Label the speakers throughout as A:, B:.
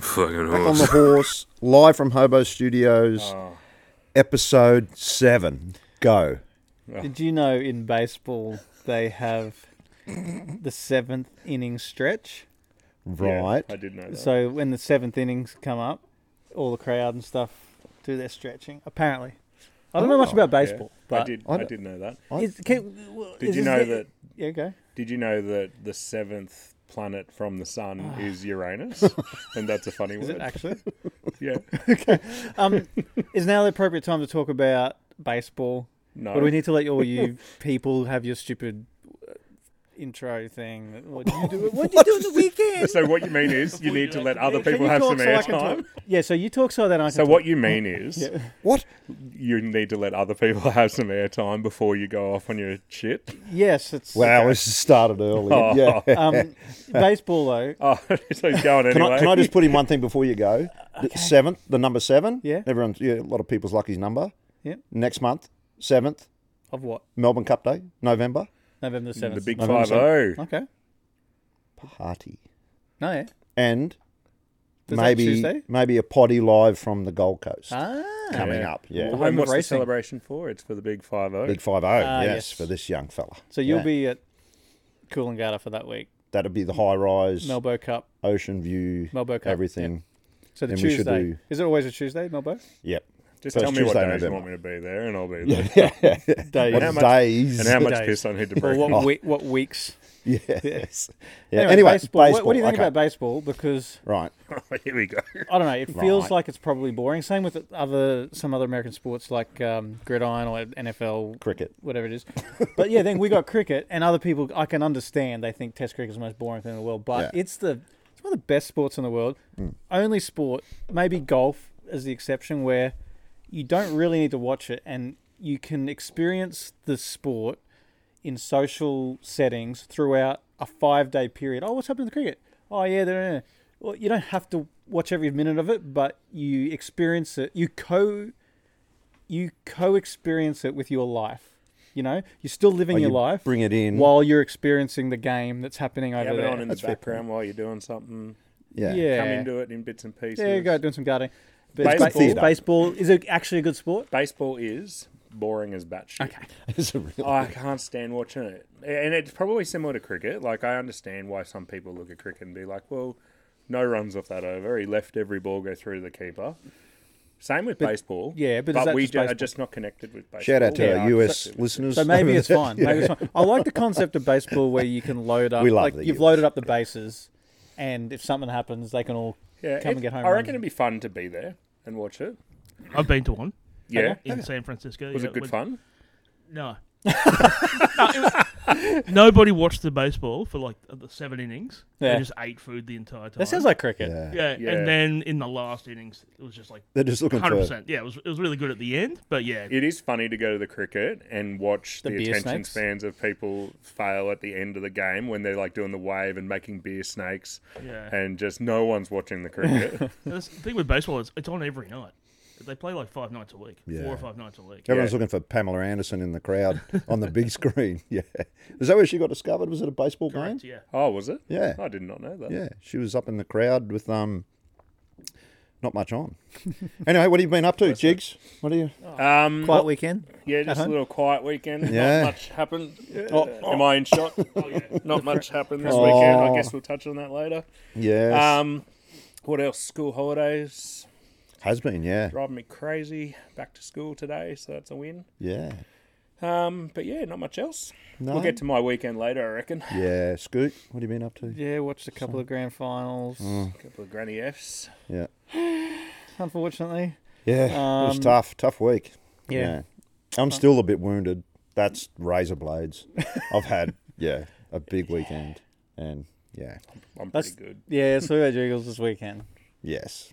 A: fucking
B: Back on
A: horse.
B: the horse, live from Hobo Studios,
C: Oh.
B: episode seven. Go.
D: Did you know in baseball they have the seventh inning stretch?
C: Yeah,
B: Right.
C: I did know that.
D: So when the seventh innings come up, all the crowd and stuff do their stretching. Apparently, I don't know much
B: Oh,
D: about
C: Yeah,
D: baseball, but
C: I did.
B: I
C: I,
B: d-
C: did know that.
B: I-
D: Is, can, well,
C: Did
D: is
C: you
D: this
C: know
D: the-
C: that?
D: Yeah, go.
C: Did you know that the seventh planet from the sun is Uranus? and that's a funny
D: Ah. Is it
C: word.
D: actually?
C: yeah.
D: um, is now the appropriate time to talk about baseball?
C: No.
D: Or do we need to let all you people have your stupid uh, intro thing? What did you do? What did you do on the weekend?
C: so what you mean is you need to let other people have some airtime.
D: Yeah, so you talk so that I can.
C: So
D: talk.
C: what you mean is
B: What?
C: you need to let other people have some airtime before you go off on your shit.
D: Yes, it's
B: Wow, this has started early.
C: Oh.
B: Yeah.
D: um, baseball though.
C: Oh, so he's going anyway.
B: Can I, can I just put in one thing before you go? The Seventh, the number seven.
D: Yeah.
B: Everyone, yeah, a lot of people's lucky number.
D: Yeah.
B: Next month, seventh,
D: Of what?
B: Melbourne Cup Day, November
D: November
C: the
D: seventh.
C: big
B: November
C: five oh. zero.
D: Okay.
B: party,
D: No. Yeah.
B: and
D: that Tuesday?
B: maybe maybe a potty live from the Gold Coast
D: Ah.
B: coming up. Yeah.
D: home
C: And
D: of
C: what's the
D: racing.
C: celebration for? It's for the big five oh. zero.
B: Big five zero.
D: Ah,
B: yes,
D: yes.
B: for this young fella.
D: So you'll
B: Yeah.
D: be at Coolangatta for that week.
B: That'd be the high rise,
D: Melbourne Cup.
B: ocean view,
D: Melbourne Cup.
B: everything.
D: So the
B: Then we should
D: Tuesday.
B: do-
D: Is it always a Tuesday, Melbourne?
B: Yep.
C: Just
B: First
C: tell me what
B: Tuesday in
C: days you want
B: November.
C: me to be there, and I'll be there.
D: Day.
B: What
C: how much-
B: days?
C: And how much
D: Days.
C: piss I need to
D: Or
C: bring.
D: what, we- what weeks?
B: yes. Oh. Yeah.
D: Anyway,
B: Anyway,
D: baseball. What, what do you
B: baseball,
D: think
B: okay.
D: about baseball? Because
B: Right.
C: Here we go.
D: I don't know. It feels
B: Right.
D: like it's probably boring. Same with other some other American sports like um, gridiron or NFL,
B: Cricket.
D: whatever it is. But yeah, then we got cricket, and other people I can understand they think Test cricket is the most boring thing in the world, but
B: Yeah.
D: it's the it's one of the best sports in the world. Only sport, maybe golf is the exception where you don't really need to watch it, and you can experience the sport in social settings throughout a five day period. Oh, what's happening to cricket? Oh, yeah, they're. Well, you don't have to watch every minute of it, but you experience it. You co, you co-experience it with your life. You know, you're still living
B: Oh,
D: your
B: you
D: life
B: Bring it in.
D: while you're experiencing the game that's happening over
C: Have it
D: there.
C: on in the
B: That's fair
C: background while you're doing something.
B: yeah.
D: yeah,
C: Come into it in bits and pieces.
D: there you go, doing some gardening. But
C: Baseball-
D: baseball,
B: Theatre.
D: baseball, is it actually a good sport?
C: Baseball is boring as batshit.
D: Okay.
B: It's a real-
C: I can't stand watching it. And it's probably similar to cricket. Like, I understand why some people look at cricket and be like, well, no runs off that over. He left every ball go through the keeper. Same with baseball.
D: yeah, but is that
C: we
D: just
C: ju- are
D: baseball?
C: just not connected with baseball.
B: Shout out to
D: Yeah,
B: our
D: I'm
B: US listeners.
D: So maybe
B: over
D: it's
B: there.
D: fine. Maybe it's fine. I like the concept of baseball where you can load up.
B: We love
D: like
B: the
D: you've
B: US.
D: loaded up the bases, and if something happens, they can all
C: Yeah,
D: come
C: it-
D: and get home.
C: I reckon
D: runs.
C: it'd be fun to be there and watch it.
E: I've been to one
C: Yeah.
E: in San Francisco.
C: Was
E: yeah,
C: it good fun?
E: when- No. No, it was- nobody watched the baseball for like the seven innings.
D: Yeah.
E: They just ate food the entire time.
D: that sounds like cricket.
B: Yeah.
E: yeah,
C: Yeah.
E: and then in the last innings, it was just like
B: They're just looking
E: hundred
B: for.
E: percent. Yeah, it was it was really good at the end, but yeah,
C: It is funny to go to the cricket and watch
D: The
C: the,
D: beer
C: attention
D: snakes?
C: spans of people fail at the end of the game when they're like doing the wave and making beer snakes,
E: Yeah.
C: and just no one's watching the cricket.
E: that's the thing with baseball is it's on every night. They play like five nights a week,
B: Yeah.
E: four or five nights a week.
B: Everyone's
C: Yeah.
B: looking for Pamela Anderson in the crowd on the big screen. Yeah. Is that where she got discovered? Was it a baseball game?
E: Correct, yeah.
C: oh, was it?
B: Yeah.
C: I did not know that.
B: Yeah, she was up in the crowd with um, not much on. anyway, what have you been up to, Jigs? What are you?
C: Um,
D: Quiet weekend.
C: yeah, just a little quiet weekend.
B: Yeah.
C: Not much happened. Oh, Am I in shot? Not much happened this
B: Oh.
C: weekend. I guess we'll touch on that later.
B: Yes,
C: Um, what else? School holidays
B: has been. Yeah,
C: driving me crazy. Back to school today, so that's a win.
B: yeah,
C: Um, but yeah, not much else.
B: No?
C: We'll get to my weekend later, I reckon.
B: yeah. Scoot, what have you been up to?
D: Yeah, watched a couple of grand finals.
B: Mm.
C: couple of granny F's.
B: Yeah,
D: Unfortunately,
B: yeah. it was
D: Um,
B: tough, tough week.
D: yeah.
B: I'm still a bit wounded. That's razor blades. I've had yeah a big weekend, and yeah,
C: I'm
D: That's-
C: pretty good.
D: yeah, so we had Jiggles this weekend.
B: yes.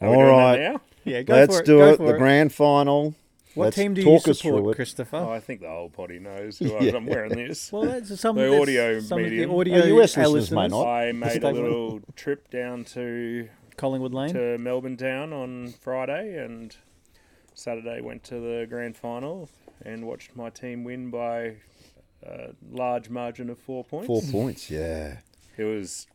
C: Are we
B: All
C: doing that
B: right,
C: now?
D: Yeah, go
B: let's
D: for it.
B: do
D: go
B: it.
D: for
B: The grand final.
D: What
B: Let's
D: team do
B: talk
D: you
B: us through
D: support,
B: it.
D: Christopher?
C: Oh, I think the whole potty knows who I,
B: Yeah.
C: am wearing this.
D: well, that's some
C: The
D: that's
C: audio
D: some of
C: medium.
D: The audio
B: Our US
D: our
B: listeners may not.
C: I made a
D: Stable.
C: little trip down to
D: Collingwood Lane.
C: to Melbourne Town on Friday and Saturday went to the grand final and watched my team win by a large margin of four points.
B: Four points. Yeah.
C: It was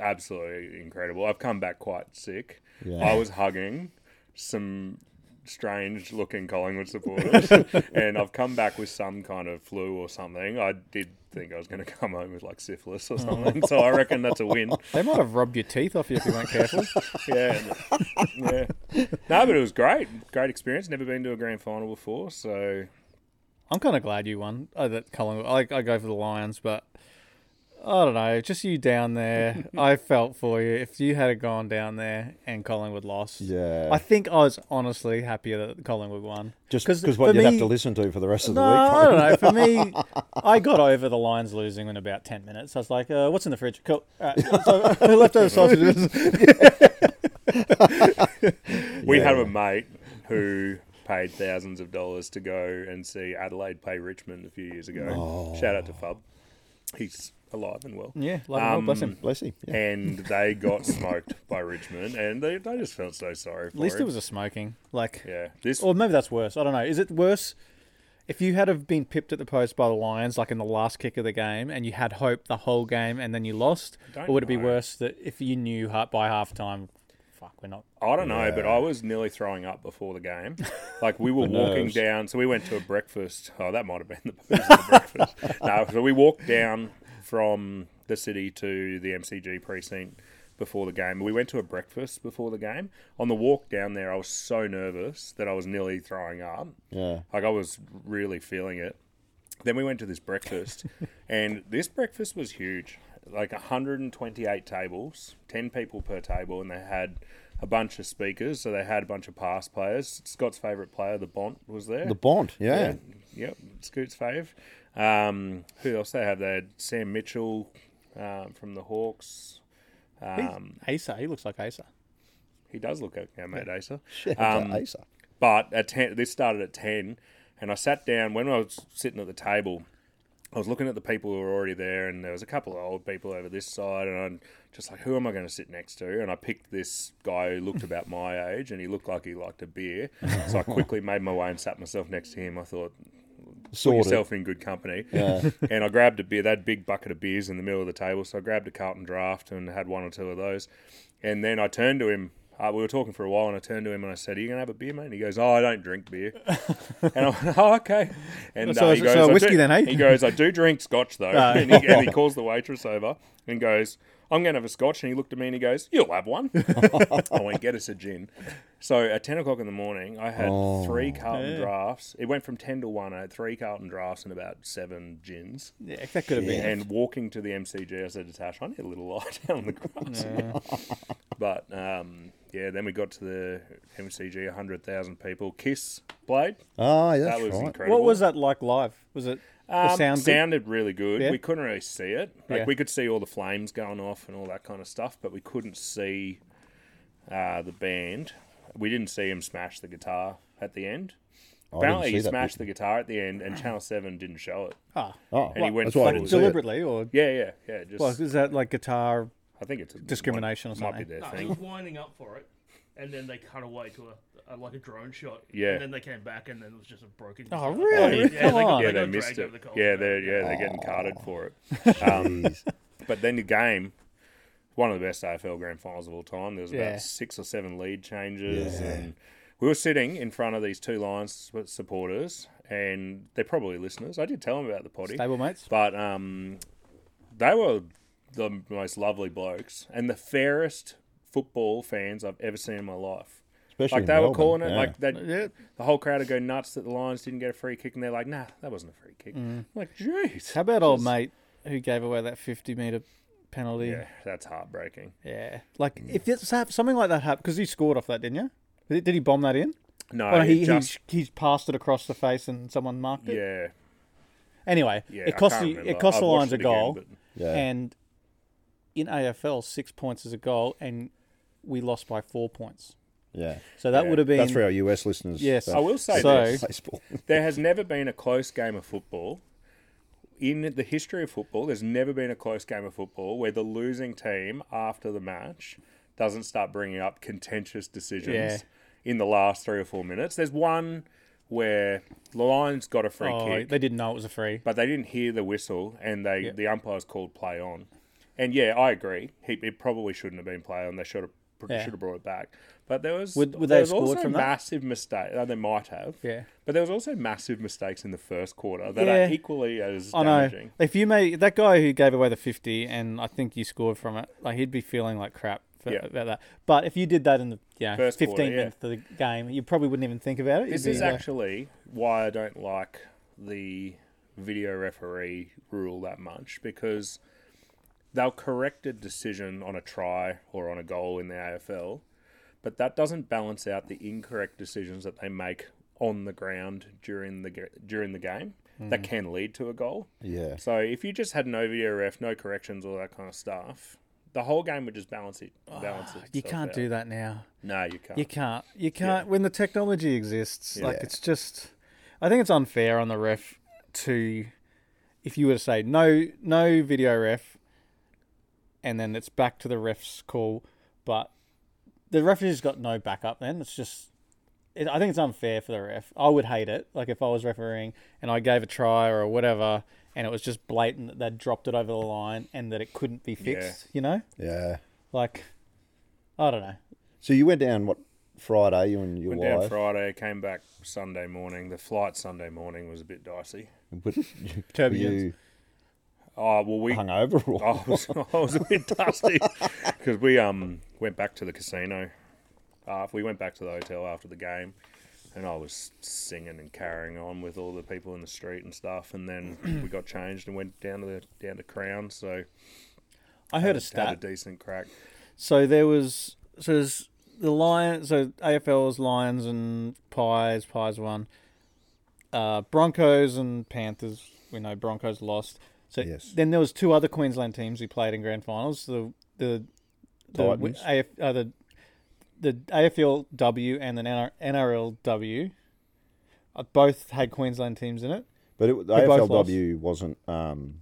C: absolutely incredible. I've come back quite sick.
B: Yeah.
C: I was hugging some strange looking Collingwood supporters, and I've come back with some kind of flu or something. I did think I was going to come home with like syphilis or something, so I reckon that's a win.
D: They might have rubbed your teeth off you if you weren't careful.
C: Yeah, yeah. No, but it was great. Great experience. Never been to a grand final before, so
D: I'm kind of glad you won. Oh, that Collingwood. I, I go for the Lions, but I don't know. Just you down there. I felt for you. If you had gone down there and Collingwood lost,
B: Yeah.
D: I think I was honestly happier that Collingwood won.
B: Just
D: 'Cause
B: because
D: for
B: what you'd have
D: me-
B: to listen to for the rest of the
D: No,
B: week.
D: I don't know. For me, I got over the Lions losing in about 10 minutes. I was like, uh, what's in the fridge? Cool. All right. So, leftover sausages.
C: We have
B: Yeah.
C: a mate who paid thousands of dollars to go and see Adelaide play Richmond a few years ago. Shout out to Fub. He's alive and well.
D: Oh. Yeah, love him all, bless him.
B: Bless you. Yeah.
C: And they got smoked by Richmond, and they, they just felt so sorry for
D: At least
C: him.
D: it was a smoking. Like,
C: yeah. This
D: or maybe that's worse. I don't know. Is it worse if you had have been pipped at the post by the Lions, like in the last kick of the game, and you had hope the whole game, and then you lost?
C: don't
D: Or would it be
C: know.
D: worse that if you knew ha- by half time, fuck, we're not?
C: I don't know, but I was nearly throwing up before the game. Like we were walking
B: nerves.
C: down, so we went to a breakfast. Oh, that might have been the, it was the breakfast. No, so we walked down from the city to the MCG precinct before the game. We went to a breakfast before the game. On the walk down there, I was so nervous that I was nearly throwing up.
B: Yeah.
C: Like I was really feeling it. Then we went to this breakfast, and this breakfast was huge. Like 128 tables, 10 people per table, and they had a bunch of speakers. So they had a bunch of pass players. Scott's favourite player, the Bont, was there.
B: The Bond. Yeah.
C: yeah. Yep, Scoot's fave. Um, who else they have? They had Sam Mitchell um, from the Hawks. Um,
D: Asa, he looks like Asa.
C: he does look okay, mate, Asa.
B: Shit,
C: Um,
B: that's Acer.
C: But at ten, this started at ten, and I sat down. When I was sitting at the table, I was looking at the people who were already there, and there was a couple of old people over this side, and I'm just like, who am I going to sit next to? And I picked this guy who looked about my age, and he looked like he liked a beer, so I quickly made my way and sat myself next to him. I thought, put
B: Sorted.
C: yourself in good company. and I grabbed a beer. They had a big bucket of beers in the middle of the table, so I grabbed a Carlton draft and had one or two of those. And then I turned to him. Uh, we were talking for a while, and I turned to him and I said, "Are you gonna have a beer, mate?" And he goes, "Oh, I don't drink beer." and I went, "Oh, okay." And
D: So
C: uh,
D: it's-
C: he goes,
D: so
C: "I
D: whiskey
C: do-"
D: then, Ah. eh?
C: He goes, "I do drink scotch though." and, he, and he calls the waitress over and goes, "I'm gonna have a scotch." And he looked at me and he goes, "You'll have one." I went, "Get us a gin." So at ten o'clock in the morning, I had
D: Oh.
C: three Carlton drafts. It went from ten to one. I had three Carlton drafts and about seven gins.
D: Yeah, that could have been.
C: And walking to the MCG, I said to Tash, "I need a little light down on the grass." but um, yeah, then we got to the MCG, hundred thousand people. Kiss played.
B: Ah, yeah,
C: That
B: that's
C: was
B: right.
C: incredible.
D: What was that like live? Was it the
C: Um,
D: sound? good?
C: sounded really good.
D: Yeah.
C: We couldn't really see it. Like
D: Yeah.
C: we could see all the flames going off and all that kind of stuff, but we couldn't see uh, the band. We didn't see him smash the guitar at the end.
B: I didn't
C: Apparently,
B: see
C: he
B: that
C: smashed the guitar at the end, and Channel Seven didn't show it.
D: Ah,
B: Oh,
C: and he went
B: that's why I
C: for
B: didn't
C: it.
B: see it.
D: deliberately or
C: Yeah, yeah, yeah. Just
D: well, is that like guitar?
C: I think it's a,
D: discrimination or
C: might, Might
D: something.
C: be their
E: No, they
C: thing.
E: were winding up for it, and then they cut away to a, a like a drone shot.
C: Yeah.
E: And then they came back, and then it was just a broken.
D: Oh,
E: guitar.
D: really?
E: Yeah, they
D: Come
E: got,
D: on.
C: yeah,
E: Oh, they
C: they
E: got
C: missed
E: dragged
C: it.
E: over the cold.
C: Yeah, they're yeah they're getting carded for it. Um, but then the game, one of the best AFL grand finals of all time. There was about
D: Yeah.
C: six or seven lead changes,
B: Yeah.
C: and we were sitting in front of these two Lions su- supporters, and they're probably listeners. I did tell them about the potty,
D: Stable mates.
C: but um, they were the most lovely blokes and the fairest football fans I've ever seen in my life.
B: Especially
C: Like
B: in
C: they were
B: Melbourne,
C: calling it,
B: yeah.
C: like that. The whole crowd would go nuts that the Lions didn't get a free kick, and they're like, "Nah, that wasn't a free kick." I'm like, jeez,
D: Mm. How about old mate who gave away that 50 meter penalty?
C: yeah, that's heartbreaking.
D: Yeah. Like,
C: Mm.
D: if it's hap- something like that happened, because he scored off that, didn't you? Did, did he bomb that in?
C: No,
D: Oh, no,
C: it
D: he,
C: just
D: he, he passed it across the face and someone marked it?
C: yeah,
D: Anyway,
C: yeah.
D: it
C: I
D: cost,
C: can't
D: the, it
C: remember.
D: cost
C: I've
D: the
C: watched
D: Lions a
C: it again,
D: goal.
C: but-
B: Yeah.
D: And in AFL, six points is a goal, and we lost by four points.
B: yeah.
D: So that
C: Yeah,
D: would have been.
B: That's for our US listeners.
D: Yes.
B: that
C: I will say
D: So-
C: this:
B: baseball.
C: there has never been a close game of football in the history of football. There's never been a close game of football where the losing team after the match doesn't start bringing up contentious decisions
D: Yeah.
C: in the last three or four minutes. There's one where the Lions got a free
D: Oh,
C: kick.
D: they didn't know it was a free.
C: but they didn't hear the whistle and they the umpires called play on And yeah, I agree. He it probably shouldn't have been played on. They should have probably
D: Yeah.
C: should have brought it back. But there was
D: Would- would they
C: there
D: have
C: was also
D: scored from that?
C: massive mistake. Uh, they might have.
D: Yeah.
C: But there was also massive mistakes in the first quarter that
D: Yeah.
C: are equally as
D: I know.
C: damaging.
D: If you made that guy who gave away the fifty, and I think you scored from it, like he'd be feeling like crap for,
C: Yeah.
D: about that. But if you did that in the yeah
C: First quarter,
D: fifteen
C: yeah.
D: minutes of the game, you probably wouldn't even think about it.
C: This
D: You'd be
C: is
D: like,
C: actually why I don't like the video referee rule that much because they'll correct a decision on a try or on a goal in the AFL, but that doesn't balance out the incorrect decisions that they make on the ground during the ga- during the game
D: Mm.
C: that can lead to a goal.
B: Yeah.
C: So if you just had no video ref, no corrections, all that kind of stuff, the whole game would just balance it. Balance it.
D: Ah, you can't do that now.
C: No, you can't.
D: You can't. You can't. When the technology exists, like
B: Yeah.
D: it's just. I think it's unfair on the ref to, if you were to say no, no video ref, and then it's back to the ref's call, but the referee's got no backup. Then it's just. It, I think it's unfair for the ref. I would hate it. Like if I was refereeing and I gave a try or whatever, and it was just blatant that they dropped it over the line and that it couldn't be
C: Yeah.
D: fixed. You know,
B: Yeah.
D: like I don't know.
B: So you went down what Friday? You and your
C: Went down
B: wife.
C: Friday, came back Sunday morning. The flight Sunday morning was a bit dicey.
B: But you- were
D: Turbulence.
B: you
C: Oh well, we.
B: hung over or
C: I was, I was a bit dusty because we um went back to the casino. Uh, we went back to the hotel after the game, and I was singing and carrying on with all the people in the street and stuff. And then we got changed and went down to the down to Crown. So
D: I heard a
C: had a
D: stat.
C: decent crack.
D: So there was so there's the Lions so AFL's Lions and Pies, Pies won. Uh, Broncos and Panthers, we know Broncos lost. So
B: Yes.
D: then there was two other Queensland teams who played in grand finals. The the the w-
B: Titans.
D: AF, uh, the the AFLW and the NR, NRLW uh, both had Queensland teams in it.
B: But it, the
D: They both
B: AFLW wasn't um,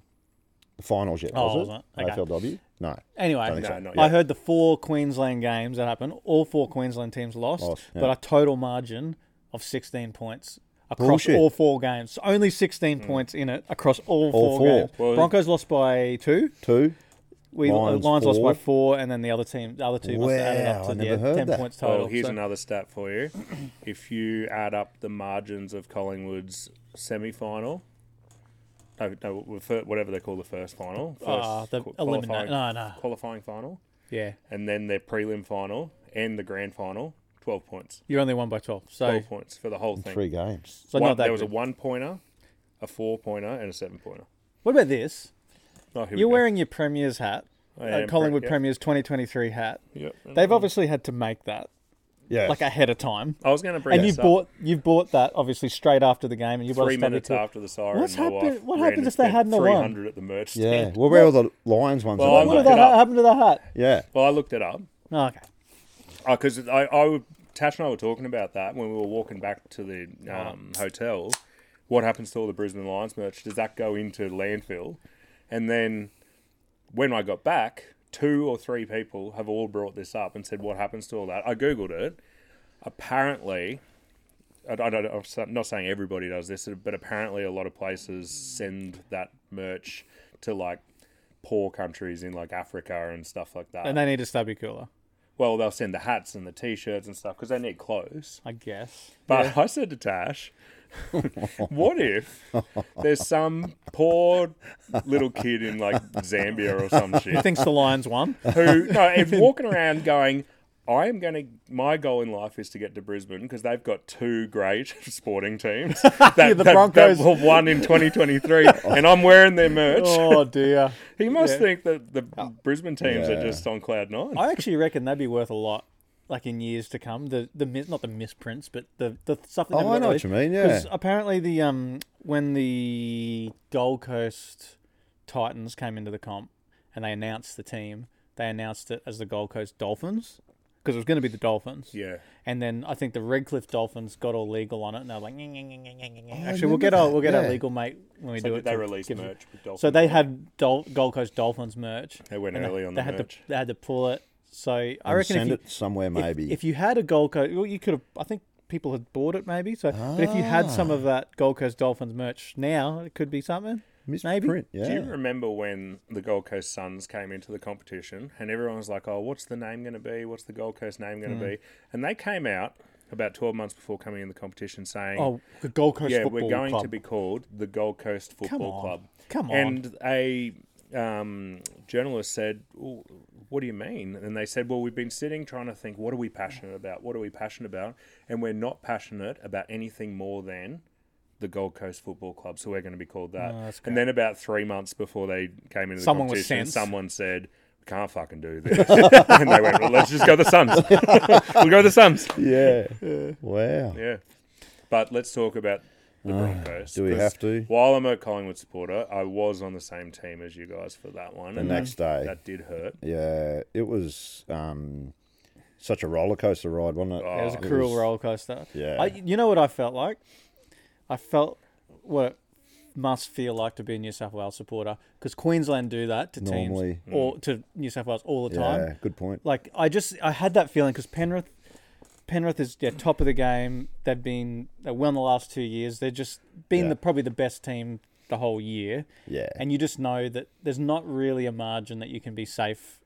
B: the finals yet,
D: Oh,
B: was
D: wasn't it? Okay.
B: AFLW? No.
D: Anyway,
B: think
C: so. No, not
D: I
C: yet.
D: heard the four Queensland games that happened. All four Queensland teams lost,
B: Lost, yeah.
D: but a total margin of 16 points across
B: Bullshit.
D: all four games. So only 16 points in it across all, four,
B: four.
D: games.
C: Hmm. Well-
D: Broncos lost by two.
B: Two?
D: We uh, Lions,
B: Lions
D: lost by
B: four.
D: four, and then the other team, the other two, must have added up
B: Wow,
D: to
B: I
D: the
B: never heard
D: 10
B: that.
D: points total.
C: Well, here's
D: So-
C: another stat for you. If you add up the margins of Collingwood's semi-final, no, no, fir- whatever they call the first final, first
D: Ah, the
C: qu-
D: elimina-
C: qualifying,
D: no, no.
C: qualifying final,
D: yeah,
C: and then their prelim final and the grand final, twelve points,
D: you only won by 12. So,
C: twelve points for the whole thing.
B: Three games.
D: so
C: One-
D: not that
C: there was a
D: good.
C: one-pointer, a four-pointer, and a seven-pointer.
D: What about this?
C: Oh, here we
D: You're
C: go.
D: wearing your Premier's hat,
C: I
D: uh,
C: am,
D: Collingwood
C: yeah. Mm-hmm.
D: Premier's 2023 hat.
C: Yep.
D: They've obviously had to make that
B: Yeah.
D: like ahead of time.
C: I was going to bring
D: and you
C: this up
D: bought you bought that obviously straight after the game, and you bought
C: three
D: a study
C: minutes
D: tour.
C: after the siren.
D: What's
C: my
D: happened-
C: wife
D: what
C: ran
D: happened
C: and
D: if they
C: spent
D: hadn't have won?
C: 300 at the merch
B: yeah.
C: stand.
B: Well, where are the Lions ones? at
C: Well,
B: the
C: I
D: What
B: moment?
C: looked
D: the
C: it
D: hell
C: up.
D: happened to the hat?
B: yeah.
C: Well, I looked it up.
D: Oh, okay.
C: because Oh, I, I, would- Tash and I were talking about that when we were walking back to the um, hotel. What happens to all the Brisbane Lions merch? Does that go into landfill? And then when I got back, two or three people have all brought this up and said, "What happens to all that?" I googled it. Apparently, I, I don't, I'm sa- not saying everybody does this, but apparently a lot of places send that merch to like poor countries in like Africa and stuff like that.
D: And they need a stubby cooler,
C: Well, they'll send the hats and the t-shirts and stuff because they need clothes.
D: I guess.
C: But I said to Tash, "What if there's some poor little kid in like Zambia or some shit
D: Thinks the Lions won.
C: who no is walking around going." I am going to. My goal in life is to get to Brisbane because they've got two great sporting teams. That,
D: the
C: that-
D: Broncos.
C: that won in 2023, and I'm wearing their merch.
D: Oh dear.
C: he must think that the Brisbane teams
B: Yeah.
C: are just on cloud nine.
D: I actually reckon that'd be worth a lot, like in years to come. The the mis- not the misprints, but the the stuff.
B: Oh,
D: That never
B: I
D: got
B: know what
D: released.
B: you mean. Yeah.
D: 'Cause apparently the um when the Gold Coast Titans came into the comp and they announced the team, they announced it as the Gold Coast Dolphins because it was going to be the Dolphins.
C: yeah,
D: And then I think the Redcliffe Dolphins got all legal on it, and they're like, "Nyeh, nyeh, nyeh, nyeh, nyeh, nyeh, nyeh." actually, we'll
B: Oh, remember
D: get our
B: that,
D: we'll get our
B: yeah.
D: legal mate when we
C: so
D: do
C: did
D: it.
C: they
D: to
C: release
D: give-
C: merch with
D: So
C: Dolphins
D: they
C: on it?
D: had Dol- Gold Coast Dolphins merch.
C: They went
D: and
C: early on
D: they
C: the
D: had
C: merch.
D: To, they had to pull it. So I
B: And
D: reckon
B: send
D: if you,
B: it somewhere,
D: if-
B: maybe.
D: If, you had a Gold Coast, well, you could have. I think people
B: Ah.
D: had bought it maybe. So, but if you had some of that Gold Coast Dolphins merch now, it could be something. Maybe.
B: Misprint. Yeah.
C: Do you remember when the Gold Coast Suns came into the competition and everyone was like, oh, what's the name going to be? What's the Gold Coast name going to be? And they came out about 12 months before coming in the competition saying,
D: Oh, the Gold Coast
C: yeah,
D: Football
C: we're going
D: Club.
C: to be called the Gold Coast
D: Come
C: Football
D: on.
C: Club.
D: Come on.
C: And a um, journalist said, well, What do you mean? And they said, Well, we've been sitting trying to think, what are we passionate about? What are we passionate about? And we're not passionate about anything more than the Gold Coast Football Club. So we're going to be called that.
D: Oh, that's
C: and then about three months before they came into the
D: Someone was
C: competition,
D: sent.
C: someone said, we can't fucking do this. and they went, well, let's just go the Suns. we'll go the Suns.
B: Yeah. Wow.
C: Yeah. But let's talk about the Broncos.
B: Ah, do we
C: 'cause
B: have to?
C: While I'm a Collingwood supporter, I was on the same team as you guys for that one.
B: The next day.
C: That did hurt.
B: Yeah. It was um, such a roller coaster ride, wasn't it?
D: It was a
C: Oh,
B: it
D: cruel
B: was-
D: roller coaster.
B: Yeah.
D: I, you know what I felt like? I felt what it must feel like to be a New South Wales supporter because Queensland do that to
B: Normally.
D: teams or to New South Wales all the
B: Yeah.
D: time.
B: Good point.
D: Like I just I had that feeling because Penrith, Penrith is yeah, top of the game. They've been they won the last two years. They've just been
B: Yeah.
D: the probably the best team the whole year.
B: Yeah.
D: and you just know that there's not really a margin that you can be safe,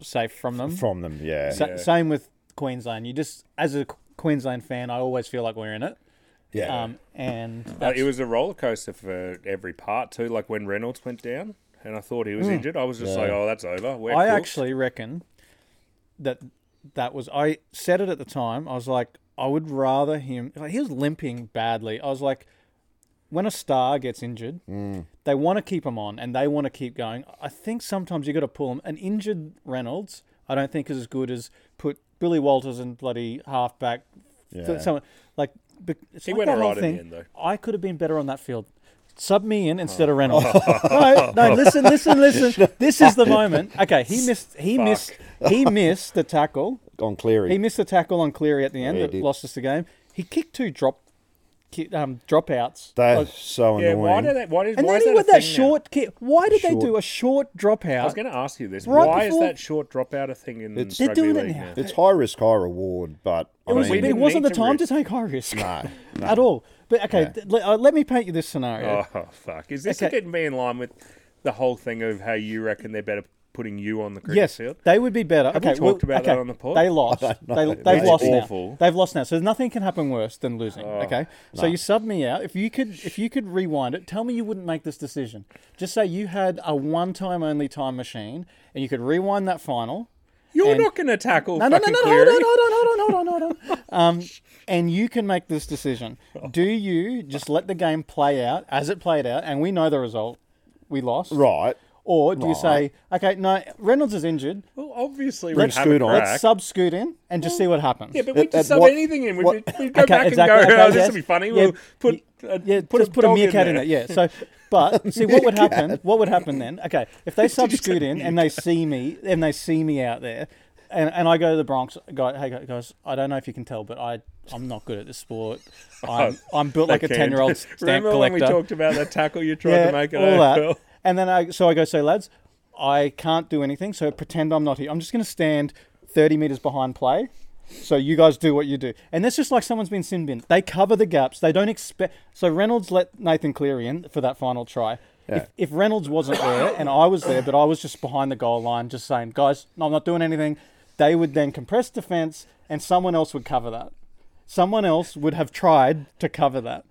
D: safe from them.
B: From them. Yeah.
D: Sa-
C: Yeah.
D: Same with Queensland. You just, as a Qu- Queensland fan, I always feel like we're in it.
B: yeah.
D: Um, and
C: Uh,
D: that's,
C: it was a roller coaster for every part, too. Like when Reynolds went down and I thought he was injured, I was just
B: Hmm. Yeah.
C: like, oh, that's over. We're
D: I
C: cooked."
D: actually reckon that that was. I said it at the time. I was like, I would rather him. Like, he was limping badly. I was like, when a star gets injured,
C: Mm.
D: they want to keep him on and they want to keep going. I think sometimes you got to pull him. An injured Reynolds, I don't think is as good as put Billy Walters and bloody halfback.
B: Yeah.
D: Someone like. bec- It's
C: He
D: like
C: went
D: that whole
C: alright in the
D: thing.
C: end, though.
D: I could have been better on that field. Sub me in instead
B: Oh.
D: of Reynolds. no, no, listen, listen, listen. This is the moment. Okay, he missed. He
C: Fuck.
D: missed. He missed the tackle.
B: On Cleary.
D: He missed the tackle on Cleary at the end
B: Yeah, he
D: that
B: did.
D: lost us the game. He kicked two drop, ki- um, dropouts.
B: That's
D: Like-
B: so
C: Yeah,
B: annoying.
C: why did that? Why, is,
D: and
C: why
D: then
C: is
D: he
C: that a
D: with that
C: thing now?
D: short kick. Why did they
B: Short.
D: do a short
C: I was
D: dropout?
C: going to ask you this.
D: Right
C: why is
D: before-
C: that short dropout a thing in
B: It's-
C: rugby
D: They're doing it
C: league
D: now.
B: It's high risk, high reward, but I
D: It, was,
C: we
B: mean,
D: but it
C: didn't
D: wasn't
C: need
D: the
C: to
D: time
C: risk.
D: to take high risk
B: no, no.
D: at all. But okay, th- let, uh, let me paint you this scenario.
C: Oh fuck! Is this
D: Okay.
C: getting me in line with the whole thing of how you reckon they're better putting you on the cricket
D: Yes,
C: field?
D: they would be better.
C: Have we
D: okay,
C: talked about
D: okay,
C: that on the pod?
D: They lost. They, they've
B: That's
D: lost now.
C: awful.
D: They've lost now. So nothing can happen worse than losing. okay, so you sub me out. If you could, if you could rewind it, tell me you wouldn't make this decision. Just say you had a one-time only time machine, and you could rewind that final.
C: You're
D: And-
C: not going to tackle
D: No, no, no,
C: fucking
D: no, no,
C: Cleary.
D: hold on, hold on, hold on, hold on, hold on. Um, and you can make this decision. Do you just let the game play out as it played out, and we know the result? We lost,
B: right.
D: Or do you say,
B: Right.
D: okay, no, Reynolds is injured.
C: Well, obviously,
B: Red
C: we'd have a
B: Scoot on.
C: crack.
B: Red
D: Let's sub scoot in and just see what happens.
C: Mm. yeah, but
B: At-
C: we'd just
B: at
C: sub
B: what-
C: anything in. We'd,
B: what-
C: we'd go back and go,
D: okay,
C: oh, this
D: yes.
C: will be funny.
D: Yeah,
C: We'll put, uh,
D: yeah,
C: put, a,
D: put a
C: dog
D: meerkat
C: in,
D: in,
C: there.
D: it. Yeah. So, but see what would happen? What would happen then? Okay, if they sub scoot in and they see me and they see me out there, and, and I go to the Bronx, go, hey guys, I don't know if you can tell, but I I'm not good at this sport. I'm, I'm built like a
C: Can.
D: ten year old stamp
C: Oh, Remember
D: collector.
C: when we talked about that tackle you tried to make it
D: all that.
C: AFL?
D: And then I so I go, so lads, I can't do anything. So pretend I'm not here. I'm just going to stand 30 meters behind play. So you guys do what you do, and that's just like someone's been sin bin. They cover the gaps. They don't expect. So Reynolds let Nathan Cleary in for that final try. If, if Reynolds wasn't there and I was there, but I was just behind the goal line, just saying, guys, no, I'm not doing anything. They would then compress defense, and someone else would cover that. Someone else would have tried to cover that.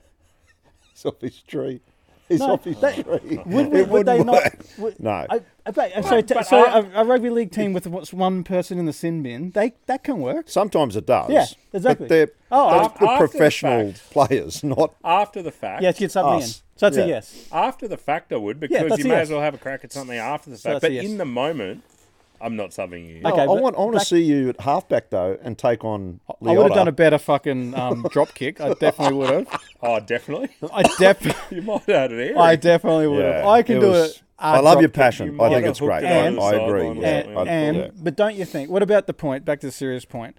B: He's off his tree. He's
D: No,
B: off his
D: they-
B: tree.
D: Would, we,
B: It
D: would they
B: wouldn't
D: not?
B: work.
D: would-
B: No.
D: I, I bet- so t-
C: but
D: so
C: I-
D: a, a rugby league team with what's one person in the sin bin, they that can work.
B: Sometimes it does.
D: Yeah, exactly.
B: But they're,
D: Oh,
B: they're
C: after the
B: professional players, not
C: After the fact.
D: Yes, get something
B: Us.
D: in. So it's
B: Yeah.
D: a yes.
C: After the fact, I would, because
D: that's
C: you
D: a
C: may
D: yes.
C: as well have a crack at something after the fact.
D: that's a
C: but
D: yes.
C: in the moment, I'm not subbing you.
D: Okay,
B: I
D: but
B: want. I want
D: back-
B: to see you at halfback though, and take on.
D: I would
B: Leota.
D: have done a better fucking um, drop kick. I definitely would have.
C: Oh, definitely.
D: I def-
C: You might have had it here.
D: I definitely would have.
B: Yeah,
D: I can do
B: was-
D: it.
B: I love your
C: You
B: passion.
C: might
B: I think
C: have
B: it's
C: hooked
B: great.
C: it
D: on
B: I, I
C: the
B: agree.
C: sideline or
B: yeah.
C: something.
B: I,
D: and
B: yeah.
D: but don't you think? What about the point? Back to the serious point.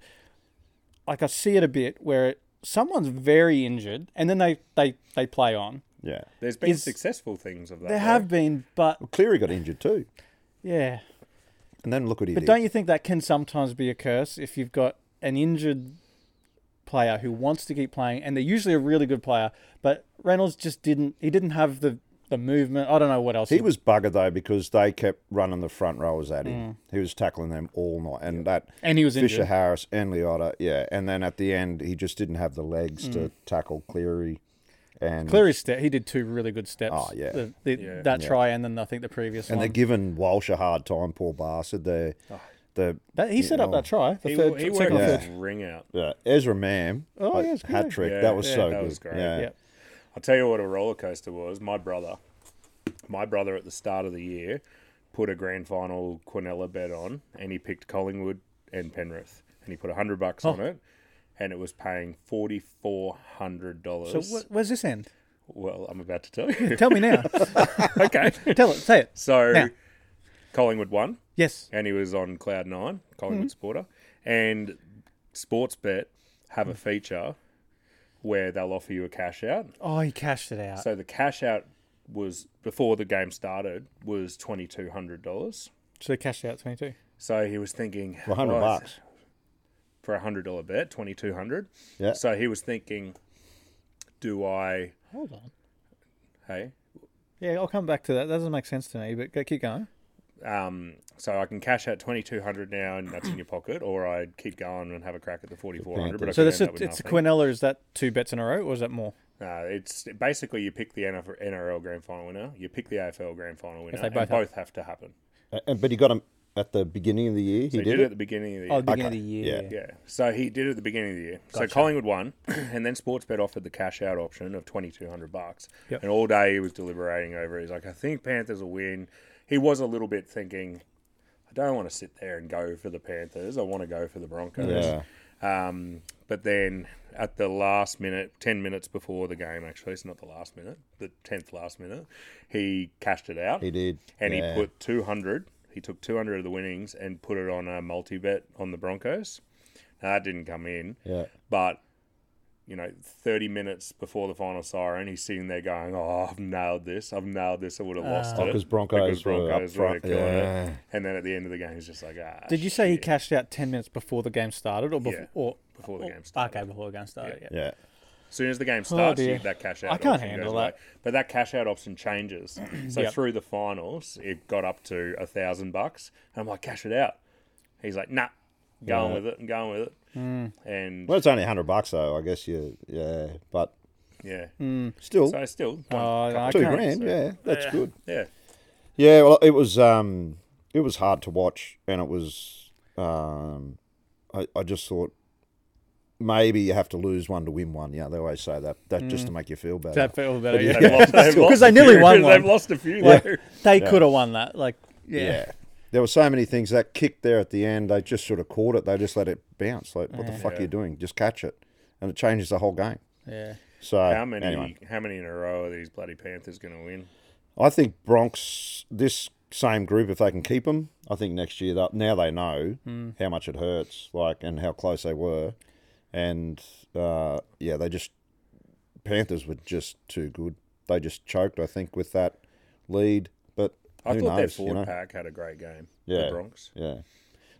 D: Like I see it a bit where someone's very injured, and then they they they play on.
B: yeah.
C: There's been
D: is-
C: successful things of that.
D: There
C: though.
D: have been, but
B: Cleary got injured too,
D: yeah.
B: and then look what he
D: But
B: did.
D: don't you think that can sometimes be a curse if you've got an injured player who wants to keep playing and they're usually a really good player, but Reynolds just didn't he didn't have the the movement. I don't know what else.
B: He was bugger though because they kept running the front rowers at him. He was tackling them all night, and that
D: Mm. And he was
B: Fisher
D: injured.
B: Harris and Liotta, yeah. And then at the end, he just didn't have the legs
D: Mm.
B: to tackle Cleary. And
D: Cleary's step. He did two really good steps.
B: Oh, yeah.
D: The- the-
C: Yeah.
D: that try and then I think the previous
B: and they're
D: one.
B: giving Walsh a hard time. Poor bastard. They,
C: Oh.
B: the
D: that, he set up
B: oh.
D: that try. The
C: He,
D: third,
C: he worked
D: second or
B: yeah.
D: third.
C: his ring out.
B: uh, Ezra Mam,
D: Oh, yeah, it's
B: hat
D: good.
B: trick.
C: Yeah,
B: that was
C: yeah,
B: so
C: that
B: good.
C: was great.
B: Yeah.
D: Yeah.
C: I'll tell you what a roller coaster was. My brother, my brother at the start of the year, put a grand final Quinella bet on, and he picked Collingwood and Penrith, and he put hundred bucks on it, and it was paying forty four hundred
D: So
C: dollars.
D: wh- where's this end?
C: well, I'm about to tell you.
D: Tell me now.
C: okay,
D: Tell it. Say it.
C: so
D: Now.
C: Collingwood won,
D: Yes.
C: and he was on Cloud Nine, Collingwood
D: Hmm.
C: supporter, and Sportsbet have a feature where they'll offer you a cash out.
D: Oh, he cashed it out.
C: Uh, So the cash out was before the game started was twenty two hundred dollars.
D: So he cashed out twenty two.
C: So he was thinking
B: For 100
C: "Oh,
B: bucks.
C: for a hundred dollar bet, twenty two hundred.
B: Yeah.
C: So he was thinking, do I?
D: Hold on.
C: Hey,
D: Yeah, I'll come back to that. That doesn't make sense to me, but go, keep going.
C: um, so I can cash out twenty two hundred now, and that's in your pocket, or I'd keep going and have a crack at the forty four hundred. But I
D: So
C: could
D: that's
C: end
D: a,
C: up with
D: it's a
C: nothing.
D: Quinella. Is that two bets in a row, or is that more?
C: Uh, it's basically you pick the NF NRL grand final winner, you pick the AFL grand final winner,
D: they
C: and
D: both
C: both,
D: have-
C: have to happen.
B: A- And, but he got him at the beginning of the year. He
C: So
B: did,
C: you
B: it.
C: at the beginning of the year.
D: Oh, the beginning
B: Okay.
D: of the year.
B: Yeah.
C: Yeah. So he did it at the beginning of the year. So Collingwood won, and then Sportsbet offered the cash out option of twenty two hundred bucks.
D: Yep.
C: And all day he was deliberating over. it. He's like, I think Panthers will win. He was a little bit thinking, I don't want to sit there and go for the Panthers. I want to go for the Broncos.
B: Yeah.
C: Um, but then at the last minute, ten minutes before the game, actually, it's not the last minute, the tenth last minute, he cashed it out
B: He did.
C: and
B: yeah.
C: he put 200 he took 200 of the winnings and put it on a multi-bet on the broncos now that didn't come in
B: Yeah.
C: but you know 30 minutes before the final siren he's sitting there going oh i've nailed this i've nailed this i would have lost it
B: Because Oh, Broncos, were up
C: Broncos
B: front.
C: killing
B: Yeah.
C: it. and then at the end of the game he's just like ah
D: Did you say he cashed out ten minutes before the game started, or before?
C: Yeah,
D: Or,
C: before the
D: or-
C: game started.
D: Okay, before the game started. Yeah.
B: Yeah.
C: As soon as the game starts,
D: Oh,
C: you
D: dear.
C: get that cash out.
D: I can't
C: option
D: handle
C: goes away.
D: that.
C: But that cash out option changes. So
D: Yep.
C: through the finals, it got up to a thousand bucks, and I'm like, cash it out. He's like, nah, going with it, and going with it.
D: Hmm.
C: And
B: Well, it's only hundred bucks though. I guess you. Yeah. But
C: yeah,
B: hmm. still,
C: so still, one
D: Oh, no, I
C: couple
B: two
C: of
D: can't-
B: grand.
C: so-
B: Yeah. That's good.
C: yeah.
B: Yeah, well, it was um, it was hard to watch, and it was um, I, I just thought maybe you have to lose one to win one. Yeah, they always say that that just to make you feel better.
D: That felt better.
C: They've
D: Yeah.
C: lost- they've
D: Because
C: lost
D: they
C: a
D: nearly
C: few.
D: won one.
C: They've lost a few though.
D: They could have won that. Like, yeah.
B: There were so many things that kick there at the end. They just sort of caught it. They just let it bounce. Like, what the fuck are you doing? Just catch it, and it changes the whole game.
D: Yeah.
B: So
C: How many?
B: Uh, anyway.
C: How many in a row are these bloody Panthers going to win?
B: I think Bronx this same group if they can keep them. I think next year they'll- now they know
D: Hmm.
B: how much it hurts, like and how close they were, and uh, yeah, they just Panthers were just too good. They just choked, I think, with that lead. But
C: I
B: who
C: thought their
B: knows?
C: forward
B: You know?
C: pack had a great game.
B: Yeah.
C: the Bronx,
B: Yeah,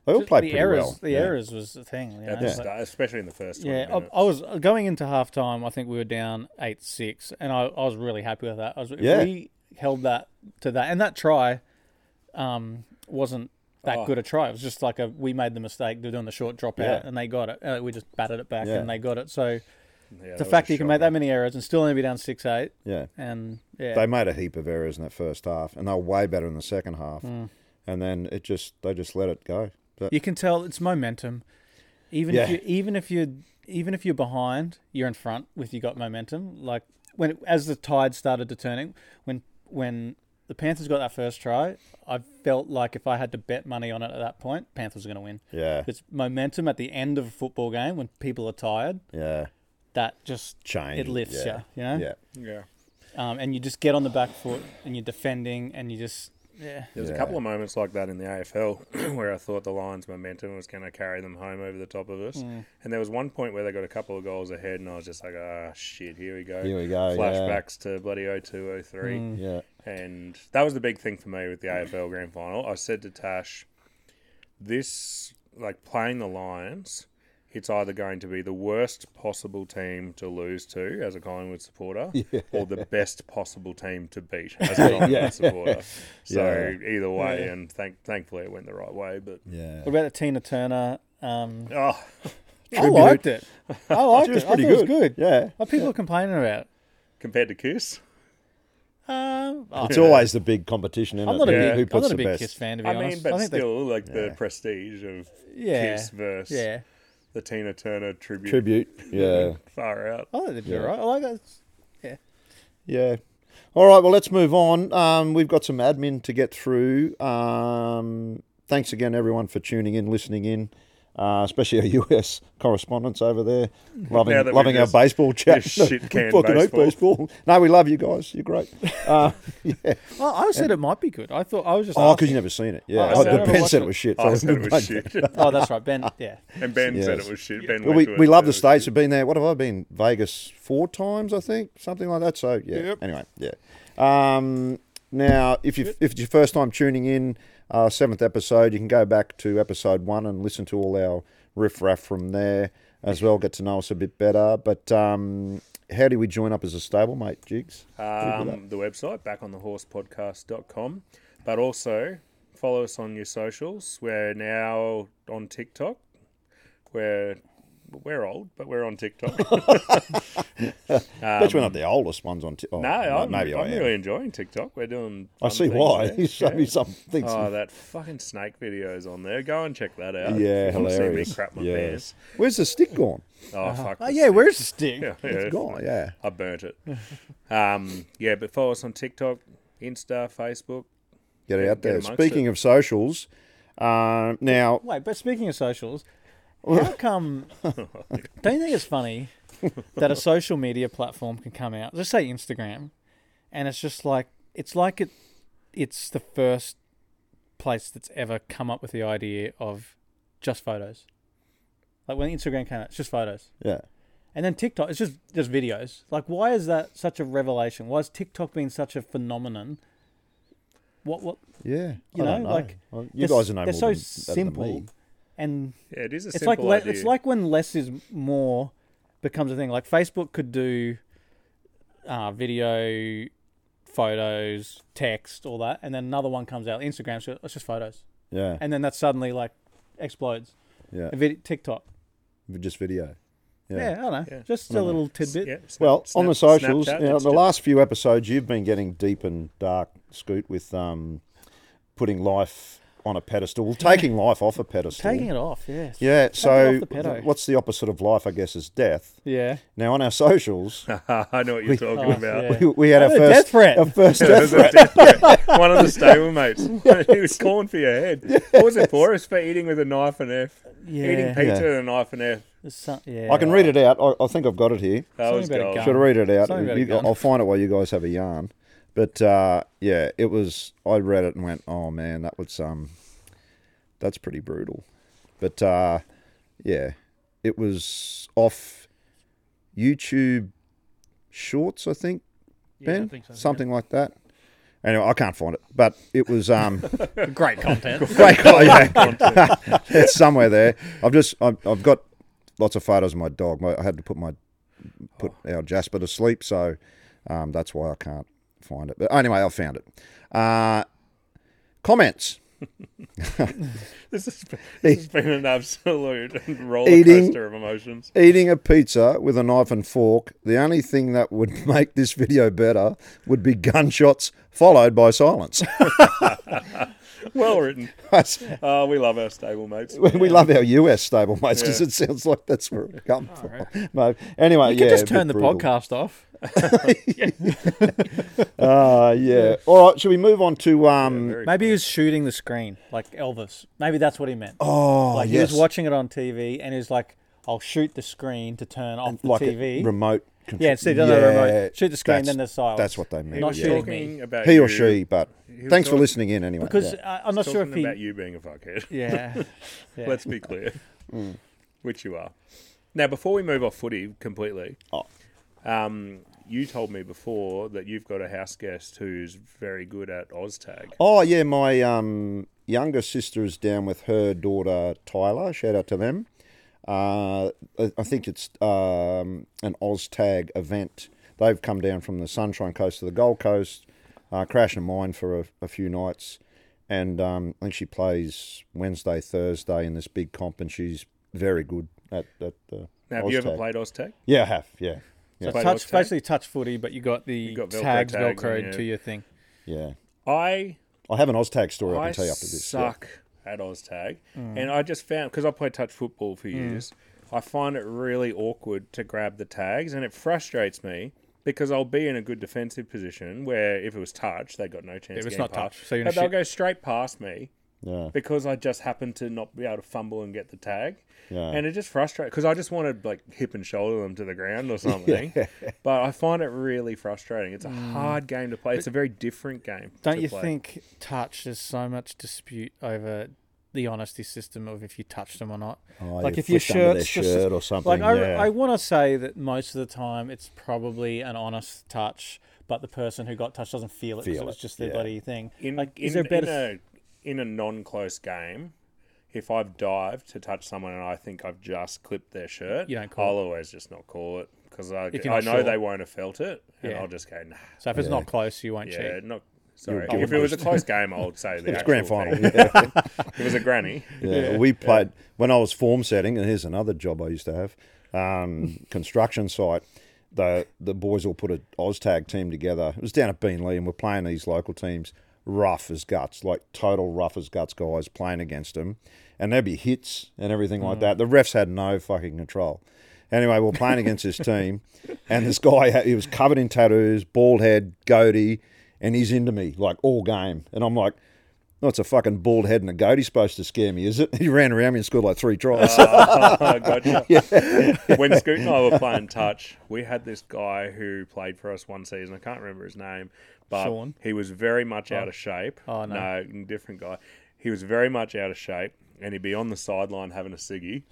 B: they all
D: Just
B: played
D: the
B: pretty
D: errors.
B: well.
D: The
B: yeah.
D: errors was the thing. You know?
C: at the
D: Like-
C: start, especially in the first. 20
D: Yeah,
C: minutes.
D: I, I was uh, going into half time. I think we were down eight six, and I, I was really happy with that. I was, if
B: Yeah.
D: we held that to that, and that try um, wasn't that good a try. It was just like a we made the mistake. They're doing the short drop out,
B: Oh. Yeah.
D: and they got it. Uh, we just batted it back,
B: Yeah.
D: and they got it. So
C: Yeah, that
D: the
C: was
D: fact
C: a
D: that you can
C: shock.
D: make that many errors and still only be down six eight,
B: Yeah,
D: and yeah,
B: they made a heap of errors in that first half, and they were way better in the second half.
D: Hmm.
B: And then it just they just let it go. But
D: you can tell it's momentum. Even if
B: Yeah.
D: you even if you even if you're behind, you're in front with you got momentum. Like when it, as the tide started to turning, when when the Panthers got that first try, I felt like if I had to bet money on it at that point, Panthers are going to win.
B: yeah,
D: It's momentum at the end of a football game when people are tired.
B: yeah,
D: That just
B: change
D: it lifts
B: yeah.
D: you, you know.
B: Yeah.
C: Yeah.
D: Um, and you just get on the back foot and you're defending and you just yeah.
C: There was
B: Yeah.
C: a couple of moments like that in the AFL where I thought the Lions' momentum was going to carry them home over the top of us. And there was one point where they got a couple of goals ahead, and I was just like, ah, shit, here we go.
B: Here we go, yeah. Hmm.
C: Flashbacks to bloody 02, 03.
B: Yeah.
C: And that was the big thing for me with the AFL grand final. I said to Tash, this, like playing the Lions it's either going to be the worst possible team to lose to as a Collingwood supporter, or the best possible team to beat as a Collingwood supporter. So either way, and thank thankfully it went the right way. But
B: Yeah.
D: What about the Tina Turner? Um,
C: oh,
D: I liked it. I liked
B: She
D: it.
B: was
D: I thought
B: pretty
D: it was
B: good.
D: good.
B: Yeah.
D: What people are complaining about?
C: compared to Kiss,
D: Um, oh,
B: It's always the big competition, isn't
D: I'm
B: it?
D: not a
B: Who-
C: Yeah.
D: big,
B: Who
D: I'm
B: puts
D: not a
B: the
D: big
B: best?
D: Kiss fan to be
C: I mean,
D: honest.
C: but
D: I think
C: still like the
B: Yeah.
C: prestige of
D: they, yeah,
C: Kiss versus
D: yeah.
C: the Tina Turner tribute.
B: Tribute. Yeah.
C: Far out.
D: I think they'd be
B: Yeah.
D: alright. I like that.
B: Yeah. All right. Well, let's move on. Um, we've got some admin to get through. Um, thanks again, everyone, for tuning in, listening in, uh, especially our US correspondents over there, loving
C: Now that we've
B: loving our
C: just-
B: baseball chat.
C: just shit
B: We
C: canned
B: fucking hate baseball. No, we love you guys. You're great. Uh, yeah.
D: Well, I said it might be good. I thought I was just.
B: Oh,
D: asking.
B: because you never seen it. Yeah.
D: I
B: Oh,
D: said I
B: but
D: never
B: Ben
D: watched
B: said it
D: it.
B: was shit.
C: I
B: so
C: said it was shit,
D: Oh, that's right, Ben. Yeah,
C: and Ben said
B: Yes.
C: it was shit. Ben,
B: But
C: went
B: we,
C: to it
B: we
C: and
B: love
C: said
B: the
C: it was
B: states.
C: shit.
B: We've been there. What have I been? Vegas four times, I think, something like that. So yeah.
D: Yep.
B: Anyway, yeah. Um, now, if you if it's your first time tuning in, uh, seventh episode, you can go back to episode one and listen to all our riff raff from there as well. Get to know us a bit better. But um, how do we join up as a stable mate, Jigs?
C: um, the website back on the horsepodcast.com but also follow us on your socials we're now on tiktok we're we're old but we're on tiktok
B: I bet you're not the oldest ones on. T- oh,
C: Um, no i'm,
B: maybe
C: I'm
B: I am.
C: really enjoying tiktok we're doing
B: I
C: fun
B: see
C: things
B: why.
C: there.
B: You showed me some things.
C: oh that fucking snake videos on there go and check that out
B: yeah,
C: If you wanna see me
B: hilarious. Uh-huh.
C: crap my
B: yeah.
C: pants.
B: Where's the stick gone?
C: oh fuck
D: oh
C: the
D: yeah. Where's the stick?
C: yeah,
B: It's
C: yeah.
B: gone. Yeah.
C: I burnt it. Um, yeah, but follow us on TikTok, Insta, Facebook.
B: get
C: Get-
B: out there.
C: get amongst
B: Speaking of socials, um, now
D: Wait, but speaking of socials, how come? don't you think it's funny that a social media platform can come out, just say Instagram, and it's just like it's like it, it's the first place that's ever come up with the idea of just photos. Like when Instagram came out, it's just photos,
B: yeah,
D: and then TikTok, it's just just videos. Like why is that such a revelation? Why is TikTok being such a phenomenon? What what
B: yeah,
D: You
B: I don't
D: know,
B: know.
D: like,
B: Well, you
D: they're s-
B: guys know
D: they're
B: more
D: so
B: than,
D: simple
B: Better than me.
D: and
C: Yeah, it is a
D: it's like
C: simple
D: le-
C: idea.
D: it's like when less is more becomes a thing. Like Facebook could do uh, video, photos, text, all that, and then another one comes out. Instagram, so it's just photos,
B: Yeah,
D: and then that suddenly like explodes.
B: yeah,
D: A vid- TikTok,
B: just video. Yeah.
D: yeah, I don't know,
C: Yeah.
D: just
B: don't
D: a
B: know.
D: little tidbit.
C: Yeah, snap-
B: Well, on
C: snap-
B: the socials,
C: Snapchat,
B: you know,
C: that's
B: the
C: just-
B: last few episodes, you've been getting deep and dark, Scoot, with um, putting life on a pedestal, taking life off a pedestal.
D: Taking it off, yeah,
B: yeah, so
D: off the pedo.
B: what's the opposite of life, I guess, is death.
D: yeah.
B: Now, on our socials,
C: I know what you're talking
D: Oh,
C: about.
D: yeah.
B: we, we had our
D: Had a
B: first
D: death threat.
B: Our first
C: It
B: death
C: was a death threat. One of the stablemates. he was calling for your head. What was it for? It was for eating with a knife and F.
D: Yeah.
C: Eating pizza
B: Yeah.
C: with a knife and F.
D: There's Some, yeah.
B: I can read it out. I, I think I've got it here.
C: That
D: Something
C: was
D: about a
C: gold.
D: gun.
B: Should I read it out?
D: Something about a
B: You-
D: gun.
B: I'll find it while you guys have a yarn. But uh, yeah, it was. I read it and went, "Oh man, that was um, that's pretty brutal." But uh, yeah, it was off YouTube Shorts, I think.
E: Yeah, I
B: Ben,
E: think so, yeah.
B: something like that. Anyway, I can't find it, but it was um,
D: Great content.
B: great. Oh, yeah. it's somewhere there. I've just I've, I've got lots of photos of my dog. My, I had to put my put
E: Oh.
B: our Jasper to sleep, so um, that's why I can't find it. But anyway, I found it. Uh, comments.
C: This has, been, this has been an absolute roller
B: Eating-
C: coaster of emotions.
B: Eating a pizza with a knife and fork. The only thing that would make this video better would be gunshots followed by silence.
C: Well written.
B: That's-
C: Oh, we love our stablemates.
B: we we love our US stable mates because it sounds like that's where it comes from. No, anyway,
D: You can
B: yeah, a
D: just
B: bit
D: turn the
B: brutal.
D: podcast off.
B: Uh, yeah. All right. Should we move on to um?
C: very-
D: Maybe he was shooting the screen like Elvis. Maybe that's what he meant.
B: oh,
D: Like he
B: yes.
D: was watching it on TV and he's like, I'll shoot the screen to turn off the
B: like a
D: TV.
B: remote. Control.
D: yeah, instead of the remote, shoot the screen,
B: that's-
D: then the silence.
B: That's what they mean.
D: Not
C: He was
B: yeah.
D: shooting
C: talking
D: me.
C: about
B: He
C: you.
B: or she, but
C: was
B: thanks for
C: talking-
B: listening in anyway.
D: Because
B: yeah.
D: I, I'm not sure
C: Talking
D: if he.
C: about you being a fuckhead.
D: Yeah. yeah. Mm.
C: Let's be clear. Which you are. Now, before we move off footy completely,
B: Oh.
C: um, you told me before that you've got a house guest who's very good at OzTag.
B: oh yeah, my um younger sister is down with her daughter Tyler. Shout out to them. Uh, I I think it's um, an OzTag event. They've come down from the Sunshine Coast to the Gold Coast, uh, crashing mine for a, a few nights, and um, I think she plays Wednesday, Thursday in this big comp, and she's very good at at. Uh,
C: Now, have you ever
B: OzTag.
C: played OzTech?
B: Yeah, I have. Yeah,
D: So
C: Play
D: touch,
C: Logitech?
D: basically touch footy, but you got the
C: got Velcro
D: tags
C: tags on,
D: velcroed
C: yeah.
D: to your thing.
B: yeah.
C: I
B: I have an OzTag story I
C: I
B: can tell you after this. yeah.
C: suck at OzTag, and I just found because I played touch football
D: Mm.
C: for years, I find it really awkward to grab the tags, and it frustrates me because I'll be in a good defensive position where if it was touch, they got no chance.
D: If it's
C: of getting
D: not
C: past.
D: touch, so you're in
C: but
D: a
C: they'll
D: shit-
C: go straight past me
B: Yeah.
C: because I just happen to not be able to fumble and get the tag.
B: Yeah.
C: And it just frustrates because I just want to like hip and shoulder them to the ground or something. But I find it really frustrating. It's a hard game to play. It's a very different game.
D: Mm. Don't
C: to
D: you
C: play.
D: think touch? There's so much dispute over the honesty system of if you touched them or not.
B: Oh,
D: like
B: you
D: if your
B: flicked under their
D: shirt's just-
B: shirt or something.
D: Like I,
B: yeah.
D: I want to say that most of the time it's probably an honest touch, but the person who got touched doesn't feel it. 'cause
B: Feel
D: it was
B: it,
D: just their
B: yeah.
D: bloody thing.
C: in
D: like,
C: in,
D: is there better?
C: in a in a non-close game, if I've dived to touch someone and I think I've just clipped their shirt,
D: You don't call
C: I'll always just not call it because I,
D: If you're
C: I know
D: not sure.
C: they won't have felt it, and
D: Yeah.
C: I'll just go nah.
D: so if it's not close, you won't
C: Yeah,
D: cheat.
C: not sorry.
B: give
C: If it was a close game, I would say the
B: it's
C: actual
B: grand
C: thing.
B: final. Yeah.
C: If It was a granny.
B: Yeah, we played when I was form setting, and here's another job I used to have. Um, construction site. The the boys all put a OzTag team together. It was down at Beanley, and we're playing these local teams, rough as guts, like total rough as guts guys playing against them, and there'd be hits and everything like that. The refs had no fucking control. Anyway, we're playing against this team, and this guy had- he was covered in tattoos, bald head, goatee, and he's into me like all game, and I'm like. No, it's a fucking bald head and a goat. He's supposed to scare me, is it? He ran around me and scored like three
C: Uh,
B: tries.
C: I gotcha. When Scoot and I were playing touch, we had this guy who played for us one season. I can't remember his name, but
D: Sean?
C: he was very much out of shape.
D: Oh, no.
C: different guy. He was very much out of shape, and he'd be on the sideline having a ciggy,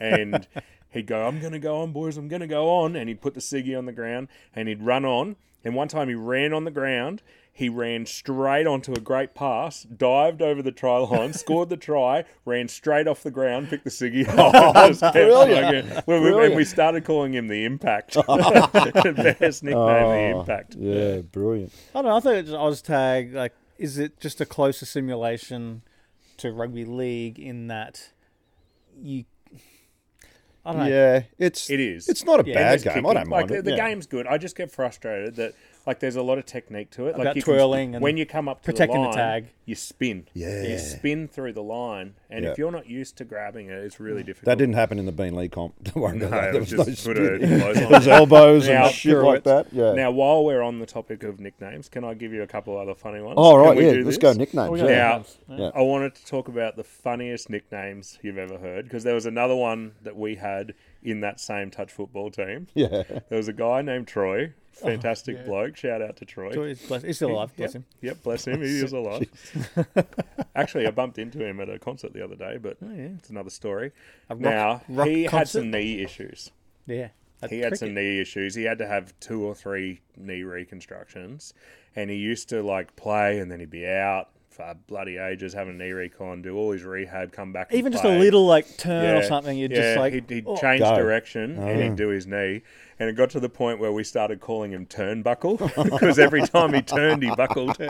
C: and he'd go, "I'm gonna go on, boys. I'm gonna go on," and he'd put the ciggy on the ground, and he'd run on. And one time he ran on the ground. He ran straight onto a great pass, dived over the try line, scored the try, ran straight off the ground, picked the ciggy. Oh,
B: Brilliant.
C: we, we, and we started calling him the Impact. Best nickname,
B: Oh,
C: the Impact.
B: Yeah, brilliant.
D: I don't know. I thought it was OzTag. Like, is it just a closer simulation to rugby league in that you? I don't know.
B: Yeah, it's
C: It is.
B: It's not a
D: Yeah,
B: bad
C: Just
B: game.
C: kicking.
B: I don't
C: like,
B: mind
C: the-
B: it.
C: The
B: yeah.
C: game's good. I just get frustrated that like there's a lot of technique to it. Like
D: About
C: you can-
D: twirling and
C: when you come up to
D: protecting
C: the,
D: the
C: line,
D: tag.
C: you spin.
B: Yeah.
C: you spin through the line, and
B: Yeah.
C: if you're not used to grabbing it, it's really difficult.
B: that didn't happen in the Bean Lee comp. Don't worry about that.
C: No,
B: There
C: it
B: was
C: just
B: no
C: put
B: spin.
C: a close
B: There
C: on.
B: was elbows
C: Now,
B: and shit like
D: pirouettes.
B: that. Yeah.
C: Now, while we're on the topic of nicknames, can I give you a couple other funny ones?
B: All right.
C: Can we
B: Yeah.
C: do
B: Let's go
C: this?
B: nicknames. Yeah.
D: got it.
C: Now,
D: Nicknames,
B: yeah.
C: I wanted to talk about the funniest nicknames you've ever heard because there was another one that we had in that same touch football team.
B: Yeah.
C: There was a guy named Troy,
D: Oh,
C: fantastic bloke. Shout out to Troy.
D: He's bless- he's still alive. Bless him.
C: Yep, bless him. He is alive. Actually, I bumped into him at a concert the other day, but it's another story. now,
D: Oh, rock
C: he had
D: concert?
C: some knee issues.
D: Yeah. At
C: He had
D: cricket.
C: some knee issues. He had to have two or three knee reconstructions, and he used to like play, and then he'd be out for bloody ages having a knee recon, do all his rehab, come back, and
D: even just
C: play.
D: a little like turn
C: Yeah,
D: or something. You're
C: yeah,
D: just like,
C: he'd, he'd
D: oh,
C: change
B: Go.
C: direction and he'd do his knee, and it got to the point where we started calling him Turnbuckle because every time he turned, he buckled. so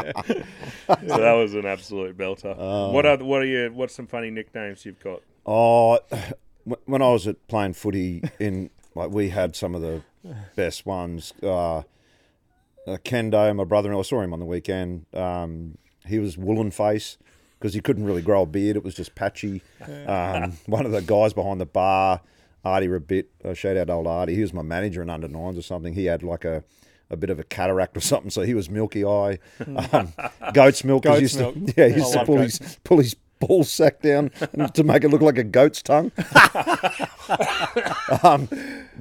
C: that was an absolute belter.
D: Oh.
C: what are what are you? What's some funny nicknames you've got?
B: Oh, wh- when I was at playing footy in like we had some of the best ones. Uh, uh, Kendo, Uh, my brother-in-law, I saw him on the weekend. Um, he was woolen face because he couldn't really grow a beard; it was just patchy. Um, one of the guys behind the bar, Artie Rabbit, uh, shout out to old Artie. He was my manager in under nines or something. He had like a a bit of a cataract or something, so he was milky eye. Um, goat's milk. 'cause he
D: Hmm. Goat's
B: used to-
D: milk.
B: yeah, he
D: I
B: used to
D: love
B: pull
D: goat.
B: his pull his ball sack down to make it look like a goat's tongue. um,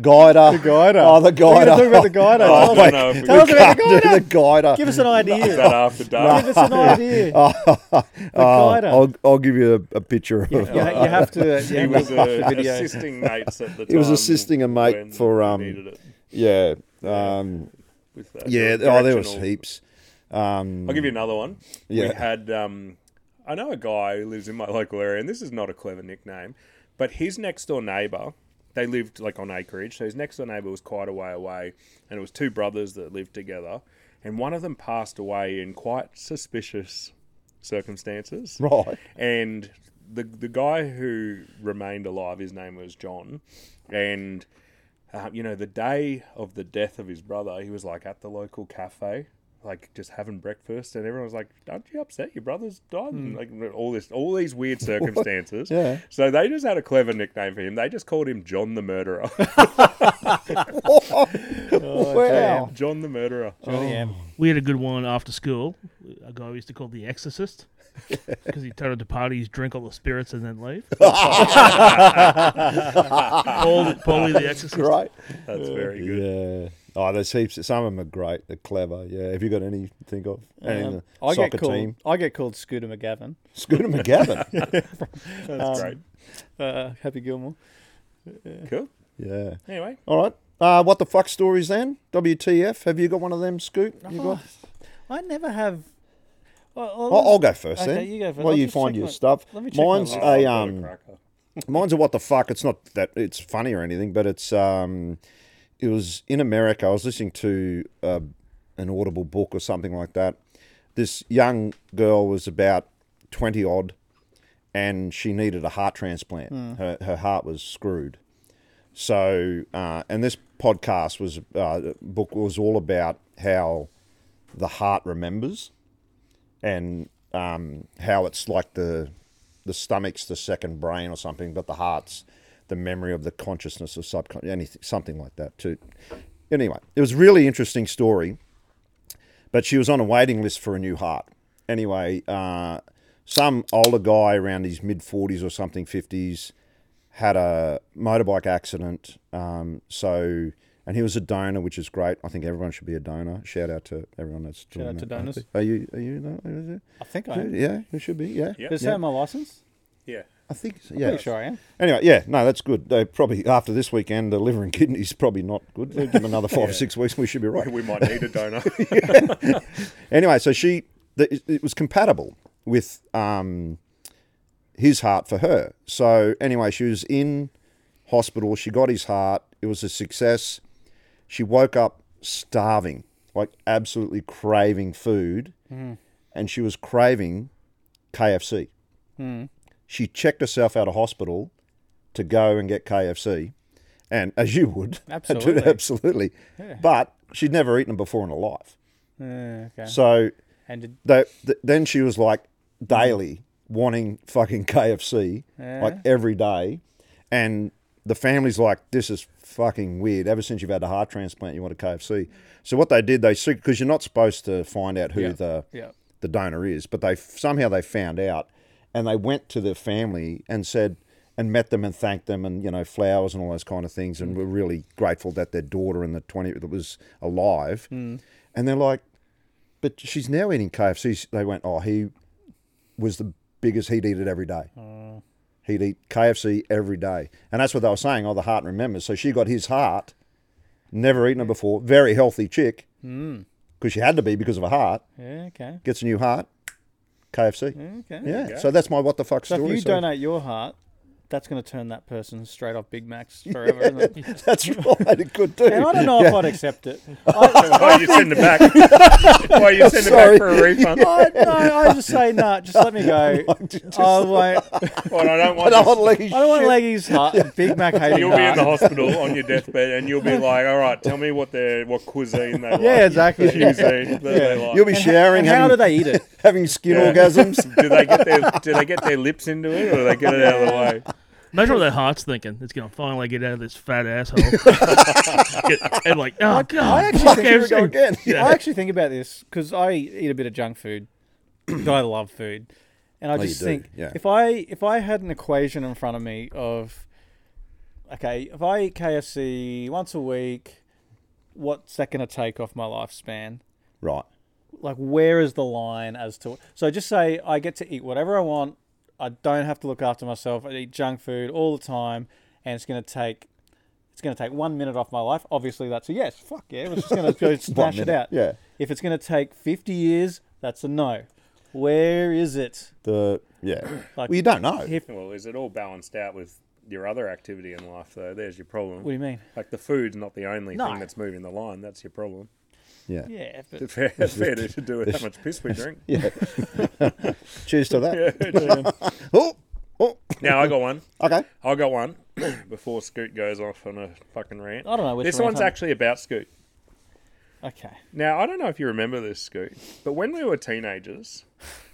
B: guider. The
D: guider.
B: Oh, the guider.
D: We're gonna talk about the guider.
C: I
B: Oh,
C: don't
B: my-
C: know if we
B: we
D: Tell us
B: can't
D: about the
B: do
D: guider.
B: the guider.
D: Give us an
C: Is
D: idea.
C: that after dark?
D: Give us an idea.
B: Oh,
D: guider.
B: I'll, I'll give you a, a picture.
D: You,
B: of
D: you have to. You
C: He
D: have
C: was
D: to watch the
C: uh,
D: video.
C: assisting mates at the time.
B: He was assisting a mate
C: when
B: for,
C: we
B: um,
C: needed it
B: Yeah. Um,
C: with that
B: yeah.
C: dir-
B: Oh, there was
C: directional-
B: heaps. Um,
C: I'll give you another one.
B: Yeah.
C: We had, um, I know a guy who lives in my local area, and this is not a clever nickname, But his next door neighbour, they lived like on acreage, so his next door neighbour was quite a way away, and it was two brothers that lived together, and one of them passed away in quite suspicious circumstances.
B: Right.
C: And the the guy who remained alive, his name was John, and uh, you know the day of the death of his brother, he was like at the local cafe, like just having breakfast, and everyone was like, "Aren't you upset? Your brother's died." And, like all this, all these weird circumstances.
B: Hmm. Yeah.
C: So they just had a clever nickname for him. They just called him John the Murderer.
B: wow.
C: John the Murderer.
D: Johnny M.
E: We had a good one after school. A guy we used to call the Exorcist because he turned to parties, drink all the spirits, and then leave. Paul, Paulie the Exorcist.
B: Great.
C: That's very good.
B: Yeah. Oh, there's heaps. Some of them are great. They're clever. Yeah. Have you got any to think of? Any in
D: Um,
B: the
D: I
B: soccer
D: get called.
B: team?
D: I get called Scooter McGavin. Um,
B: Scooter McGavin.
C: That's great.
D: Uh, Happy Gilmore.
C: Cool.
B: yeah.
C: Anyway,
B: All right. Uh, what the fuck stories then? WTF? Have you got one of them, Scoot? You
D: Oh.
B: got?
D: I never have. Well, I'll-
B: I'll, I'll go first
D: Okay,
B: then.
D: you go first.
B: While
D: I'll
B: you
D: just
B: find
D: check
B: your
D: my-
B: stuff.
D: let me check my
B: Mine's
D: list.
B: a
C: I've got
B: um.
C: cracker.
B: Mine's a what the fuck. It's not that it's funny or anything, but it's um, it was in America. I was listening to uh, an audible book or something like that. This young girl was about twenty odd, and she needed a heart transplant. Her her heart was screwed. So, uh, and this podcast was uh, book was all about how the heart remembers, and um, how it's like the the stomach's the second brain or something, but the heart's the memory of the consciousness or subconscious, anything, something like that too. Anyway, it was a really interesting story, but she was on a waiting list for a new heart. Anyway, uh, some older guy around his mid 40s or something, 50s, had a motorbike accident. Um, so, and he was a donor, which is great. I think everyone should be a donor. Shout out to everyone that's doing
D: out to
B: that.
D: donors.
B: Are you? Are you? No,
D: I think I am.
B: yeah, you should be. Yeah,
C: Yeah.
D: Does it
B: Yeah.
D: have my license?
C: Yeah.
B: I think. So, yeah,
D: Pretty sure I am.
B: Anyway, yeah, no, that's good. They probably after this weekend, the liver and kidneys probably not good. We'll give them another five or six weeks, and we should be right.
C: We might need a donor.
B: Anyway, so she, the, it was compatible with um, his heart for her. So anyway, she was in hospital. She got his heart. It was a success. She woke up starving, like absolutely craving food,
D: Hmm.
B: and she was craving KFC.
D: Hmm.
B: She checked herself out of hospital to go and get KFC, and as you would,
D: Absolutely.
B: absolutely. But she'd never eaten them before in her life.
D: Uh, okay.
B: So
D: and did,
B: they, th- then she was like daily wanting fucking KFC like every day, and the family's like, "This is fucking weird." Ever since you've had a heart transplant, you want a KFC. So what they did, they because you're not supposed to find out who the
D: yeah.
B: the donor is, but they somehow they found out, and they went to the family and said. And met them and thanked them, and you know flowers and all those kind of things, and were really grateful that their daughter in the twenty that was alive. And they're like, but she's now eating KFC. They went, oh, he was the biggest. He'd eat it every day. He'd eat KFC every day, and that's what they were saying. Oh, the heart remembers. So she got his heart. Never eaten it before. Very healthy chick. Because she had to be because of a heart.
D: Yeah, okay.
B: Gets a new heart. KFC.
D: Okay.
B: Yeah. So that's my what the fuck
D: So
B: story.
D: if Hmm? you
B: So-
D: donate your heart, that's going to turn that person straight off Big Macs forever, isn't it?
B: That's right. It could do.
D: And I don't know if I'd accept it.
C: Why you send it back? Why you send it
B: Sorry.
C: back for a refund?
D: I, no, I just say, nah, just let me go. I, won't, I
C: Well, I don't
B: I don't
C: want. This.
B: want to leave.
D: don't want Leggy's heart, Big Mac hating
C: You'll be in
D: heart.
C: the hospital on your deathbed, and you'll be like, "All right, tell me what their what cuisine they like."
D: Yeah, exactly.
C: Cuisine that they like.
B: You'll be showering,
D: And how do
B: having,
D: they eat it?
B: having skin
C: Yeah.
B: orgasms.
C: do they get their do they get their lips into it, or do they get it out of the way?
E: Imagine what their heart's thinking. It's gonna finally get out of this fat asshole. Get- and like, oh god,
D: I actually
E: fuck
D: think
B: Here we go
E: everything.
B: again.
E: Yeah.
D: I actually think about this because I eat a bit of junk food. I love food, and I
B: you
D: just
B: do,
D: think
B: yeah.
D: if I if I had an equation in front of me of okay, if I eat KFC once a week, what's that going to take off my lifespan?
B: Right.
D: Like, where is the line as to so? Just say I get to eat whatever I want. I don't have to look after myself. I eat junk food all the time, and it's going to take. It's going to take one minute off my life. Obviously, that's a yes. Fuck yeah, we're just going to go smash it
B: minute,
D: out.
B: yeah.
D: If it's going to take 50 years, that's a no. Where is it?
B: The yeah.
D: Like-
B: well, you don't know.
D: If-
C: Well, is it all balanced out with your other activity in life, though. There's your problem.
D: What do you mean?
C: like the food's not the only
D: No.
C: thing that's moving the line. That's your problem.
B: Yeah.
D: Yeah, but
C: It's fair, it's fair to do with how much piss we drink.
B: Yeah. Cheers to that.
C: Yeah.
B: Oh, oh.
C: now I got one.
B: Okay.
C: I got one before Scoot goes off on a fucking rant.
D: I don't know which
C: This
D: one
C: one's
D: I'm-
C: actually about Scoot.
D: okay.
C: Now, I don't know if you remember this, Scoot, but when we were teenagers,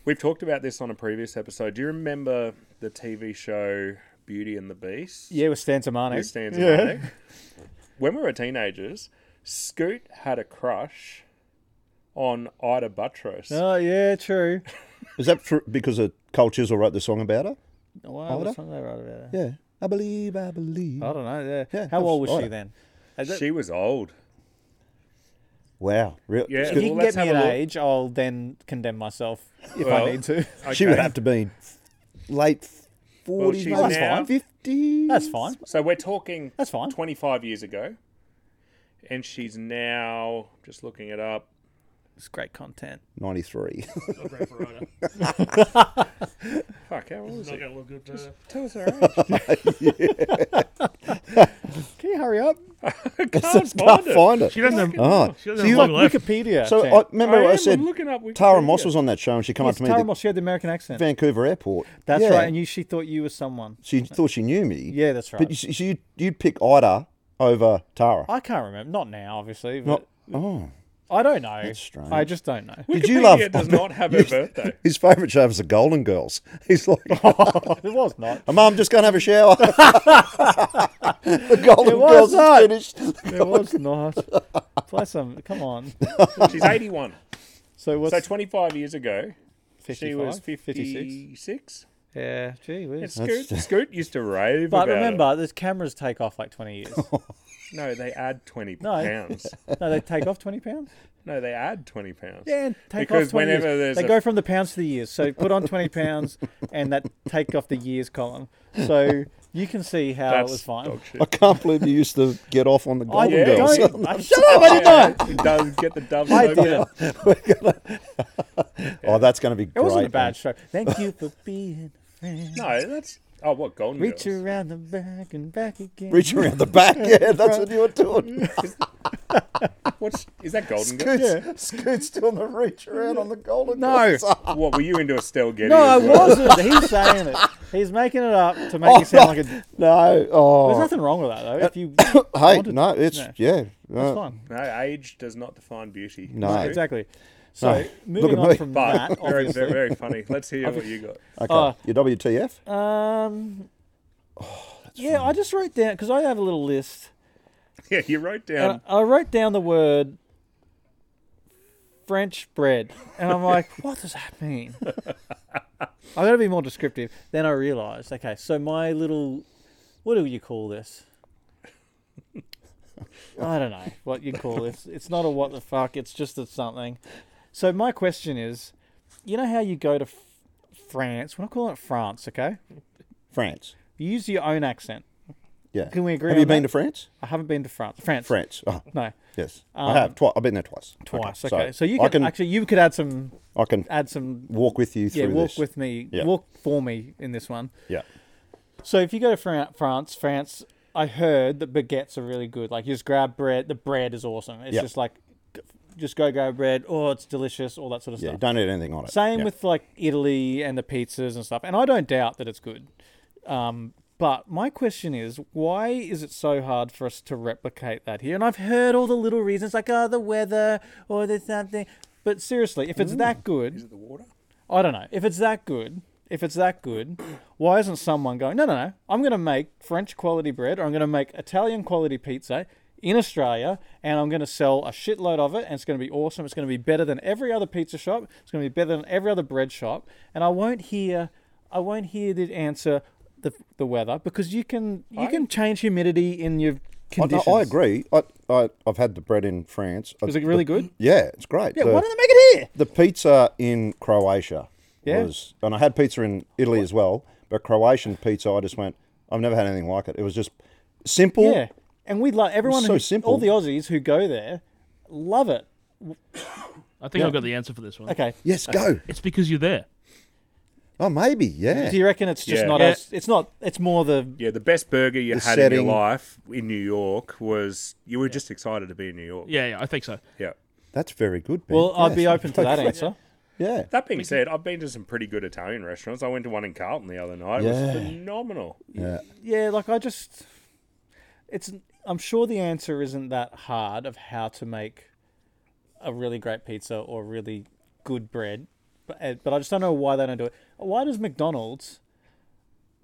C: we've talked about this on a previous episode. Do you remember the TV show Beauty and the Beast?
D: Yeah, with Stan Tamano.
C: It stands
B: Yeah.
C: yeah. When we were teenagers, Scoot had a crush on Ida Buttrose.
D: Oh yeah, true.
B: Is that for, because of Cole Chisel wrote the song about her?
D: Oh, Wow,
B: Ida?
D: what's wrong there, Ida, there?
B: Yeah. I believe, I believe.
D: I don't know. Yeah.
B: Yeah,
D: How old was
B: that's
D: she
B: Ida.
D: then?
C: She was old.
B: Wow. Real,
C: Yeah.
D: If
C: Well,
D: you can
C: let's
D: get me
C: have
D: an
C: a look.
D: age, I'll then condemn myself if
C: Well,
D: I need to.
B: She would have to be late 40s,
C: she's
B: maybe
C: now-
B: 50s.
D: That's fine.
C: So we're talking
D: That's fine.
C: 25 years ago. And she's now just looking it up.
D: It's great content.
B: 93.
E: Not great for Ryder.
C: Fuck, how old is
E: Not
C: it?
E: going to look good.
D: uh,
E: To...
C: Tell us her age.
B: Can you hurry up?
C: I can't
B: Can't
C: find it.
B: find it.
E: She doesn't have.
B: Oh.
E: She
B: So
E: doesn't
B: you
D: Like
E: have long left.
D: Wikipedia.
B: So
D: Chan.
B: I remember
C: I
B: I,
C: am,
B: said
C: I'm looking up
B: Tara
C: Wikipedia.
B: Moss was on that show and she come
D: yes,
B: up to me
D: uh, Tara
B: at the
D: Moss, she had the American accent.
B: Vancouver airport.
D: That's
B: Yeah.
D: right, and you she thought you were someone.
B: she thought she knew me.
D: Yeah, that's right.
B: But you, so you, you'd pick Ida over Tara.
D: I can't remember. Not now, obviously. But
B: Not- oh.
D: I don't know.
B: That's strange.
D: I just don't know.
B: Did you love-
C: Wikipedia does not have her birthday.
B: His favourite show was The Golden Girls. He's like,
D: it was not.
B: Mum, just go and have a shower. the Golden
D: It was
B: Girls
D: not.
B: is finished.
D: It was not. Play some. Come on.
C: She's 81.
D: So what's
C: So 25 years ago,
D: 55,
C: she was
D: 56?
C: 56.
D: Yeah, gee
C: And
D: whiz.
C: Scoot, Scoot used to rave
D: But
C: about it.
D: remember, those cameras take off like 20 years.
C: No, they add 20
D: No.
C: pounds.
D: no, they take off 20 pounds?
C: No, they add 20 pounds.
D: Yeah, and take
C: Because
D: off 20
C: whenever
D: years.
C: there's
D: They
C: a-
D: go from the pounds to the years. So put on 20 pounds and that take off the years column. So you can see how
C: That's
D: it was fine.
C: dog shit.
B: I can't believe you used to get off on the
D: I
B: Golden
C: Yeah.
B: Girls.
D: don't. I, shut up! I did
C: Yeah,
D: not.
C: it does get the double.
D: I
C: over.
D: didn't.
B: Oh, that's going to be
D: It
B: great.
D: wasn't a bad show. Thank you for being a friend.
C: No, that's oh what Golden
D: Reach
C: Girls.
D: around the back and back again.
B: Reach around the back. Yeah, that's what you were doing.
C: What's is that Golden Girls?
B: Scoot's, Scoot's doing the reach around on the Golden
D: No.
B: Girls.
C: What were you into Estelle Getty?
D: No, I
C: as well?
D: wasn't. He's saying it. He's making it up to make it sound like a.
B: Oh, No.
D: There's
B: Oh.
D: nothing wrong with that though. If you,
B: Hey,
D: wanted-
B: no, it's,
D: no.
B: yeah. Uh,
D: that's
B: no.
D: fine.
C: No, age does not define beauty.
B: No.
C: Scoot.
D: Exactly. So
B: Look
D: moving
B: at
D: on
B: me.
D: from that,
C: But very,
D: obviously.
C: very, very funny. Let's hear what you got.
B: Okay.
D: Uh,
B: Your WTF?
D: Um.
B: Oh,
D: yeah, I just wrote down because I have a little list.
C: Yeah, you wrote down.
D: And I wrote down the word French bread, and I'm like, what does that mean? I got to be more descriptive. Then I realised, okay, so my little, what do you call this? I don't know what you call this. It's not a what the fuck. It's just a something. So my question is, you know how you go to f- France? We're not calling it France, okay?
B: France.
D: You use your own accent.
B: Yeah.
D: Can we agree
B: Have you
D: on
B: been
D: that?
B: to France?
D: I haven't been to France. France.
B: France. Oh,
D: No. Um,
B: yes. I have. Twi- I've been there twice.
D: Twice.
B: so
D: Okay. So, you
B: I
D: can, actually you could add some
B: I can
D: add some
B: walk with you through
D: yeah walk
B: this.
D: with me
B: Yeah.
D: walk for me in this one.
B: Yeah.
D: So if you go to Fran- France, France, I heard that baguettes are really good. Like you just grab bread. The bread is awesome. It's
B: Yeah.
D: just like g- just go grab bread. Oh, it's delicious. All that sort of
B: Yeah.
D: stuff.
B: Don't need anything on it.
D: Same
B: Yeah.
D: with like Italy and the pizzas and stuff. And I don't doubt that it's good. Um, but my question is, why is it so hard for us to replicate that here? And I've heard all the little reasons, like oh, the weather or there's something. But seriously, if it's that
C: Is
D: good,
C: it the water?
D: I don't know. If it's that good, if it's that good, why isn't someone going? No, no, no. I'm going to make French quality bread, or I'm going to make Italian quality pizza in Australia, and I'm going to sell a shitload of it, and it's going to be awesome. It's going to be better than every other pizza shop. It's going to be better than every other bread shop, and I won't hear, I won't hear the answer, the the weather, because you can you can change humidity in your
B: I, no,
D: conditions.
B: I agree. I, I, I've had the bread in France.
D: Is it really good?
B: Yeah, it's great.
D: Yeah.
B: the,
D: Why don't they make it here?
B: the pizza in Croatia
D: Yeah.
B: was, and I had pizza in Italy as well, but Croatian pizza, I just went, I've never had anything like it. It was just simple.
D: Yeah, and we love everyone.
B: It's so
D: who,
B: simple.
D: All the Aussies who go there love it.
E: I think I've got the answer for this one.
D: Okay,
B: Yes, go.
E: It's because you're there.
B: Oh, maybe, yeah.
D: Do you reckon it's just
C: Yeah.
D: not
E: Yeah.
D: us? It's not. It's more the
C: Yeah, the best burger you
B: The
C: had in
B: setting.
C: your life in New York was you were just excited to be in New York.
E: Yeah, yeah, I think so.
C: Yeah.
B: That's very good. Ben.
D: well. I'd be
B: Yes.
D: open to that answer.
B: Yeah.
C: That being said, I've been to some pretty good Italian restaurants. I went to one in Carlton the other night. It
B: Yeah.
C: was phenomenal.
B: Yeah.
D: Yeah, like I just. It's. I'm sure the answer isn't that hard of how to make a really great pizza or really good bread, but uh, but I just don't know why they don't do it. Why does McDonald's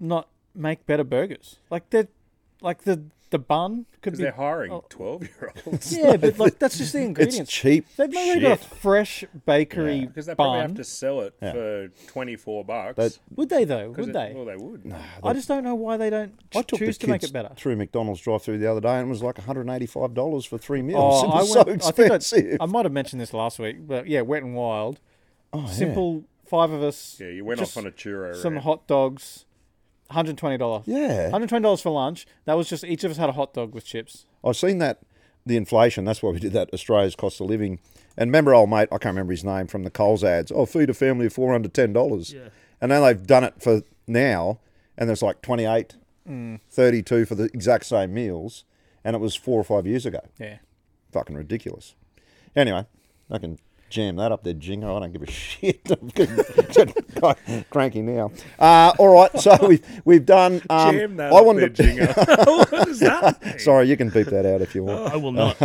D: not make better burgers? Like they're like the the bun could
C: Because
D: be.
C: they're hiring
D: Oh.
C: 12 year olds.
D: Yeah, but like that's just the
B: It's
D: ingredients.
B: cheap.
D: They've already got a
B: shit.
D: fresh bakery
C: Because they probably
D: bun.
C: have to sell it
B: Yeah.
C: for 24 bucks.
B: That-
D: Would they though?
C: 'Cause
D: Would
C: it-
D: they?
C: Well, they would.
D: I just don't know why they don't
B: I took
D: choose
B: the
D: to make
B: kids
D: it better.
B: through McDonald's drive-through the other day, and it was like one hundred and eighty-five dollars for three meals.
D: Oh,
B: it
D: I
B: was
D: went,
B: so
D: I think I-
B: expensive.
D: I, might have mentioned this last week, but yeah, Wet and Wild.
B: Oh, yeah.
D: Simple five of us.
C: Yeah, you went
D: just
C: off on a churro.
D: some
C: rant.
D: hot dogs. Hundred twenty dollars.
B: Yeah.
D: Hundred twenty dollars for lunch. That was just each of us had a hot dog with chips.
B: I've seen that the inflation. That's why we did that. Australia's cost of living. And remember, old mate, I can't remember his name from the Coles ads. Oh, feed a family of four under ten dollars.
E: Yeah.
B: And now they've done it for now, and there's like 28,
C: Mm.
B: 32 for the exact same meals, and it was four or five years ago.
D: Yeah.
B: Fucking ridiculous. Anyway, I can jam that up there, Jingo. I don't give a shit. I'm getting cranky now. Uh, all right, so we've we've done. Um,
C: Jam that
B: I
C: up
B: wanted to.
C: there, Jingo. what is that? mean?
B: Sorry, you can beep that out if you want.
E: I will not.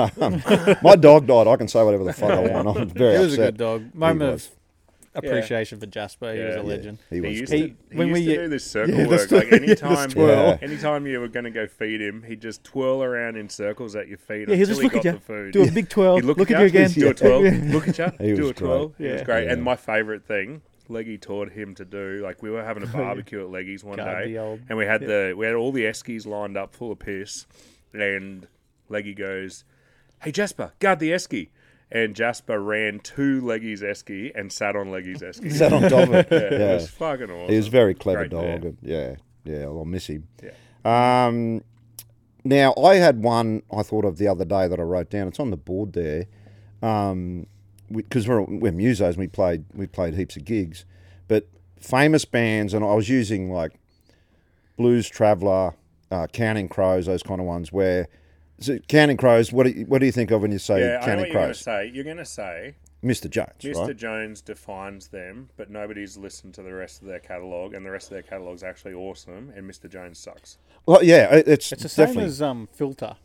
B: My dog died. I can say whatever the fuck I want. I'm very
D: It was
B: upset.
D: a good dog. Moment
B: was.
D: of appreciation for Jasper. He was
C: Yeah.
D: a legend.
B: He
C: He
B: was
C: used,
B: good.
C: to, he
D: when
C: used
D: we-
C: to do this circle
B: Yeah,
C: work.
B: that's
C: Like
B: the- yeah, the
C: anytime,
B: twirl.
C: anytime you were going to go feed him, he'd just twirl around in circles at your feet
D: Yeah, he'll
C: until
D: just
C: he
D: look
C: got
D: at
C: the
D: you,
C: food.
D: do a big twirl,
C: He'd
D: look, at you again,
C: Do a twirl. Look at
B: He
C: you. Do
B: was
C: a twirl.
B: great.
C: It was
D: Yeah.
C: great. And
B: Yeah.
C: my favourite thing, Leggy taught him to do. Like we were
D: Oh,
C: having a barbecue at Leggy's one
D: God,
C: day,
D: the old-
C: and we had the we had all the eskies lined up full of piss, and Leggy goes, "Hey Jasper, guard the esky." And Jasper ran to Leggy's esky and sat on Leggy's esky.
B: Sat on top of it.
C: Yeah, It
B: Yeah.
C: was fucking awesome.
B: He was a very clever
C: Great
B: dog.
C: man.
B: Yeah, yeah. I'll miss him. Um, now I had one I thought of the other day that I wrote down. It's on the board there, because we're we're musos and we played we played heaps of gigs, but famous bands and I was using like Blues Traveller, uh, Counting Crows, those kind of ones where. So Counting Crows, what do, you, what do you think of when you say
C: Yeah, I know
B: Counting
C: what you're going to
B: Crows?
C: say. You're going to say
B: Mr. Jones,
C: Mr.
B: right?
C: Jones defines them, but nobody's listened to the rest of their catalogue, and the rest of their catalogue's actually awesome, and Mr. Jones sucks.
B: Well, yeah, it- it's,
D: It's the same
B: definitely.
D: as um, filter.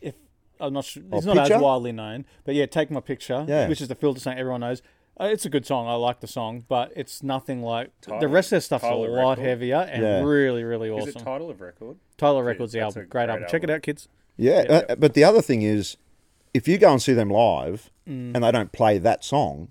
D: If I'm not sure,
B: Oh,
D: it's not
B: Picture?
D: as widely known, but yeah, take my picture,
B: Yeah.
D: which is the filter song everyone knows. Uh, it's a good song. I like the song, but it's nothing like the
C: Tyler-
D: rest of their stuff's
C: Tyler
D: a lot
C: Record?
D: heavier and
B: Yeah.
D: really, really awesome.
C: Is it title of record?
D: Tyler Records the
C: that's
D: album,
C: a
D: great,
C: great
D: album. Check it
C: album.
D: out, kids.
B: Yeah, uh, but the other thing is, if you go and see them live
D: Mm.
B: and they don't play that song,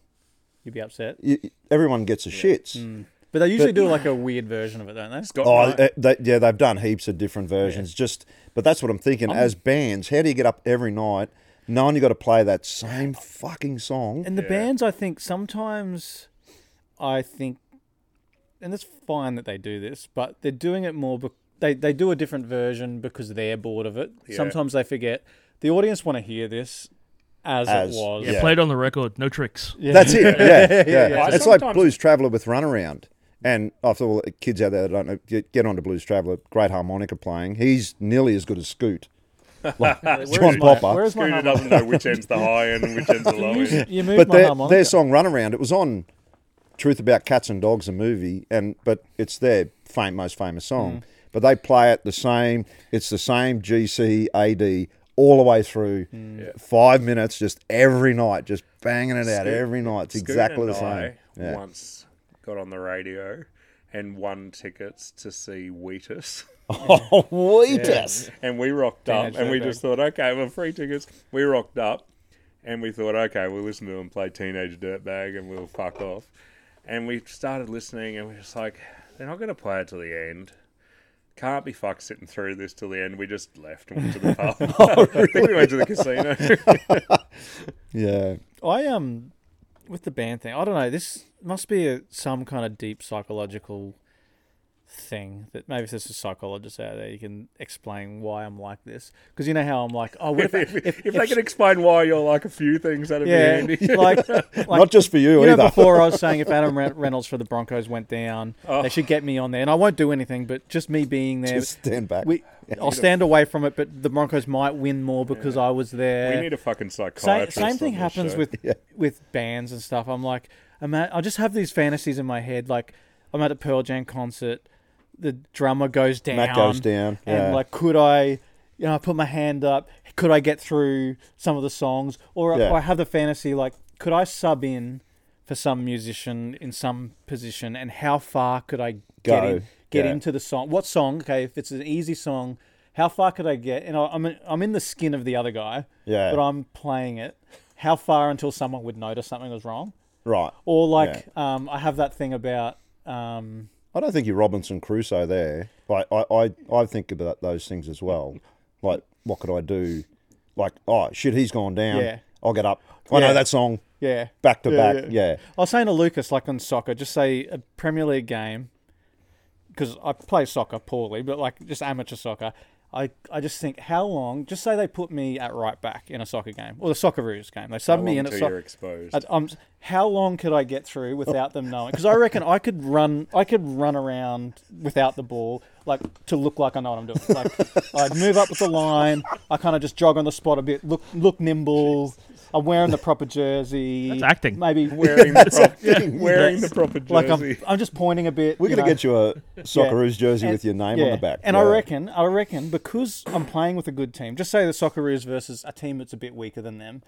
D: You'd be upset.
B: you, everyone gets a shits.
D: But they usually do like a weird version of it, don't they?
C: Got
B: Oh,
C: Knight.
B: uh, they, yeah, they've done heaps of different versions. Just, but that's what I'm thinking. as bands, how do you get up every night knowing you got to play that same fucking song?
D: And the bands, I think sometimes, I think, and it's fine that they do this, but they're doing it more. Be- they they do a different version because they're bored of it. Sometimes they forget the audience want to hear this as,
B: As-
D: it was.
E: Yeah,
B: Yeah.
E: play it on the record. No tricks.
B: That's it. Yeah, yeah.
C: yeah.
B: It's
C: Sometimes-
B: like Blues Traveller with Runaround. And after all, the kids out there that don't know, get, get onto Blues Traveller. Great harmonica playing. He's nearly as good as Scoot. Like, John
D: my-
B: Popper.
D: where's my
C: Scooter
D: harmon-
C: doesn't know which end's the high end and which end's the low end.
D: You moved
B: but
D: my
B: their,
D: harmonica.
B: their song Runaround, it was on Truth About Cats and Dogs, a movie, and but it's their fam- most famous song.
D: Mm.
B: But they play it the same. It's the same G C A D all the way through.
D: Mm.
B: Five minutes, just every night, just banging it out
C: Scoot-
B: every night. It's
C: Scooter
B: exactly the
C: and
B: same.
C: I
B: Yeah.
C: Once got on the radio and won tickets to see Wheatus.
B: Oh, Wheatus.
C: and we rocked up
D: Teenage
C: and we
D: Dirtbag.
C: just thought, okay, we're free tickets. We rocked up and we thought, okay, we'll listen to them play Teenage Dirtbag and we'll fuck off. And we started listening and we're just like, they're not going to play it till the end. Can't be fucked sitting through this till the end. We just left and went to the pub.
D: Oh,
C: I think we went to the casino.
B: Yeah.
D: I um with the band thing, I don't know. This must be a, some kind of deep psychological thing that maybe if there's a psychologist out there, you can explain why I'm like this. Because you know how I'm like, oh, what if, I,
C: if,
D: if,
C: if they can explain why you're like a few things, that'd be
D: yeah,
C: handy.
D: like, like
B: Not just for you,
D: you know,
B: either.
D: before I was saying if Adam Re- Reynolds for the Broncos went down,
C: Oh.
D: they should get me on there, and I won't do anything, but just me being there,
B: Just stand back.
D: we, I'll stand away from it. But the Broncos might win more because I was there.
C: We need a fucking
D: Sa-
C: psychiatrist.
D: same thing
C: on this
D: happens
C: show.
D: with with bands and stuff. I'm like, I'm at, I just have these fantasies in my head. Like, I'm at a Pearl Jam concert, the drummer goes down,
B: Matt goes down,
D: and
B: yeah.
D: like, could I, you know, I put my hand up, could I get through some of the songs, or,
B: Yeah.
D: or I have the fantasy like, could I sub in for some musician in some position, and how far could I get
B: Go,
D: in, get
B: yeah.
D: into the song? What song? Okay, if it's an easy song. How far could I get? And I- I'm in, I'm in the skin of the other guy,
B: Yeah.
D: but I'm playing it. How far until someone would notice something was wrong?
B: Right.
D: Or like, um, I have that thing about, um,
B: I don't think you're Robinson Crusoe there, but I, I, I think about those things as well. Like, what could I do? Like, oh shit, he's gone down.
D: Yeah.
B: I'll get up. I
D: Yeah.
B: know that song
D: yeah,
B: back to
D: Yeah,
B: back.
D: yeah.
B: Yeah,
D: I was saying to Lucas, like on soccer, just say a Premier League game, because I play soccer poorly, but like just amateur soccer. I, I just think how long? Just say they put me at right back in a soccer game or the Socceroos game. They sub
C: How
D: me
C: long
D: in at
C: till you're
D: soc-
C: exposed.
D: I, I'm, how long could I get through without them knowing? Because I reckon I could run, I could run around without the ball, like to look like I know what I'm doing. Like I'd move up with the line, I kind of just jog on the spot a bit, look look nimble. I'm wearing the proper jersey.
E: That's acting.
D: Maybe
C: wearing the proper, wearing the proper jersey.
D: like I'm, I'm just pointing a bit.
B: we're
D: you
B: gonna
D: know.
B: get you a Socceroos jersey with your name on
D: Yeah.
B: the back.
D: And I
B: Yeah.
D: reckon, I reckon, because I'm playing with a good team. Just say the Socceroos versus a team that's a bit weaker than them.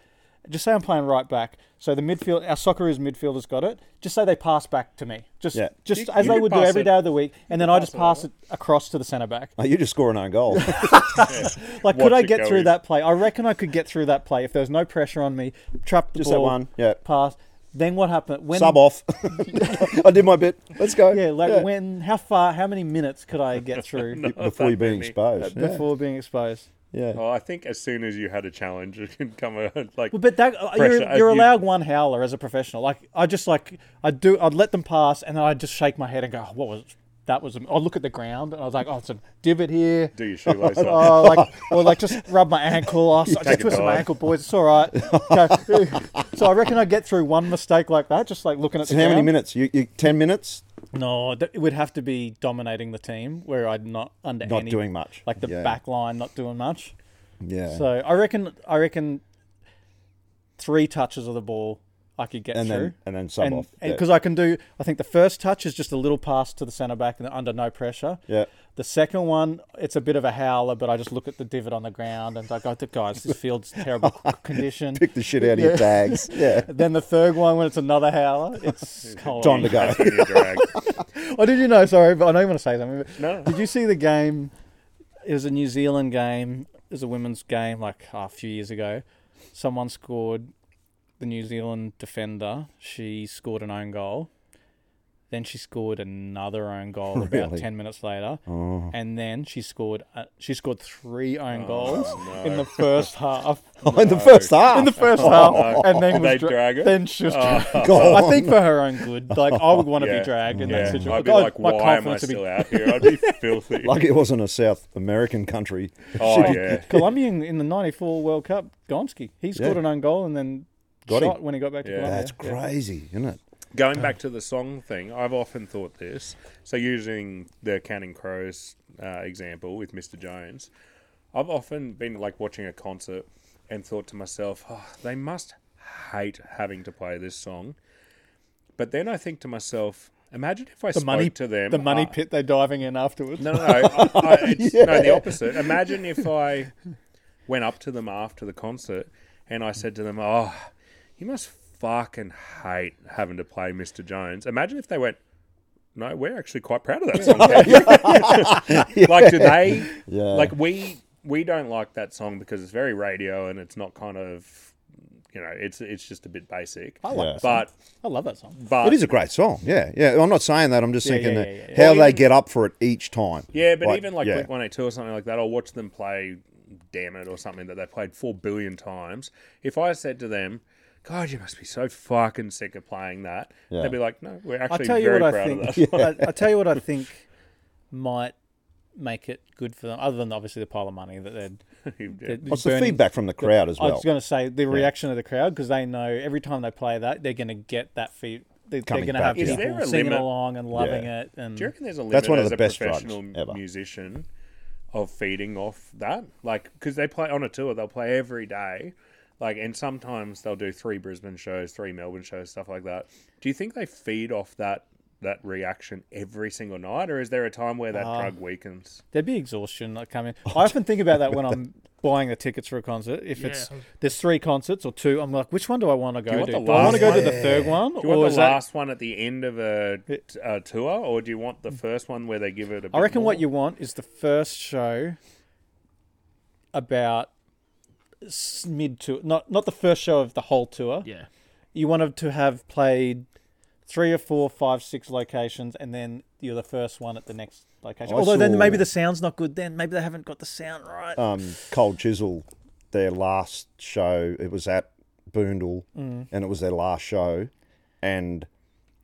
D: Just say I'm playing right back. So the midfield, our Socceroos midfielder's got it. Just say they pass back to me. Just,
B: Yeah.
D: just
C: You-
D: as
C: you
D: they
C: could
D: would do
C: pass
D: every
C: it.
D: day of the week, and then I just
C: pass it
D: pass it across to the centre back.
B: Oh, you just score an own goal.
D: Like, could
C: Watch
D: I
C: it
D: get
C: go
D: through
C: in.
D: that play? I reckon I could get through that play if there was no pressure on me. Trap the
B: Just that
D: ball.
B: one, yeah.
D: Pass. Then what happened? When
B: Sub off. I did my bit. Let's go.
D: Yeah, like when? How far? How many minutes could I get through
B: before you being
C: many.
B: exposed. Yeah.
D: before being exposed?
B: yeah.
C: Oh, I think as soon as you had a challenge, it can come a like.
D: Well, but that
C: Pressure,
D: you're,
C: uh,
D: you're
C: you-
D: allowed one howler as a professional. Like I just like I do. I'd let them pass, and then I'd just shake my head and go, oh, "What was that? Was I look at the ground and I was like, oh, it's a divot here."
C: do your shoelace up.
D: Oh, like or like just rub my ankle. Oh, so I just
C: Take a
D: twisted my
C: dive.
D: ankle, boys. It's all right. Okay. so I reckon I would get through one mistake like that, just like looking at
B: So
D: the
B: how many
D: ground.
B: minutes? You, you ten minutes?
D: No, th- it would have to be dominating the team where I'd not under
B: Not
D: any-
B: doing much.
D: like the
B: Yeah.
D: back line not doing much.
B: Yeah.
D: So I reckon I reckon three touches of the ball I could get
B: and
D: through.
B: then and then sub off. Yeah.
D: because I can do, I think the first touch is just a little pass to the centre back and under no pressure.
B: Yeah.
D: The second one, it's a bit of a howler, but I just look at the divot on the ground and I go, guys, this field's terrible
B: Oh,
D: condition.
B: Pick the shit out of your tags. Yeah.
D: Then the third one, when it's another howler, it's cold.
B: Time to go.
C: Your drag.
D: Oh, did you know? Sorry, but I know you want to say something. But
C: No.
D: Did you see the game? It was a New Zealand game. It was a women's game, like oh, a few years ago. Someone scored. The New Zealand defender. She scored an own goal. Then she scored another own goal about
B: Really?
D: ten minutes later, and then she scored. Uh, she scored three own
C: Oh,
D: goals in the first half.
B: In the first half.
D: In the first half, and then
C: Did
D: was
C: they
D: dra-
C: drag her? Oh.
D: Then she was. dra-
B: Go
D: I think for her own good. Like I would want to
C: Yeah.
D: be dragged in that
C: Yeah,
D: situation.
C: I'd be
D: God,
C: like,
D: my
C: why am I
D: confidence would be
C: still out here? I'd be filthy.
B: like it wasn't a South American country.
C: oh yeah,
D: Colombia in, in the '94 World Cup, Gonski, he scored
B: Yeah.
D: an own goal and then
B: Got
D: shot
B: him.
D: when he got back to
C: Yeah.
D: Colombia.
B: That's crazy, isn't it?
C: Going back to the song thing, I've often thought this. So, using the Counting Crows uh, example with Mr. Jones, I've often been like watching a concert and thought to myself, oh, they must hate having to play this song. But then I think to myself, imagine if I
D: The
C: spoke
D: money
C: to them.
D: the money
B: Ah.
C: uh,
D: pit they're diving in afterwards.
C: No, no, no. I, I, it's, No, the opposite. Imagine if I went up to them after the concert and I said to them, "Oh, you must fucking hate having to play Mr. Jones." Imagine if they went, "No, we're actually quite proud of that song." Kev." like, do they?
B: Yeah.
C: Like we we don't like that song because it's very radio and it's not kind of you know it's it's just a bit basic. I
B: like the
C: but
D: I love that song.
C: but
B: It is a great song. Yeah, yeah. I'm not saying that. I'm just thinking
D: yeah,
B: that
D: yeah,
B: how
C: Well,
B: they
C: even-
B: get up for it each time.
C: Yeah, but even like
B: yeah.
C: Blink One Eight Two or something like that, I'll watch them play "Damn It" or something that they played four billion times. If I said to them, "God, you must be so fucking sick of playing that,"
B: Yeah.
C: they'd be like, "No, we're
D: I
C: actually
D: tell you
C: very
D: what
C: proud
D: I
C: of that."
D: think. I, I tell you what I think.
C: Yeah.
D: they're
B: What's the
D: burning-
B: feedback from the crowd as
D: I
B: well?
D: was going to say the reaction of the crowd because they know every time they play that they're going to get that feed. They, they're
B: Coming
D: going to
B: back,
D: have
B: yeah. Is
D: people
C: there a
D: singing
C: limit?
D: along and loving
B: Yeah.
D: it. And
C: Do you reckon there's a limit
B: That's one of
C: as
B: the
C: a
B: best drugs
C: professional
B: ever.
C: musician of feeding off that? Like, because they play on a tour, they'll play every day. Like, and sometimes they'll do three Brisbane shows, three Melbourne shows, stuff like that. Do you think they feed off that that reaction every single night, or is there a time where
B: Uh,
C: that drug weakens?
D: there'd be exhaustion like coming.
C: Oh,
D: I often think about that when I'm buying the tickets for a concert. If it's
E: Yeah.
D: there's three concerts or two, I'm like, which one do I want to go
C: want
D: to?
C: the
D: Do I want to go
C: last
D: to the
C: one?
D: third one,
C: Do you
D: or
C: want
D: is
C: the
D: that
C: last one at the end of a, a tour, or do you want the first one where they give it a bit
D: I reckon what
C: more?
D: you want is the first show about s- mid tour, not not the first show of the whole tour.
E: Yeah.
D: You wanted to have played three or four, five, six locations, and then you're the first one at the next location.
B: I
C: Oh,
D: Although then
B: saw-
D: maybe the sound's not good. Then maybe they haven't got the sound right.
B: um, Cold Chisel, their last show. It was at Boondall,
D: Mm.
B: and it was their last show, and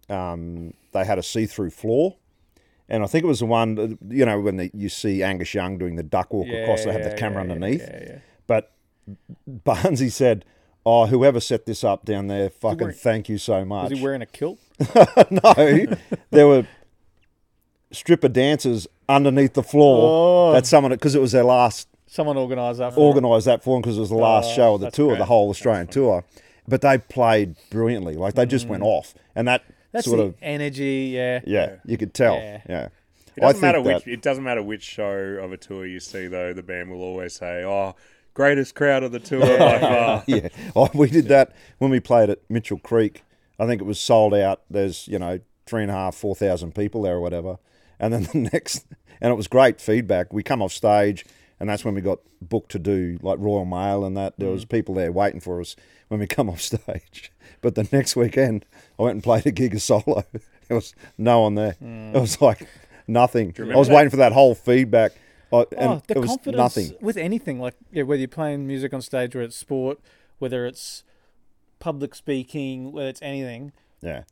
B: um, they had a see-through floor. And I think it was the one, that- you know, when the, you see Angus Young doing the duck walk across, they had the camera underneath. But Barnsey said, "Oh, whoever set this up down there, fucking
D: wearing-
B: thank you so much."
D: Was he wearing a kilt?
B: no, there were stripper dancers underneath the floor.
D: Oh.
B: That someone because it was their last
D: Someone organised that. For him.
B: organised that for him because it was the last
D: Oh,
B: show of the
D: that's
B: tour,
D: great.
B: the whole Australian tour. But they played brilliantly. Like they just went off, and that
D: That's
B: sort
D: the
B: of
D: energy. Yeah.
B: yeah, you could tell.
D: Yeah.
B: Yeah,
C: It doesn't matter
B: that-
C: which. It doesn't matter which show of a tour you see, though. The band will always say, "Oh, greatest crowd of the tour by far."
B: yeah, oh, we did that when we played at Mitchell Creek. I think it was sold out. There's you know three and a half, four thousand people there or whatever. And then the next, and it was great feedback. We come off stage, and that's when we got booked to do like Royal Mail and that. There was
D: Mm.
B: people there waiting for us when we come off stage. But the next weekend, I went and played a gig of solo. There was no one there. It
D: Mm.
B: was like nothing. I was waiting for that whole feedback. I, and
D: oh, the
B: it was
D: confidence
B: nothing.
D: with anything like yeah, whether you're playing music on stage, whether it's sport, whether it's public speaking, whether it's anything.
B: Yeah.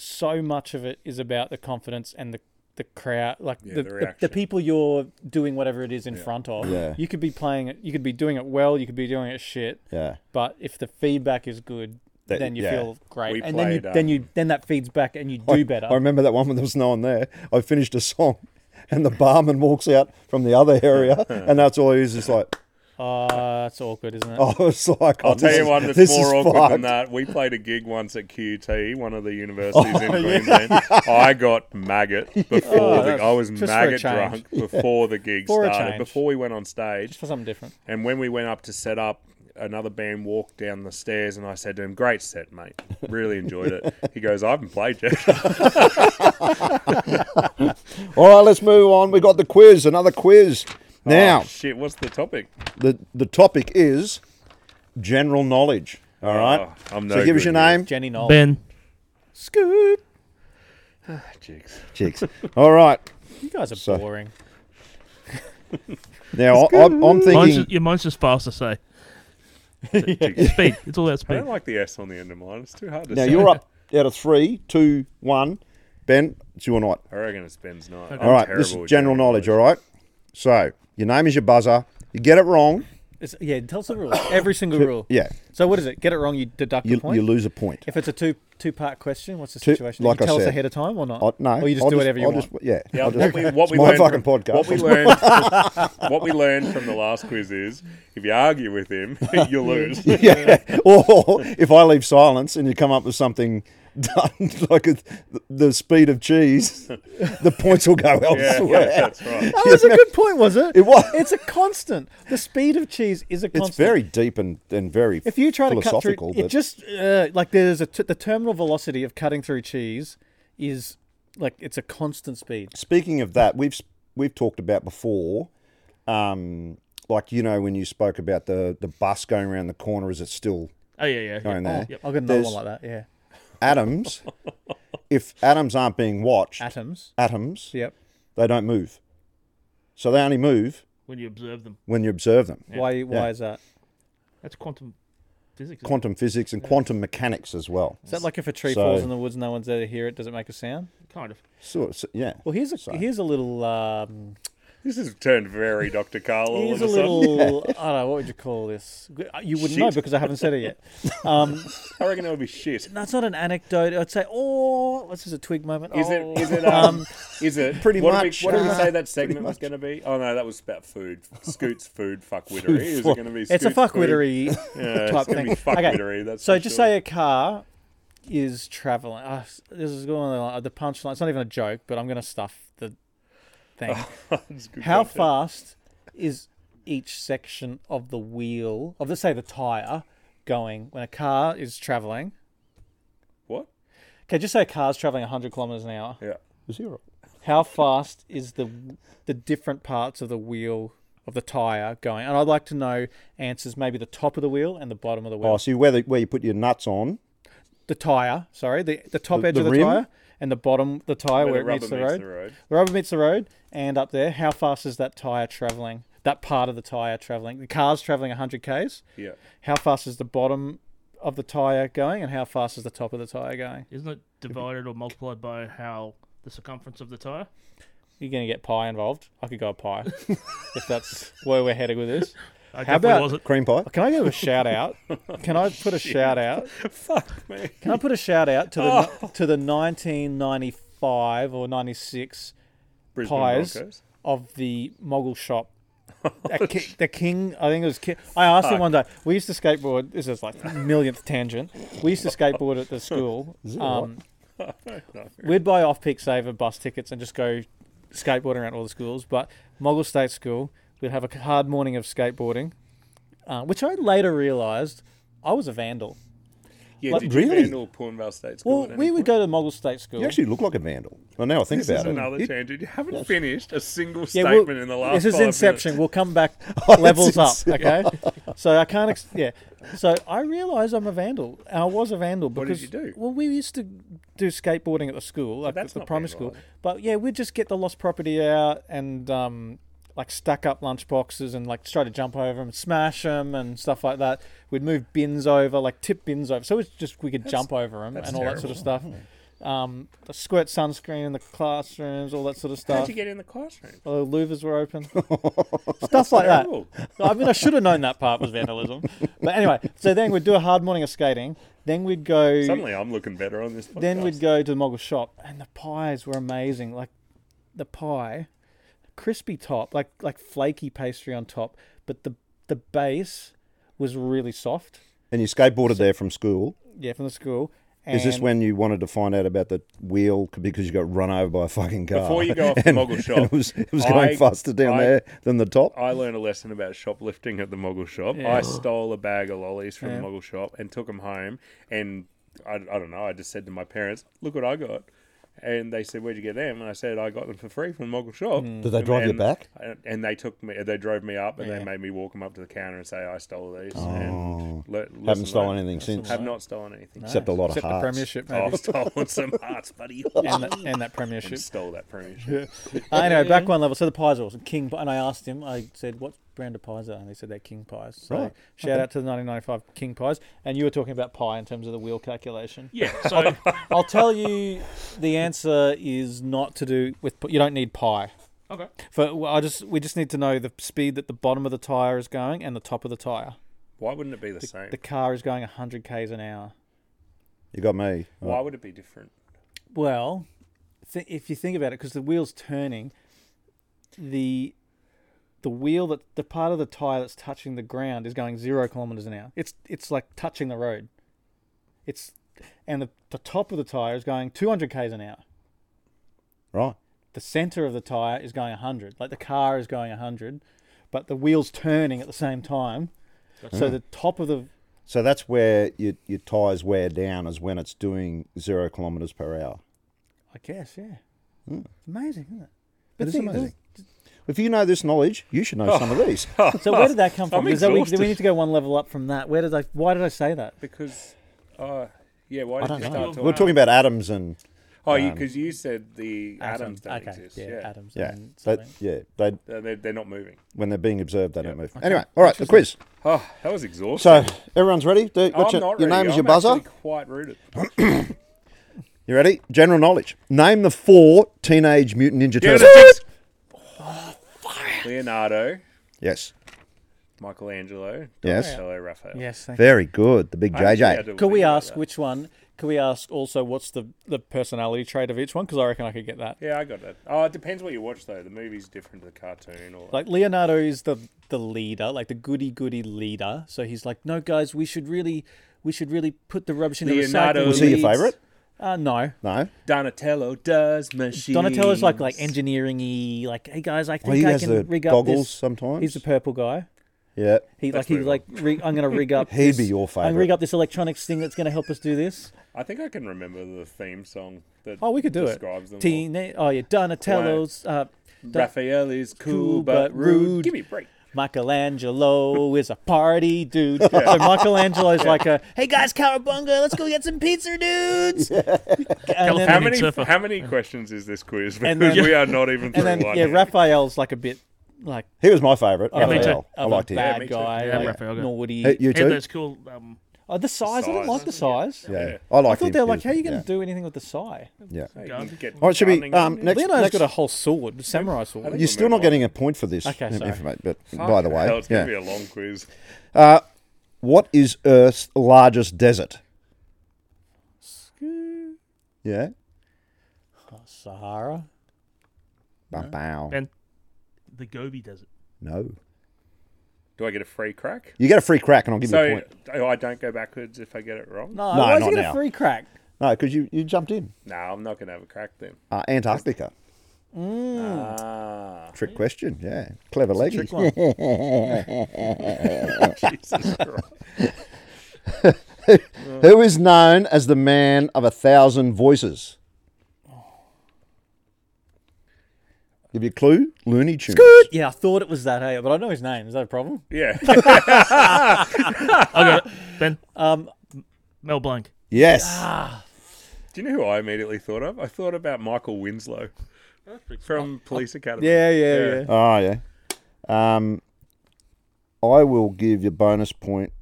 D: so much of it is about the confidence and the the crowd, like
C: Yeah,
D: the,
C: the
D: the, the,
C: reaction.
D: people you're doing whatever it is in front of.
B: Yeah.
D: You could be playing it, you could be doing it well, you could be doing it shit,
B: Yeah.
D: but if the feedback is good,
B: That-
D: then you
B: yeah.
D: feel great,
C: We
D: and then you
C: played,
D: then
C: um,
D: you then that feeds back and you do
B: I-
D: better.
B: I remember that one when there was no one there. I finished a song, and the barman walks out from the other area, and that's all he is. Is like,
D: Ah, that's awkward, isn't it?
B: oh, it's like.
C: I'll tell you one that's more awkward than
B: that.
C: that. We played a gig once at QT, one of the universities in Queensland. I got maggot before the,
D: that's-
C: I was
D: just for a
C: maggot
D: change.
C: drunk before the gig
D: For a
C: started.
D: change.
C: Before we went on stage,
D: For something different.
C: And when we went up to set up, another band walked down the stairs, and I said to him, "Great set, mate. Really enjoyed it." He goes, "I haven't played yet."
B: All right, let's move on. We got the quiz, another quiz. Now,
C: Oh, shit, what's the topic?
B: the the topic is general knowledge. All right,
C: Oh, I'm no
B: so give us
C: good
B: your
C: at
B: name,
D: Jenny Knoll.
E: Ben.
D: Scoot.
C: it. Jigs.
B: chicks. All right.
D: You guys are
B: So-
D: boring.
B: Now, I, I'm, I'm
E: Mine's
B: thinking.
E: just, yeah, mine's just faster, say. Speed. It's all about
C: I
E: speed. Oh,
C: don't like the S on the end of mine. It's too hard to
B: Now
C: say.
B: you're up out of three, two, one. Ben, it's you or not?
C: I reckon it's Ben's night.
B: All right, this is general, knowledge, all right? So, your name is your buzzer. You get it wrong,
D: It's, yeah, tell us the rules. Every single rule.
B: yeah,
D: So what is it? Get it wrong, you deduct a
B: you,
D: point.
B: you lose a point.
D: If it's a two two part question, what's the
B: Two-
D: situation?
B: like
D: you
B: I
D: tell us
B: said,
D: ahead of time or not?
B: I, Oh, no,
D: Or you just
B: I'll
D: do whatever you
B: I'll
D: want.
B: Just, yeah,
C: Yeah,
B: I'll
C: what
B: just,
C: we, what
B: it's
C: we
B: my
C: learned
B: fucking
C: from,
B: podcast.
C: What we learned, what we learned from the last quiz is, if you argue with him, you'll lose.
B: yeah. Or if I leave silence and you come up with something done like a, the speed of cheese, the points will go
C: yeah,
B: elsewhere.
C: yeah, that's right.
D: That was Oh, a good point, was it?
B: It was.
D: It's a constant. The speed of cheese is a constant.
B: It's very deep and, and very
D: If you try to cut through,
B: philosophical.
D: it
B: but
D: just uh, like there's a t- the terminal velocity of cutting through cheese is like it's a constant speed.
B: speaking of that, we've we've talked about before, um, like you know when you spoke about the the bus going around the corner, is it still
E: Oh, yeah, yeah. yeah.
B: going there?
E: Yep.
D: I've got another
B: There's-
D: one like that. Yeah,
B: atoms, if atoms aren't being watched,
D: atoms.
B: atoms,
D: Yep.
B: they don't move. So they only move
E: When you observe them.
B: when you observe them.
D: Why? Why
B: Yeah.
D: is that?
E: That's quantum physics. isn't it?
B: quantum physics and quantum mechanics as well.
D: Is that like if a tree
B: So-
D: falls in the woods, and no one's there to hear it? Does it make a sound?
E: Kind of.
B: So, so yeah,
D: Well, here's a
B: So-
D: here's a little um,
C: This has turned very Dr. Carl all
D: here's
C: of
D: a
C: a sudden.
D: little I don't know what would you call this? uh, You wouldn't know
C: Shit.
D: because I haven't said it yet. Um,
C: I reckon that would be shit.
D: that's not an anecdote. I'd say oh, this is a twig moment.
C: Is
D: oh.
C: it? Is it? Um, is it?
B: Pretty
C: what
B: much,
C: Did we, what did we
B: uh,
C: say that segment was going to be? Oh no, that was about food. Scoot's food fuckwittery. Is it
B: fuck-
C: going to be?
D: It's a
C: Scoot's food?
D: fuckwittery
C: Yeah,
D: type
C: it's gonna
D: thing.
C: Be fuckwittery. That's
D: So
C: for
D: just
C: sure.
D: say a car is traveling. Uh, this is going on the punchline. It's not even a joke, but I'm going to stuff the thing.
C: It's good
D: How
C: content.
D: fast is each section of the wheel of let's say the tire going when a car is traveling?
C: What?
D: Okay, just say a car's traveling 100 kilometers an hour.
C: Yeah.
B: zero.
D: How fast is the the different parts of the wheel of the tire going? And I'd like to know answers maybe the top of the wheel and the bottom of the wheel.
B: Oh, see where the, where you put your nuts on.
D: the tire, sorry, the, the top
B: The-
D: edge
B: the
D: of the
B: rim?
D: tire and the bottom, the tire where,
C: Where the
D: it meets
C: rubber
D: the road.
C: meets the road.
D: The rubber meets the road, and up there, how fast is that tire traveling? That part of the tire traveling? The car's traveling 100 k's.
C: Yeah.
D: How fast is the bottom of the tire going, and how fast is the top of the tire going?
E: Isn't it divided or multiplied by how the circumference of the tire?
D: You're going to get pie involved. I could go pie if that's where we're headed with this.
E: I
D: How
E: definitely
D: about-
E: wasn't. Oh,
B: Cream pie.
D: Can I give a shout out? Can I put a shout out?
C: Fuck me.
D: Can I put a shout out to
E: Oh.
D: the to the 1995 or 96
C: Brisbane
D: pies
C: Broncos.
D: of the mogul shop. That ki- the king, I think it was. King. I asked him one day. We used to skateboard. This is like millionth tangent. We used to skateboard at the school. Um, we'd buy off-peak saver bus tickets and just go skateboarding around all the schools. But Mogul State School, we'd have a hard morning of skateboarding, uh, which I later realised I was a vandal.
C: Yeah.
D: Like,
C: did
B: really?
C: you handle Pornvale State School?
D: Well,
C: at any
D: we would
C: point?
D: go to Mogul State School.
B: You actually look like a vandal. Well, now I think
C: This is
B: about it.
C: another
B: You-
C: tangent. You haven't finished a single
D: we'll-
C: statement in the last.
D: This is
C: five
D: Inception.
C: minutes. Oh,
D: We'll come back
B: it's
D: levels up.
B: Inception.
D: Okay. so I can't. Ex- yeah. So I realise I'm a vandal. I was a vandal
C: did
D: because
C: you do?
D: well, we used to do skateboarding at the school, like
C: that's
D: at the
C: not
D: primary school.
C: vandalising.
D: But yeah, we'd just get the lost property out and um, like stack up lunch boxes and like try to jump over them and smash them and stuff like that. We'd move bins over, like tip bins over, so it's just we could jump over them and all that sort of stuff.
C: Hmm.
D: Um, squirt sunscreen in the classrooms, all that sort of stuff.
C: How'd you get in the classroom?
D: Oh, the louvers were open. Stuff like that.
C: Terrible.
D: I mean, I should have known that part was vandalism. But anyway, so then we'd do a hard morning of skating. Then we'd go.
C: Suddenly, I'm looking better on this. Podcast.
D: then we'd go to the Mogul shop, and the pies were amazing. Like the pie, crispy top, like like flaky pastry on top, but the the base was really soft.
B: And you skateboarded there from school.
D: Yeah, from the school. And
B: Is this when you wanted to find out about the wheel c- because you got run over by a fucking car?
C: Before you go off the Mogul
B: and
C: shop,
B: it was it was
C: I-
B: going faster down
C: I-
B: there than the top.
C: I learned a lesson about shoplifting at the Mogul shop. I stole a bag of lollies from the Mogul shop and took them home. And I, I don't know. I just said to my parents, "Look what I got." And they said, "Where'd you get them?" And I said, "I got them for free from the Mogul shop."
D: Mm.
B: Did they drive you
C: And-
B: back?
C: and- And they took me. They drove me up, and
D: Yeah.
C: they made me walk them up to the counter and say, "I stole these." and le- listen,
B: Oh. Haven't stolen
C: mate,
B: anything since,
C: Have not stolen anything.
B: except a lot of
D: except the
B: hearts. Oh.
D: premiership, maybe.
C: I've stolen some hearts, buddy.
D: And, that, and that premiership.
C: Stole that premiership.
D: Uh, anyway, back one level. So the pies are awesome. King, pie- and I asked him. I said, "What brand of pies are?" they?" And he said, "They're King pies." So
B: Right.
D: shout out to the 1995 King pies. And you were talking about pie in terms of the wheel calculation.
E: Yeah. So
D: I'll tell you, the answer is not to do with. p- You don't need pie.
E: okay.
D: For well, I just we just need to know the speed that the bottom of the tire is going and the top of the tire.
C: Why wouldn't it be the same?
D: The car is going 100 k's an hour.
B: You got me.
C: Why would it be different?
D: Well, th- if you think about it, because the wheel's turning, the the wheel that the part of the tire that's touching the ground is going zero kilometers an hour. It's it's like touching the road. It's and the, the top of the tire is going 200 k's an hour.
B: Right.
D: The center of the tire is going 100. Like the car is going 100, but the wheel's turning at the same time. So the top of the
B: So that's where your, your tires wear down is when it's doing zero kilometers per hour.
D: I guess yeah. It's amazing, isn't it? But
B: Hmm. It is
D: see, this-
B: amazing. If you know this knowledge, you should
C: Oh.
B: know some of these.
D: So where did that come
C: I'm
D: from? Is that we, do we
C: exhausted.
D: need to go one level up from that? Where did I? Why did I say that?
C: Because, uh, yeah, why
B: I
C: did you
B: don't
C: start
B: know.
C: talking?
B: We're talking about atoms and
C: Oh, because you, said the atoms don't
A: okay,
C: exist.
A: yeah,
C: Yeah,
A: atoms.
B: Yeah,
A: and
B: they,
A: something.
B: yeah. They
C: They're- They're, they're not moving.
B: when they're being observed, they don't move.
D: Okay.
B: Anyway, all right, the quiz.
C: Oh, that was
B: So
C: exhausting.
B: everyone's ready. Do, what's your,
C: I'm not
B: your
C: ready.
B: name is your
C: I'm
B: buzzer.
C: actually Quite rooted.
B: You ready? General knowledge. Name the four Teenage Mutant Ninja
C: Give it
B: Turtles.
C: a six. Leonardo,
B: Yes.
C: Michelangelo,
B: Yes.
C: Donatello, Raphael.
D: Yes, thank
B: Very good. The big
C: I actually had
B: JJ.
C: to
D: Could we
C: think about
D: ask
C: that.
D: which one? Could we ask also what's the, the personality trait of each one? Because I reckon I could get that.
C: Yeah, I got that. Oh, it depends what you watch though. The movie's different to the cartoon, or
D: Like Leonardo is the the leader, like the goody goody leader. So he's like, no, guys, we should really we should really put the rubbish in the
C: Leonardo
D: recycling.
C: Was
B: he your
D: leads."
B: favourite?
D: Uh, no.
B: No.
C: Donatello does machine.
D: Donatello's like like engineering y like hey guys I
B: Well,
D: think
B: he
D: I
B: has
D: can
B: the
D: rig up
B: goggles
D: this.
B: sometimes.
D: He's the purple guy.
B: yeah.
D: He
C: That's
D: like he
C: pretty
D: like rig, I'm gonna rig up.
B: He'd be
D: this-
B: your
D: I'm gonna rig
B: favourite.
D: up this electronics thing that's gonna help us do this.
C: I think I can remember the theme song. That
D: Oh, we could do
C: describes
D: it.
C: Them all.
D: Teen, oh yeah, Donatello's. Uh, Don-
C: Raphael is cool
D: Cool
C: but
D: but
C: rude.
D: rude.
C: Give me a break.
D: Michelangelo is a party dude. So Michelangelo's like a, hey guys, cowabunga, let's go get some pizza, dudes. And
E: How
C: How
E: California.
D: then,
E: many-
C: many
E: surfer.
C: how many questions is this quiz? Because
D: And then-
C: we are not even through
D: and then
C: one.
D: yeah,
C: yet.
D: Raphael's like a bit like
B: He was my favourite.
D: of a-
E: me too.
B: Raphael. I
D: of a
B: liked him.
D: bad
C: me too.
D: guy,
E: Yeah,
D: like,
E: Raphael guy.
D: naughty.
B: Hey, you
E: He had
B: too?
E: those cool. Um,
D: oh, the size, I
C: size.
D: didn't like the size.
B: Yeah. I
D: I
B: liked him.
D: thought they were
B: He
D: like,
B: was-
D: how are you going to
B: yeah.
D: do anything with the size?
B: Yeah.
C: You can get
B: All right, should we?
C: gardening
B: Um,
C: in.
B: next,
D: Leonardo's
B: next,
D: got a whole sword, samurai sword.
B: You're still not getting a point for this.
D: Okay, sorry.
B: information, But by
C: Fuck
B: the way,
C: hell, it's
B: yeah.
C: gonna be a long quiz.
B: What is Earth's largest desert? Yeah.
D: Oh, Sahara.
B: Bow, bow.
E: and the Gobi Desert.
B: No.
C: Do I get a free crack?
B: You get a free crack, and I'll give you a
C: So
B: point.
C: oh, I don't go backwards if I get it wrong.
D: No,
B: No,
D: why is
B: not
D: he get
B: now.
D: a free crack?
B: No, because you, you jumped in.
C: No, I'm not gonna have a crack then.
B: Uh, Antarctica.
C: Ah,
B: Trick question. Yeah. Clever leggy.
D: Trick one.
C: Jesus Christ.
B: Who is known as the man of a thousand voices? Give you a clue? Looney Tunes.
D: yeah, I thought it was that, hey, but I know his name. Is that a problem?
C: Yeah.
E: I got it. Ben.
D: Um,
E: Mel Blanc.
B: Yes.
C: Do you know who I immediately thought of? I thought about Michael Winslow from Police Academy.
D: yeah, yeah, yeah.
B: Oh yeah. Um, I will give you bonus point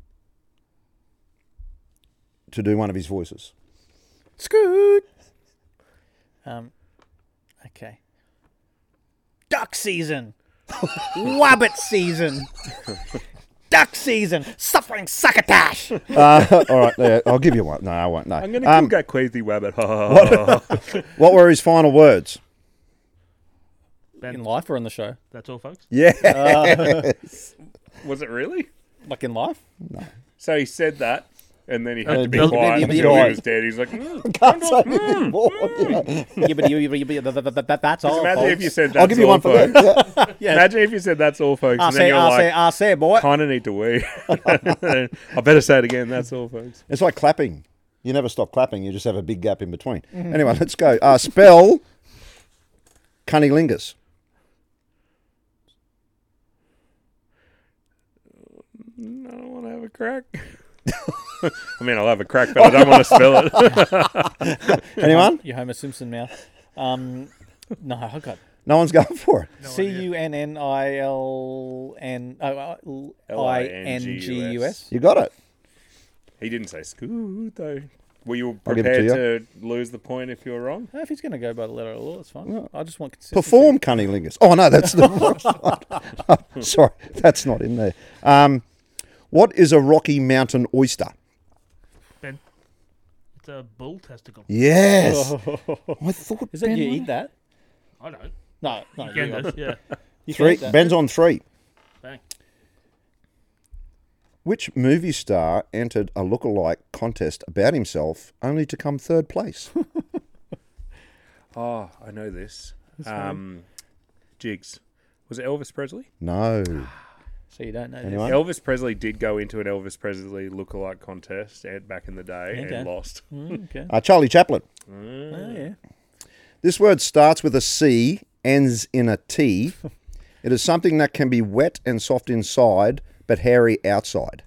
B: to do one of his voices.
D: Scoot. Um, okay. Duck season. Wabbit season. Duck season. Suffering succotash.
B: Uh, all right, yeah, I'll give you one. No, I won't. No.
C: I'm going to
B: um,
C: um, that Queasy Wabbit. Ha, ha, ha, ha.
B: what were his final words?
D: In life or on the show?
E: That's all, folks.
B: Yeah.
C: Was it really?
D: Like in life?
C: So he said that, and then he had
E: Uh,
C: to be
E: no,
C: quiet
B: no, no,
C: until
B: no.
C: he was dead. He's like, mm,
B: Can't say anything more.
D: yeah, but you, you, you, you- that, that, that, that's all.
C: imagine if
D: folks.
C: you said that.
B: I'll give you one for that. Yeah.
C: Imagine if you said that's all, folks.
D: I
C: and then
D: say,
C: you're
D: I say,
C: like,
D: I say, boy.
C: kind of need to wee. I better say it again. That's all, folks.
B: It's like clapping. You never stop clapping. You just have a big gap in between. Anyway, let's go. Uh, spell cunnilingus.
C: I don't want to have a crack. I mean, I'll have a crack, but I don't want to spell it.
B: Anyone?
D: Your Homer Simpson mouth. Um, no, I got
B: No one's going for it.
E: No
D: C
E: idea.
D: U N N I L N O I N G U S.
B: You got it.
C: He didn't say scoot, though. Were you
B: I'll give it to
C: prepared to lose the point if you were wrong?
D: If he's going to go by the letter of the law, it's fine. I just want consistency.
B: Perform cunnilingus. Oh no, that's the wrong slide. Sorry, that's not in there. Um, what is a Rocky Mountain oyster?
E: Ben. It's a bull testicle.
B: Yes, I thought
D: Is that
B: Ben
D: you
B: might-
D: eat that?
E: I don't.
D: No, no, you,
E: Again, yeah.
D: you can
B: three.
D: eat that.
B: Ben's on three.
E: Bang.
B: Which movie star entered a look-alike contest about himself only to come third place?
C: Oh, I know this. Um, Jigs. Was it Elvis Presley?
B: No,
D: So you don't know.
B: Anyone?
C: Elvis Presley did go into an Elvis Presley look-alike contest and back in the day
D: Okay.
C: and lost.
D: This. Mm, okay.
B: uh, Charlie Chaplin.
D: Oh, yeah.
B: This word starts with a C, ends in a T. It is something that can be wet and soft inside, but hairy outside.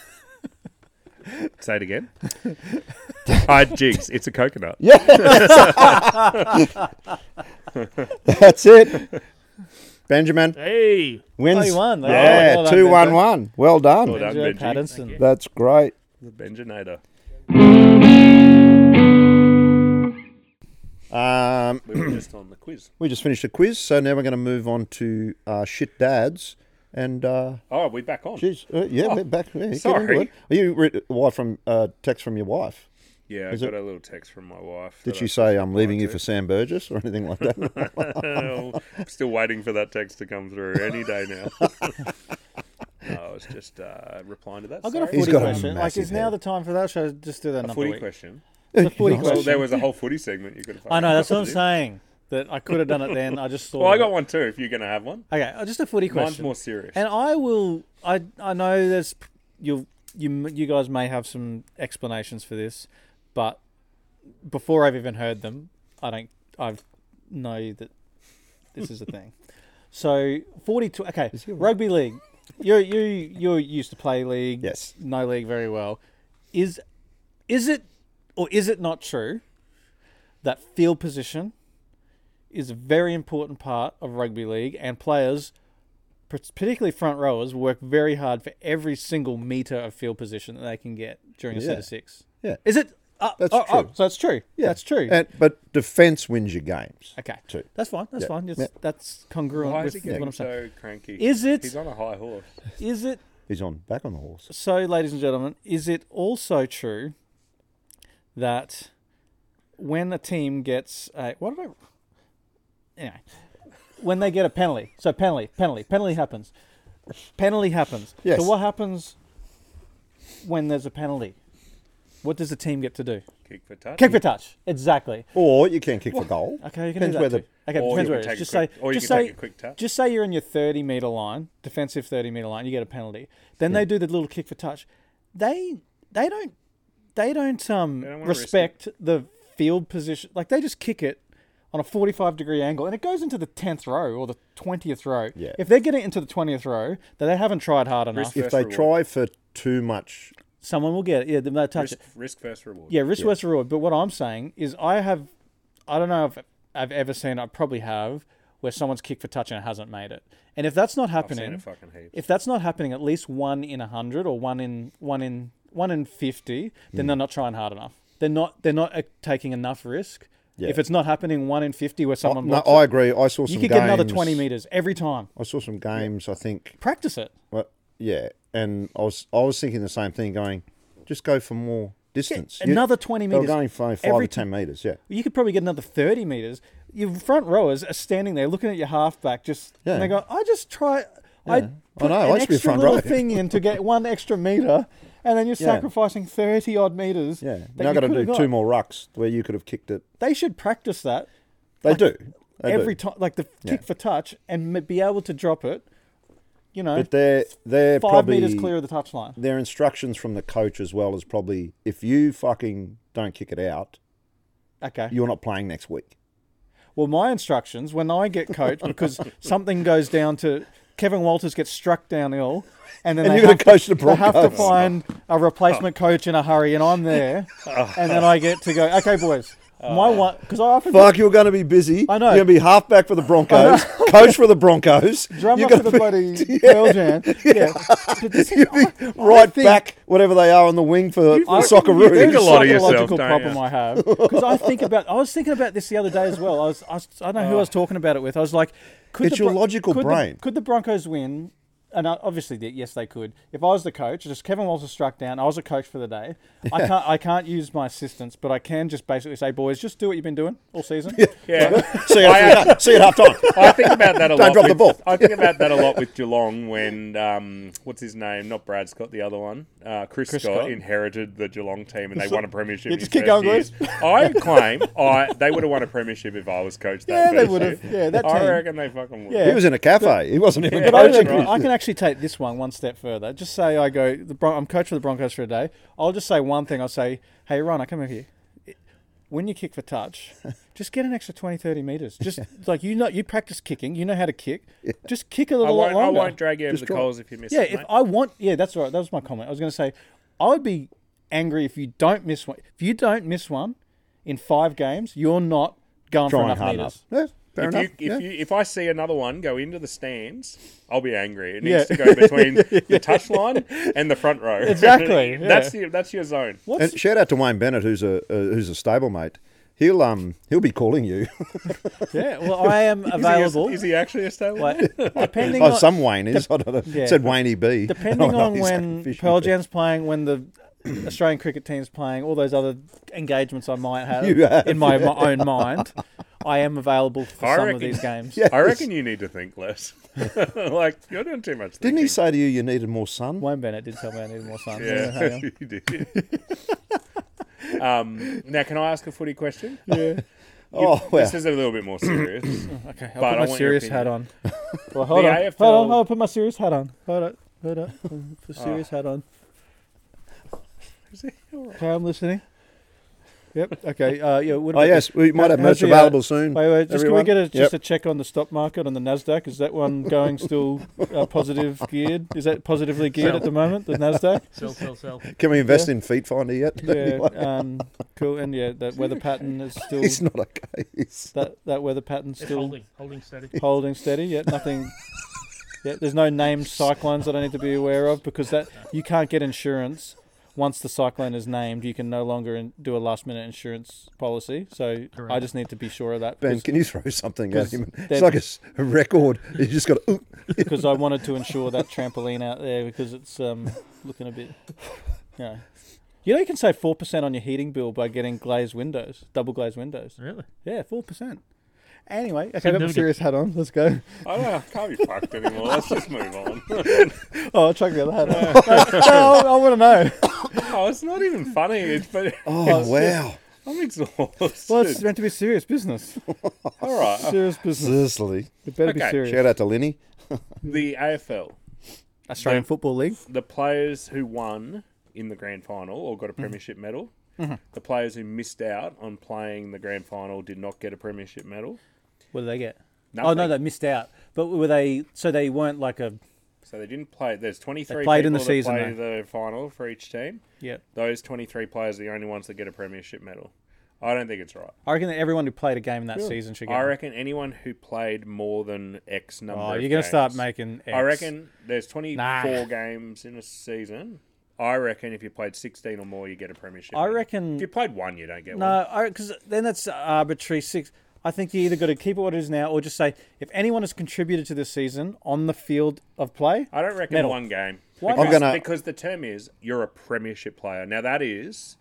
C: Say it again. Hide jigs. Ah, It's a coconut.
B: That's it. Benjamin,
E: Hey,
B: wins.
D: Oh, you won. Oh,
B: Yeah,
D: well done,
B: two one
D: Benjo.
B: one. Well done.
C: Well done.
D: Benjo
C: Benji.
D: Pattinson.
B: That's great.
C: The Benjinator.
B: Um,
C: We were just on the quiz.
B: we just finished a quiz, so now we're going to move on to uh, shit dads. And uh,
C: Oh, we're back on.
B: geez, uh, yeah, we're back. Yeah, get into
C: sorry.
B: it. Are you re- why from uh, text from your wife?
C: Yeah, I
B: Is
C: got
B: it-
C: a little text from my wife.
B: Did
C: that
B: she
C: I-
B: say I'm leaving you for Sam Burgess or anything like that?
C: Well, I'm still waiting for that text to come through any day now. no, I was just uh, replying to that.
D: I've got a
C: sorry.
B: He's
D: footy
B: got a
D: question. like,
B: massive
D: is now
B: head.
D: the time for that? Should I just do that
C: A
D: another
C: footy
D: week?
C: question.
D: The footy
C: Well,
D: question.
C: there was a whole footy segment you could have.
D: I know. That's what I'm
C: fucking
D: saying. That I could have done it then. I just thought.
C: did. Well, I
D: of
C: got
D: it.
C: one too. If you're going to have one,
D: Okay, uh, just a footy
C: mine's
D: question.
C: more serious.
D: And I will. I I know there's you you you guys may have some explanations for this, but before I've even heard them, I don't. I know that this is a thing. So forty two. Okay, rugby league. You you you used to play league.
B: Yes.
D: No league very well. Is is it or is it not true that field position is a very important part of rugby league and players particularly front rowers work very hard for every single meter of field position that they can get during a set
B: Yeah.
D: of six.
B: Yeah.
D: Is it? Uh,
B: That's
D: oh, oh,
B: true.
D: so it's true. That's true.
B: And, but defense wins your games.
D: okay.
B: True.
D: That's fine. That's
B: Yeah.
D: fine. It's,
B: Yeah.
D: That's congruent
C: Why is
D: with
C: he
D: what
C: getting
D: I'm saying.
C: so cranky?
D: Is it-
C: He's on a high horse.
D: Is it
B: He's on back on the horse.
D: so, ladies and gentlemen? Is it also true that when a team gets a what did I anyway when they get a penalty? So penalty, penalty, penalty happens. Penalty happens.
B: Yes.
D: So what happens when there's a penalty? What does the team get to do?
C: Kick for touch.
D: Kick for touch. Exactly.
B: Or you can kick for goal.
D: Okay, you can
B: Depends
D: do that
B: where
D: too. Okay,
C: Or
D: depends
C: you
D: where
C: can
D: it
C: take a
D: is. Just
C: quick-
D: say,
C: or you
D: just
C: can
D: say,
C: take a quick touch.
D: just say you're in your 30 meter line, defensive 30 meter line. You get a penalty. Then they do the little kick for touch. They they don't they don't um
C: don't wanna risk it.
D: respect the field position. Like they just kick it on a 45 degree angle, and it goes into the 10th row or the 20th row.
B: Yeah.
D: If they're getting into the 20th row, then they haven't tried hard enough.
C: Risk
B: If
C: First
B: they
C: reward.
B: try for too much,
D: Someone will get it. Yeah, they'll touch
C: risk,
D: it.
C: risk first reward.
D: Yeah, risk versus reward. But what I'm saying is, I have, I don't know if I've ever seen. I probably have, where someone's kicked for touch and it hasn't made it. And if that's not
C: I've seen it
D: happening,
C: fucking heaps.
D: if that's not happening, at least one in a hundred or one in one in one in fifty, then
B: Mm.
D: they're not trying hard enough. They're not. They're not uh, taking enough risk.
B: Yeah.
D: If it's not happening one in fifty, where someone
B: no,
D: blocks
B: I
D: it,
B: agree. I saw some.
D: you could get another
B: games-
D: twenty meters every time.
B: I saw some games. I think
D: Practice it.
B: Well, yeah, and I was I was thinking the same thing, going, just go for more distance. You-
D: Another twenty
B: they were
D: meters.
B: going for five
D: every
B: or ten meters. Yeah,
D: you could probably get another 30 meters. Your front rowers are standing there looking at your halfback, just
B: Yeah.
D: and they go, I just try. I put
B: know, I
D: an
B: used to be a
D: extra
B: front
D: little
B: rower."
D: thing in to get one extra meter, and then you're
B: Yeah.
D: sacrificing 30 odd meters.
B: yeah.
D: that
B: Now
D: you
B: got to
D: could
B: do
D: have got.
B: two more rucks where you could have kicked it.
D: They should practice that
B: They do. They
D: every
B: do.
D: time, like the kick for touch, and m- be able to drop it. You know,
B: But they're they're
D: five
B: probably
D: meters clear of the touchline.
B: Their instructions from the coach as well is probably if you fucking don't kick it out,
D: Okay.
B: you're not playing next week.
D: Well, my instructions when I get coached because something goes down to Kevin Walters gets struck down ill, and then
B: And
D: they
B: you gotta
D: have
B: coach the
D: They have to
B: Broncos.
D: find a replacement coach in a hurry, and I'm there, and then I get to go. Okay, boys, my one because I often
B: Fuck, you're going to be busy.
D: I know.
B: You're going to be halfback for the Broncos, coach for the Broncos,
D: drum
B: You're
D: up for
B: gonna
D: the
B: be-
D: bloody Pearl Jam. Yeah, but this is, I,
B: right
D: think-
B: back, whatever they are on the wing for
D: I-
B: the Socceroos.
D: There's
C: a lot of yourself,
D: psychological
C: don't
D: problem
C: you?
D: I have because I think about. I was thinking about this the other day as well. I was. I, was, I don't know who I was talking about it with. I was like, could
B: It's
D: the
B: your
D: Bron-
B: logical
D: could the-
B: brain.
D: could the Broncos win? And I- obviously, the- yes, they could. If I was the coach, just Kevin Walsh was struck down. I was a coach for the day. I can't. I can't use my assistants, but I can just basically say, boys, just do what you've been doing all season.
C: Yeah.
B: See you at see you at half time.
C: I think about that a lot.
B: drop the
C: with-
B: ball.
C: I think about that a lot with Geelong when um, what's his name? Not Brad Scott, the other one. Uh, Chris, Scott,
D: Scott.
C: inherited the Geelong team and they won a premiership.
D: Yeah,
C: in
D: just
C: his
D: keep
C: first
D: going,
C: years. I claim I they would have won a premiership if I was coach. That
D: Yeah, they
C: first
D: would
C: year.
D: have. Yeah, that
C: I
D: team.
C: reckon they fucking would.
D: Yeah.
B: He was in a cafe. He wasn't even
C: Yeah,
D: But I,
B: coaching.
C: right.
D: reckon- I can actually take this one one step further. Just say I go, the Bron- I'm coach for the Broncos for a day. I'll just say one thing. I'll say, hey, Ron, I come over here. When you kick for touch, just get an extra 20, 30 metres. Just like you know, you practice kicking, you know how to kick. Just kick a
C: I
D: little lot
C: won't, I
D: longer.
C: won't drag you over the
B: try.
C: coals if you miss
D: yeah,
C: it.
D: if
C: mate.
D: I want, yeah, that's right. That was my comment. I was going to say, I would be angry if you don't miss one. If you don't miss one in five games, you're not going for
B: Trying
D: enough
B: hard
D: meters.
B: enough. Yeah, fair
C: if
B: enough.
C: you, if
B: yeah.
C: you if I see another one go into the stands, I'll be angry. It
D: Yeah.
C: needs to go between the touchline and the front row.
D: Exactly, yeah.
C: that's your, that's your zone.
D: What's
B: and shout out to Wayne Bennett, who's a uh, who's a stablemate. He'll um he'll be calling you.
D: yeah? Well, I am
C: Is he a-
D: available.
C: Is he, actually a stable?
D: Like, depending
B: oh,
D: on
B: some Wayne is. I don't know.
D: Yeah.
B: Said Wayne E B. Oh,
D: depending on when
B: fishing
D: Pearl Jam's playing, when the Australian cricket team's playing, all those other engagements I might have,
B: You have,
D: in my, my own mind, I am available for
C: I
D: some
C: reckon-
D: of these games.
C: I reckon you need to think less. like you're doing too much.
B: Didn't he
C: thinking.
B: say to you you needed more sun?
D: Wayne Bennett did tell me I needed more sun.
C: Yeah, he did. um, now, can I ask a footy question? Yeah.
B: Oh,
C: This
B: well.
C: is a little bit more serious.
D: Okay, I'll
C: But I
D: put my
C: want your
D: serious hat on. Well, hold
C: The
D: on.
C: AFL
D: Hold on. I'll put my serious hat on. Hold up. Hold up. Put serious hat on.
C: Is he all right?
D: Okay, I'm listening. Yep. Okay. Uh, yeah. What
B: Oh,
D: about the-
B: yes. We might have merch
D: How's the, uh,
B: available soon.
D: Wait, wait. Just
B: everyone.
D: can we get a,
B: Yep.
D: just a check on the stock market on the Nasdaq? Is that one going still uh, positive geared? Is that positively geared at the moment? The Nasdaq.
E: Sell, sell, sell.
B: Can we invest in Feet Finder yet?
D: Yeah. Um, cool. And yeah, that weather pattern is still
B: It's not okay. It's-
D: that that weather pattern
E: It's
D: still
E: holding, holding steady.
D: holding steady. Yet nothing. Yeah, there's no named cyclones that I need to be aware of because that you can't get insurance once the cyclone is named. You can no longer in, do a last minute insurance policy. So I
E: Correct.
D: just need to be sure of that
B: Ben,
D: because,
B: can you throw something at
D: 'cause
B: him?
D: they're- Oh,
B: It's like a, s- a record. You just got to.
D: because I wanted to insure that trampoline out there because it's um, looking a bit. You know. you know, you can save four percent on your heating bill by getting glazed windows, double glazed windows.
E: Really?
D: Yeah, four percent. Anyway, okay, I've got my
E: Significant.
D: serious hat on. Let's go.
C: I don't know. Oh, I can't be fucked anymore. Let's just move on.
D: Oh, I'll chuck the other hat. on. no, I want to know.
C: Oh, it's not even funny. It's, but
B: Oh, wow.
C: I'm exhausted.
D: Well, it's meant to be serious business.
C: All right.
D: Serious business.
B: Seriously.
D: It better be
C: Okay.
D: serious.
B: Shout out to Lenny.
C: um, The AFL,
D: Australian Football League.
C: the players who won in the grand final or got a
D: Mm-hmm.
C: premiership medal, the players who missed out on playing the grand final did not get a premiership medal.
D: What did they get?
C: Nothing.
D: Oh no, they missed out. But were they? So they weren't like a
C: So they didn't play. There's 23
D: played in the
C: people
D: season,
C: that play the final for each team.
D: yeah.
C: Those 23 players are the only ones that get a premiership medal. I don't think it's right.
D: I reckon that everyone who played a game that season should get.
C: I
D: one.
C: reckon anyone who played more than X number.
D: Oh,
C: of
D: you're gonna start
C: games-
D: making. X.
C: I reckon there's 24
D: Nah.
C: games in a season. I reckon if you played 16 or more, you get a premiership.
D: I
C: medal.
D: reckon
C: If you played one, you don't get one.
D: no, because then that's arbitrary. Six. I think you either got to keep it what it is now, or just say if anyone has contributed to this season on the field of play.
C: I don't reckon
D: Medal.
C: one game.
D: Why
C: because,
B: not? I'm gonna-
C: because the term is you're a premiership player. Now that is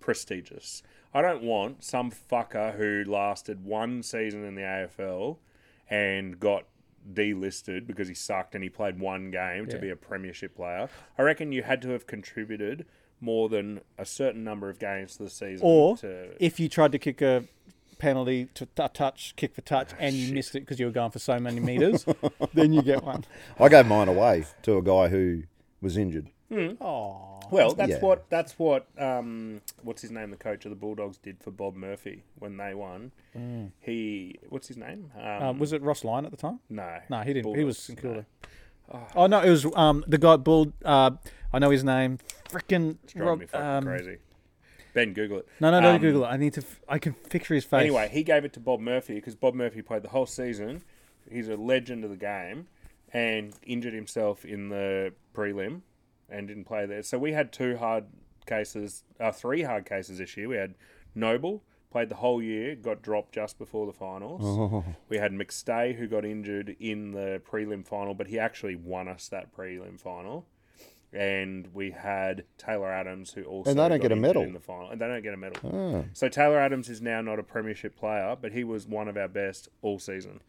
C: prestigious. I don't want some fucker who lasted one season in the AFL and got delisted because he sucked and he played one game to
D: Yeah.
C: be a premiership player. I reckon you had to have contributed more than a certain number of games to the season.
D: Or
C: to,
D: if you tried to kick a penalty to t- touch, kick for touch, and you missed it because you were going for so many meters, then you get one.
B: I gave mine away to a guy who was injured.
C: Well, that's
B: Yeah.
C: what that's what um, what's his name, the coach of the Bulldogs, did for Bob Murphy when they won. He what's his name? Um,
D: Um, was it Ross Lyon at the time?
C: no,
D: No, he didn't. he was
C: Bulldogs,
D: St
C: no.
D: Kilda. Oh. no, it was um, the guy Bull. Uh, I know his name. Freaking
C: Driving
D: Rob.
C: me fucking
D: Um, no,
C: crazy. Ben, Google it.
D: no, don't
C: Um,
D: Google it. I need to. F- I can picture his face.
C: Anyway, he gave it to Bob Murphy because Bob Murphy played the whole season. He's a legend of the game, and injured himself in the prelim and didn't play there. So we had two hard cases, uh, three hard cases this year. We had Noble played the whole year, got dropped just before the finals.
B: Oh.
C: We had McStay who got injured in the prelim final, but he actually won us that prelim final. And we had Taylor Adams, who also
B: And they don't
C: got
B: get a
C: injured
B: medal.
C: in the final, and they don't get a medal.
D: Hmm.
C: So Taylor Adams is now not a premiership player, but he was one of our best all season.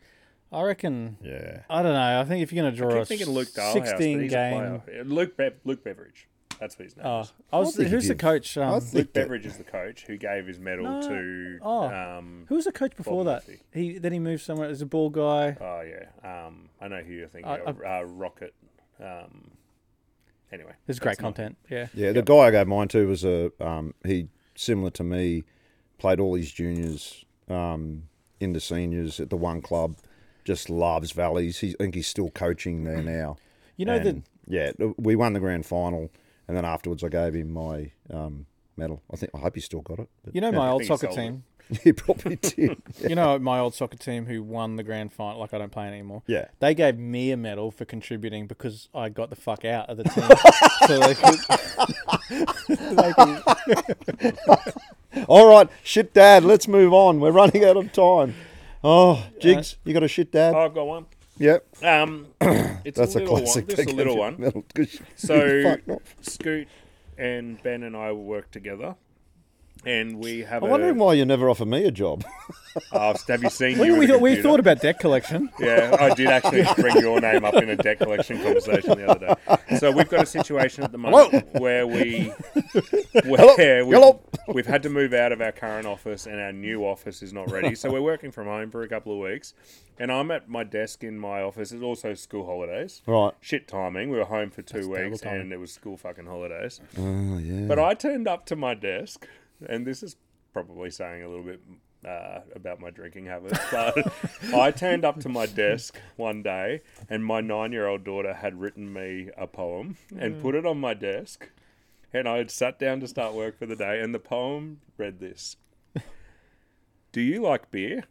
D: I reckon.
B: Yeah.
D: I don't know. I think if you're going to draw
C: I
D: a
C: keep thinking Luke Dahlhouse, but
D: sixteen
C: he's
D: game.
C: a player. Luke Be- Luke Beveridge, that's what his name
D: Oh,
C: is.
D: I was.
B: I think
D: Who's
B: he
D: the
B: did.
D: coach?
B: I
D: Um,
B: think
C: Luke
B: that,
C: Beveridge is the coach who gave his medal
D: No.
C: to.
D: Oh.
C: Um,
D: who was the coach before that?
C: Murphy.
D: He then he moved somewhere. There's a ball guy.
C: oh yeah, um, I know who you're thinking.
D: I-
C: of, uh, Rocket. Um, anyway,
D: There's great content. Yeah.
B: yeah, the guy I gave mine to was a. Um, he, similar to me, played all his juniors um, into seniors at the one club. Just loves Valleys. He, I think he's still coaching there now.
D: You know the
B: And, yeah, we won the grand final, And then afterwards, I gave him my um, medal. I think I hope he still got it. But
D: You know my old
C: think he
D: soccer
C: sold it.
D: team.
B: he probably did.
D: You know my old soccer team who won the grand final. Like I don't play anymore.
B: Yeah.
D: They gave me a medal for contributing because I got the fuck out of the team. so they could, they could-
B: All right, shit, dad. Let's move on. We're running out of time. Oh, Jigs, you got a shit, dad?
C: Oh, I've got one.
B: yep,
C: Um, it's
B: that's
C: a
B: a,
C: little one.
B: classic.
C: Just a little one. So- Scoot and Ben and I work together, and we have.
B: I'm
C: a-
B: wondering why you never offer me a job.
C: Oh, have you seen?
D: we,
C: you
D: we,
C: with a
D: we
C: computer?
D: thought about debt collection.
C: Yeah, I did actually bring your name up in a debt collection conversation the other day. So we've got a situation at the moment where we where we,
B: Hello.
C: we've had to move out of our current office and our new office is not ready. So we're working from home for a couple of weeks. And I'm at my desk in my office. It's also school holidays.
B: Right.
C: Shit timing. We were home for two
D: terrible
C: weeks
D: timing.
C: and it was school fucking holidays.
B: Oh yeah.
C: But I turned up to my desk, and this is probably saying a little bit uh, about my drinking habits, but I turned up to my desk one day, and my nine year old daughter had written me a poem and put it on my desk. And I had sat down to start work for the day, and the poem read this Do you like beer?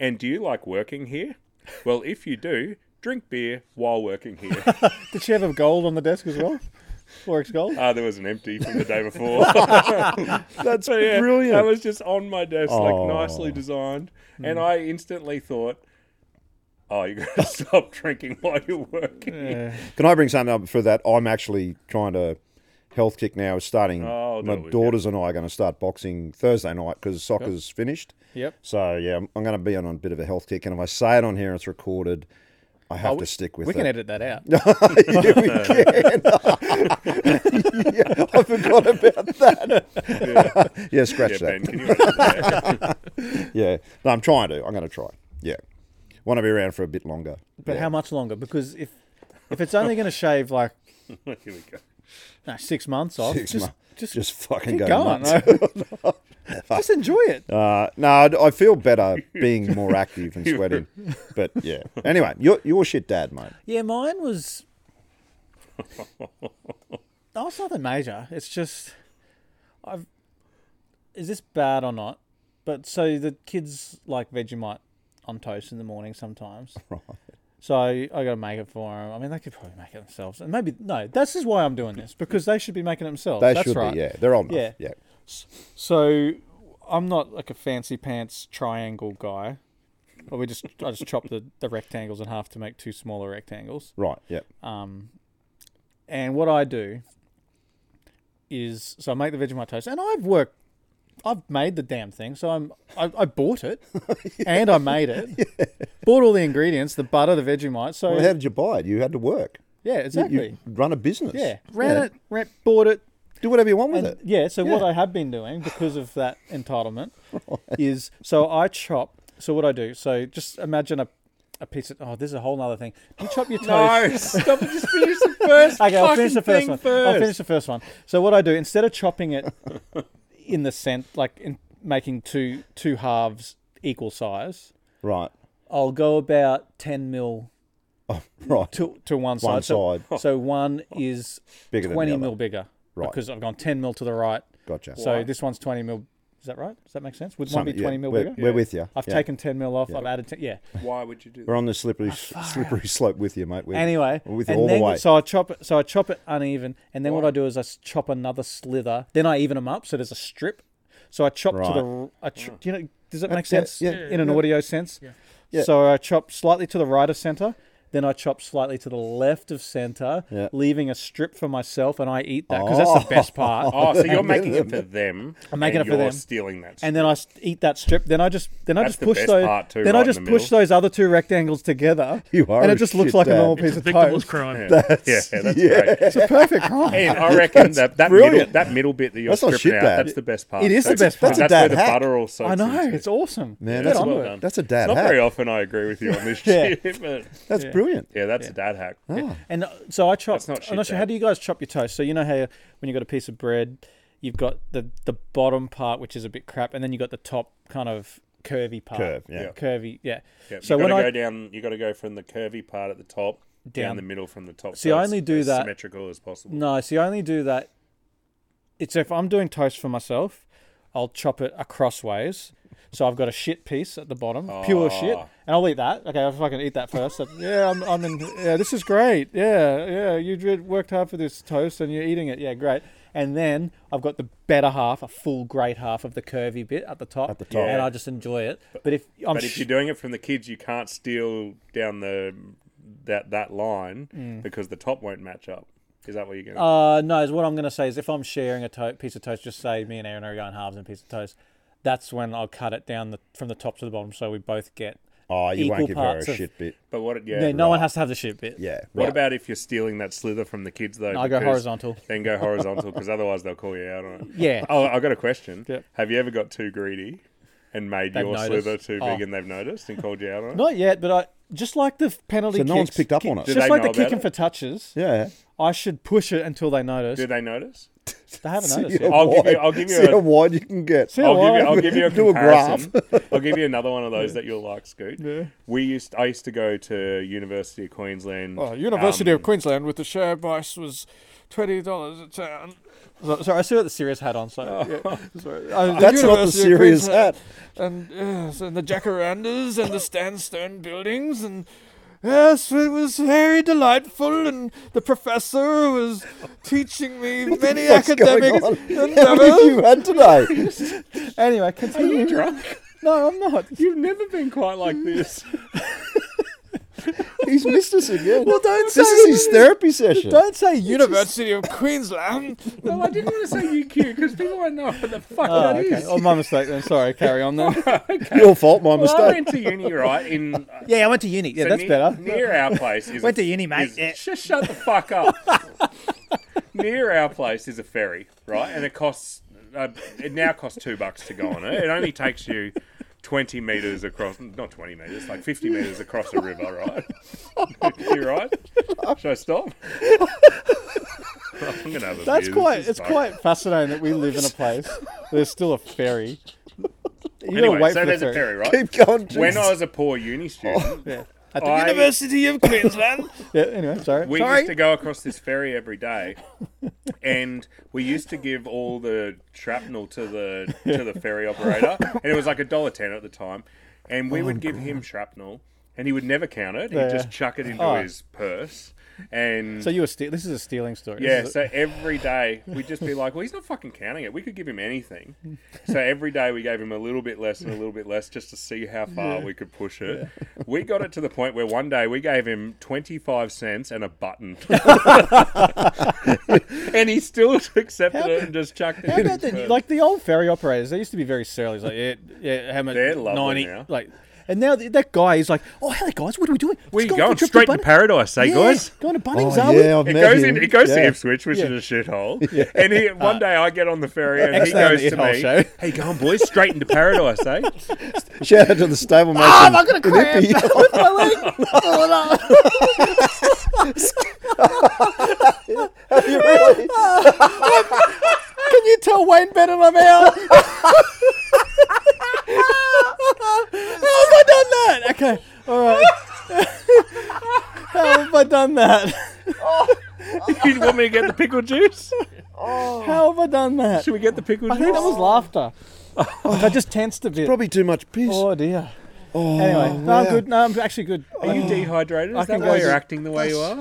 C: And do you like working here? Well, if you do, drink beer while working here.
D: Did she have a gold on the desk as well? Forex gold.
C: Ah, there was an empty from the day before.
B: That's
C: So, yeah,
B: brilliant.
C: That was just on my desk,
B: Oh.
C: like nicely designed,
D: Hmm.
C: and I instantly thought, "Oh, you gotta stop drinking while you're working."
D: Yeah.
B: Can I bring something up for that? I'm actually trying to health kick now. Is starting.
C: Oh, I'll do
B: my
C: it with you.
B: daughters and I are going to start boxing Thursday night because soccer's finished.
D: Yep.
B: So yeah, I'm, I'm going to be on a bit of a health kick, and if I say it on here, it's recorded. I have to stick with
D: We
B: it.
D: can edit that out.
B: yeah, we can. yeah, I forgot about that. Yeah, scratch
C: Yeah,
B: that.
C: Ben, can you? edit that?
B: Yeah, no, I'm trying to. I'm going to try. Yeah, want to be around for a bit longer.
D: But
B: Yeah.
D: how much longer? Because if if it's only going to shave like
C: Here we go.
D: no, six months off,
B: Six
D: just,
B: months.
D: just
B: Just fucking
D: keep
B: go
D: going.
B: nuts.
D: just enjoy it.
B: Uh, no, I I feel better being more active and sweating. But yeah. Anyway, your your shit, dad, mate.
D: Yeah, mine was. Oh, it's nothing major. It's just, I've. Is this bad or not? But so the kids like Vegemite on toast in the morning sometimes. Right. So I got to make it for them. I mean, they could probably make it themselves, and maybe no. This is why I'm doing this because they should be making it themselves.
B: They
D: That's
B: should
D: right.
B: be. Yeah, they're old enough. Yeah.
D: Yeah. So I'm not like a fancy pants triangle guy. But we just I just chop the, the rectangles in half to make two smaller rectangles.
B: Right. Yeah.
D: Um, and what I do is, so I make the Vegemite toast, and I've worked, I've made the damn thing. So I'm, I, I bought it, and I made it. Bought all the ingredients, the butter, the Vegemite. So
B: Well, how did you buy it? You had to work.
D: yeah,
B: You-
D: exactly.
B: You run a business.
D: yeah, ran it, ran, bought it,
B: Do whatever you want with it.
D: and yeah, so what
B: Yeah.
D: I have been doing because of that entitlement is so I chop. So what I do, so just imagine a, a piece of oh, this is a whole other thing. You chop your toast.
C: No, stop it. Just finish the first.
D: okay, I'll finish
C: fucking
D: the first
C: thing
D: one. i I'll
C: first.
D: finish the first one. So what I do instead of chopping it in the scent, like in making two two halves equal size,
B: Right.
D: I'll go about ten mil
B: Right.
D: to to one side.
B: One
D: So,
B: side.
D: so one is
B: Bigger than the
D: twenty
B: other.
D: mil bigger
B: Right.
D: because I've gone ten mil to the right.
B: Gotcha.
D: So this one's twenty mil. Is that right? Does that make sense? Would one be
B: Something, yeah.
D: twenty mil
B: we're,
D: bigger?
B: We're with you.
D: I've
B: Yeah.
D: taken Oh, ten mil off. I've added ten. Yeah.
C: Why would you do
B: We're
C: that?
B: on the slippery slippery slope with you, mate. We're,
D: Anyway,
B: we're with you
D: and
B: all
D: then,
B: the way.
D: So I chop it. So I chop it uneven, and then what I do is I s- chop another slither. Then I even them up, so there's a strip. So I chop to the. r- I ch- Do you know? Does that make
B: yeah,
D: sense?
B: yeah,
D: In an audio sense.
B: Yeah.
D: So I chop slightly to the right of center. Then I chop slightly to the left of center,
B: Yeah.
D: leaving a strip for myself, and I eat that because that's the best part.
C: Oh, so you're making it for them.
D: I'm making
C: and
D: it for
C: you're
D: them.
C: Stealing that.
D: and then I s- eat that strip. Then I just then I
C: That's
D: just
C: the
D: push
C: best
D: those.
C: part too,
D: then I
C: right in
D: just
C: the
D: push
C: middle.
D: those other two rectangles together,
B: You are
D: and
B: a
D: it just looks
B: shit
D: like a
B: dad.
D: normal piece
E: It's a
D: of
E: victimless
D: toast.
E: crime.
C: yeah, that's, yeah, that's great.
D: It's a perfect crime.
C: And I reckon that that middle,
B: brilliant.
C: that middle bit that you're
B: That's not shit
C: stripping out,
B: bad.
C: that's the best part.
D: It is the
C: That's-
D: best part. It's a
C: That's
B: dad
C: where the
B: hack.
C: butter all soaks
D: I know
C: into.
D: it's awesome.
B: Man,
D: Get
B: that's
D: on
B: well
D: to it.
B: done. That's a dad
C: Not
B: hack.
C: very often I agree with you on this
D: Yeah.
C: shit, but
B: That's
D: Yeah.
B: brilliant.
C: yeah, that's a dad hack.
B: Ah.
D: And uh, so I chop.
C: That's not
D: I'm
C: shit,
D: not sure.
C: Dad.
D: How do you guys chop your toast? So you know how you- when you got a piece of bread, you've got the the bottom part which is a bit crap, and then you got the top kind of curvy part.
B: Curve, yeah.
D: Curvy. Yeah.
C: Yeah,
D: So
C: you
D: when
C: got to
D: I
C: go down. You got to go from the curvy part at the top down,
D: down.
C: the middle from the top.
D: See,
C: so
D: I
C: it's
D: only do
C: as
D: that-
C: symmetrical as possible.
D: No, see, I only do that. It's if I'm doing toast for myself, I'll chop it across ways. So I've got a shit piece at the bottom, pure shit,
C: Ah.
D: and I'll eat that. Okay, I'll fucking eat that first. That- yeah, I'm, I'm in. Yeah, this is great. Yeah, yeah, you did, worked hard for this toast and you're eating it. Yeah, great. And then I've got the better half, a full great half of the curvy bit at the top,
B: At the top.
D: and I just enjoy it. But if I'm
C: But if you're doing it from the kids, you can't steal down the that that line because the top won't match up. Is that what you're going? to
D: Mm. Uh, no, is what I'm going to say is if I'm sharing a to- piece of toast, just say me and Aaron are going halves in a piece of toast. That's when I'll cut it down the, from the top to the bottom, so we both get.
B: Oh, you
D: Equal
B: won't give her a
D: parts of-
B: shit bit.
C: But what? Yeah.
D: Yeah, no one has to have the shit bit.
B: Yeah.
C: What
B: Right.
C: about if you're stealing that slither from the kids though?
D: I go
C: Because-
D: horizontal.
C: Then go horizontal because otherwise they'll call you out on it.
D: Yeah.
C: Oh, I got a question.
D: Yep.
C: Have you ever got too greedy and made
D: They've
C: your
D: noticed.
C: slither too
D: Oh.
C: big and they've noticed and called you out on it?
D: Not yet, but I just like the penalty.
B: So no one's
D: kicks-
B: picked up
D: kick-
B: on it?
C: Do
D: Just
C: they
D: like the
C: know about
D: kicking
C: it?
D: for touches,
B: Yeah.
D: I should push it until they notice.
C: Do they notice?
D: They haven't
B: See
D: noticed.
B: how
D: Yet.
C: I'll give you-
B: wide-
C: I'll give you
B: See
C: a-
B: how wide you can get. Oh,
D: See how
C: I'll give you.
D: wide-
C: I'll give you a
B: Do a graph.
C: comparison. I'll give you another one of those that you'll like, Scoot. We used. I used to go to University of Queensland.
D: Oh, University
C: um,
D: of Queensland with the share price was twenty dollars a town. So, sorry, I still got the serious hat on. So yeah, sorry. Uh, the
B: That's not the
D: University of
B: serious
D: Queensland-
B: hat.
D: and yes, and the jacarandas and the sandstone buildings and yes, it was very delightful and the professor was teaching me many
B: What's
D: academic
B: going on? How many have you had today?
D: Anyway, continue.
C: drunk.
D: No, I'm not.
C: You've never been quite like this.
B: He's missed us again.
D: Well,
B: This
D: don't say
B: is his therapy session.
D: Don't say University of Queensland.
C: no, I didn't want to say UQ because people won't know what the fuck
D: Oh,
C: that is.
D: okay. Oh, my mistake then. Sorry, carry on then.
B: Your fault, my
C: Well, I
B: mistake.
C: went to uni right in.
D: yeah, I went to uni. Yeah,
C: so
D: that's
C: near,
D: better.
C: Near our place is
D: Went
C: a-
D: to uni, mate.
C: is-
D: Yeah.
C: Just shut the fuck up. near our place is a ferry, right? And it costs. Uh, it now costs two bucks to go on it. It only takes you. 20 meters across, not 20 meters, like 50 meters across a river, right? you right? Should I stop? I'm gonna have a
D: That's
C: beer.
D: quite.
C: This
D: It's
C: is
D: quite fascinating that we live in a place there's still a ferry. You gotta
C: Anyway,
D: wait for
C: so
D: the
C: there's
D: ferry.
C: a ferry, right?
B: Keep going. Jason.
C: When I was a poor uni student,
D: At the
C: I-
D: University of Queensland. Oh, yeah. Anyway, sorry.
C: we
D: sorry.
C: used to go across this ferry every day, and we used to give all the shrapnel to the to the ferry operator, and it was like a dollar ten at the time, and
D: Oh,
C: we would give him shrapnel, and he would never count it; he'd
D: Yeah.
C: just chuck it into
D: Oh.
C: his purse, and.
D: So you were. Ste- this is a stealing story. This
C: yeah,
D: is a-
C: so every day we'd just be like, well, he's not fucking counting it. We could give him anything. So every day we gave him a little bit less and a little bit less just to see how far we could push it. We got it to the point where one day we gave him 25 cents and a button. and he still accepted it and just chucked it
D: How
C: in.
D: about
C: his
D: the,
C: purse.
D: like the old ferry operators? They used to be very surly. It's like, yeah, yeah, how much?
C: They're lovely
D: Ninety.
C: now.
D: Like, and now th- that guy is like, oh, hello guys, what are we doing? Let's
C: We're
D: go
C: going
D: for a trip
C: straight to
D: Bunnings."
C: paradise, eh,
D: Yeah,
C: guys?
D: Going to Bunnings,
B: oh,
D: are
B: yeah, I've
C: It
B: met
C: goes
B: him.
C: in. It goes
B: yeah.
C: to Ipswich, which
D: Yeah.
C: is a shithole. And he, one day I get on the ferry and he
D: Excellent
C: goes to
D: shithole
C: me,
D: show.
C: "Hey, go on, boys, straight into paradise, eh?"
B: Shout out to the stablemate.
D: Oh,
B: in-
D: I'm gonna
B: in
D: cramp
B: Ippy.
D: with my leg. Oh, no.
B: You really-
D: Can you tell Wayne Bennett I'm out? How have I done that? Okay, all right. How have I done that?
C: you want me to get the pickle juice?
D: How have I done that?
C: Should we get the pickle juice?
D: I think that was laughter. I just tensed a bit.
B: Probably Oh, too much piss.
D: Oh dear. anyway, no, I'm
B: wow.
D: good. No, I'm actually good.
C: Are you dehydrated? Is
D: I
C: that
D: can
C: why
D: go
C: you're
D: to-
C: acting the way you are?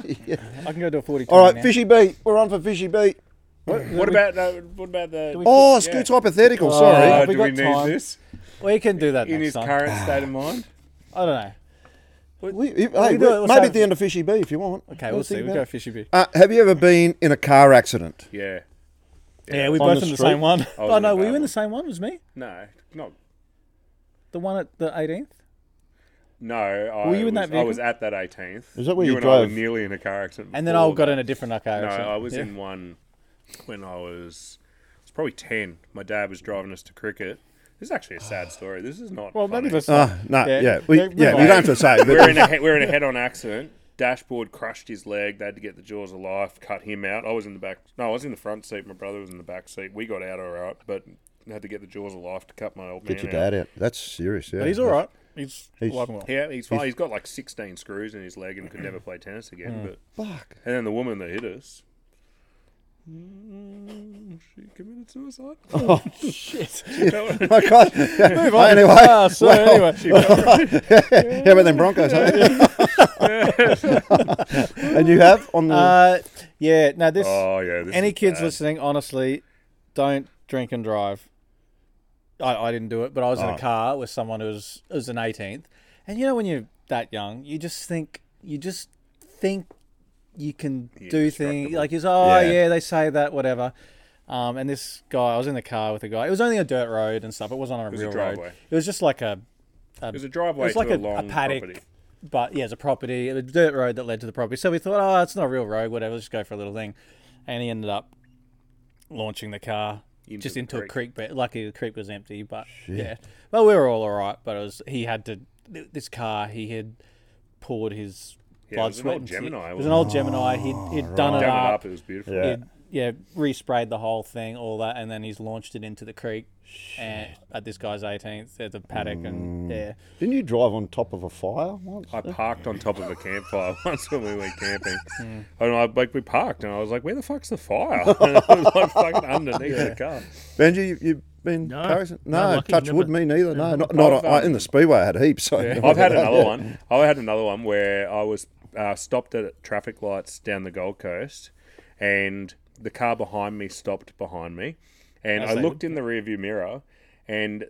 D: I can go to a 42.
B: All right,
D: now.
B: fishy beat. We're on for fishy beat.
C: What about uh, what about the?
B: Oh, Scoot's hypothetical.
C: Oh,
B: Sorry.
D: Have we
C: do we
D: got
C: need
D: time?
C: this
D: We can do that
C: in
D: next
C: his
D: time. Ah.
C: current state of mind?
D: I don't know.
B: We- hey, we-
D: do it. We'll
B: maybe
D: save
B: at the end of fishy beat if you want.
D: Okay,
B: Have a
D: we'll
B: think
D: see. We'll
B: about
D: go
B: it.
D: fishy bit.
B: Uh, have you ever been in a car accident?
C: Yeah.
D: Yeah, we
B: On
D: both
B: the
D: in the
B: street?
D: same one.
C: was
D: Oh
C: in
D: no,
C: a
D: were you
C: bad
D: in
C: one.
D: the same one as me?
C: No, not.
D: The one at the 18th?
C: No, I
D: Were you
C: was,
D: in that
C: I
D: vehicle?
C: was at that 18th.
B: Is that where you
C: and I were
B: drove?
C: nearly in a car accident?
D: And then I
C: before
D: got
C: that.
D: in a different car
C: No,
D: accident.
C: I was
D: Yeah.
C: in one when I was. It's probably ten. My dad was driving us to cricket. This is actually a sad story. This is not.
D: Well,
C: funny.
D: maybe that's
B: Ah, no,
D: Yeah.
B: yeah, we,
D: Yeah,
B: yeah,
D: we
B: we
D: might.
B: don't have to say. But
C: we're in a he- we're in a head-on accident. Dashboard crushed his leg. They had to get the jaws of life, cut him out. I was in the back. No, I was in the front seat. My brother was in the back seat. We got out all right, but had to get the jaws of life to cut my old
B: get
C: man
B: your
C: out.
B: dad out. That's serious. Yeah,
D: But he's all right. He's,
B: He's-
D: alive and well.
C: Yeah, he's fine. he's got like 16 screws in his leg and could never play tennis again. But
B: Fuck.
C: and then the woman that hit us, mm, she committed suicide.
B: Oh,
D: Shit.
C: That
B: my God.
D: Move on.
B: Anyway,
D: Ah, so
B: well,
D: anyway.
B: How about them Broncos, huh? and you have on the.
D: Uh, yeah, no, this.
C: was- oh yeah. This
D: any
C: is
D: kids
C: bad.
D: listening, honestly, don't drink and drive. I, I didn't do it, but I was in
B: Oh.
D: a car with someone who was, who was an 18th. And you know, when you're that young, you just think, you just think you can do things.
C: indestructible.
D: Like, he's, oh,
B: Yeah.
D: yeah. they say that, whatever. Um, and this guy, I was in the car with a guy. It was only a dirt road and stuff. It wasn't on a
C: was a
D: real road.
C: driveway.
D: It was just like a,
C: It was a driveway
D: it was like
C: to
D: a,
C: a,
D: a
C: long
D: paddock,
C: property.
D: but yeah, it's a property, a dirt road that led to the property. So we thought, oh, it's not a real road, whatever. Let's just go for a little thing. And he ended up launching the car
C: Into
D: just
C: the
D: into
C: creek.
D: a creek. But luckily, the creek was empty. But yeah, well, we were all alright. But it was he had to th- this car. He had poured his
C: Yeah, it
D: blood,
C: was an
D: sweat,
C: old
D: and
C: Gemini,
D: tears- It was
C: wasn't
D: an old Gemini. He'd, he'd done it up.
C: Done it up. It was beautiful.
B: Yeah.
D: He'd, yeah, resprayed the whole thing, all that, and then he's launched it into the creek. And at this guy's 18th at the paddock,
C: Mm.
D: and yeah,
B: Didn't you drive on top of a fire once?
C: I parked on top of a campfire once when we went camping. And I like we parked, and I was like, "Where the fuck's the fire?" And it was like fucking underneath the car.
B: Benji, you, you've been
E: No.
B: Paris?
E: No,
B: No,
E: lucky
B: touch
E: never.
B: wood, me neither. No, not, not
C: I've,
B: I, in
C: um,
B: the speedway. I had heaps. So
C: I've had another one. I had another one where I was uh, stopped at traffic lights down the Gold Coast, and the car behind me stopped behind me, and
D: As
C: I
D: they
C: looked in the rearview mirror, and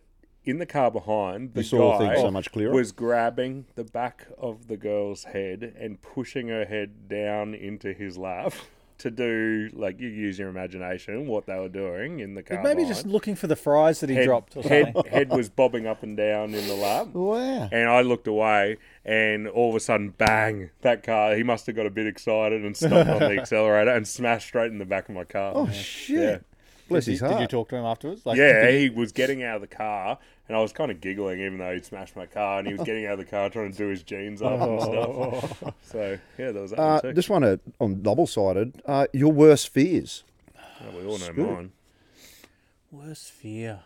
C: in the car behind, the
B: saw
C: guy
B: things so much clearer.
C: was grabbing the back of the girl's head and pushing her head down into his lap. To do like you use your imagination, what they were doing in the car.
D: maybe
C: behind.
D: just looking for the fries that he
C: head,
D: dropped or something.
C: head, head was bobbing up and down in the lap.
B: Wow.
C: And I looked away, and all of a sudden, bang! That car. He must have got a bit excited and stopped on the accelerator and smashed straight in the back of my car.
B: Oh, shit. Bless
D: Did
B: his
D: you, did you
B: heart.
D: talk to him afterwards? Like,
C: yeah,
D: did you-
C: he was getting out of the car, and I was kind of giggling, even though he'd smashed my car, and he was getting out of the car trying to do his jeans up and stuff. So yeah, that was that
B: Oh. Uh,
C: one too.
B: this one uh, on double sided. Uh, your worst fears.
C: Oh, we all know mine.
D: Worst fear.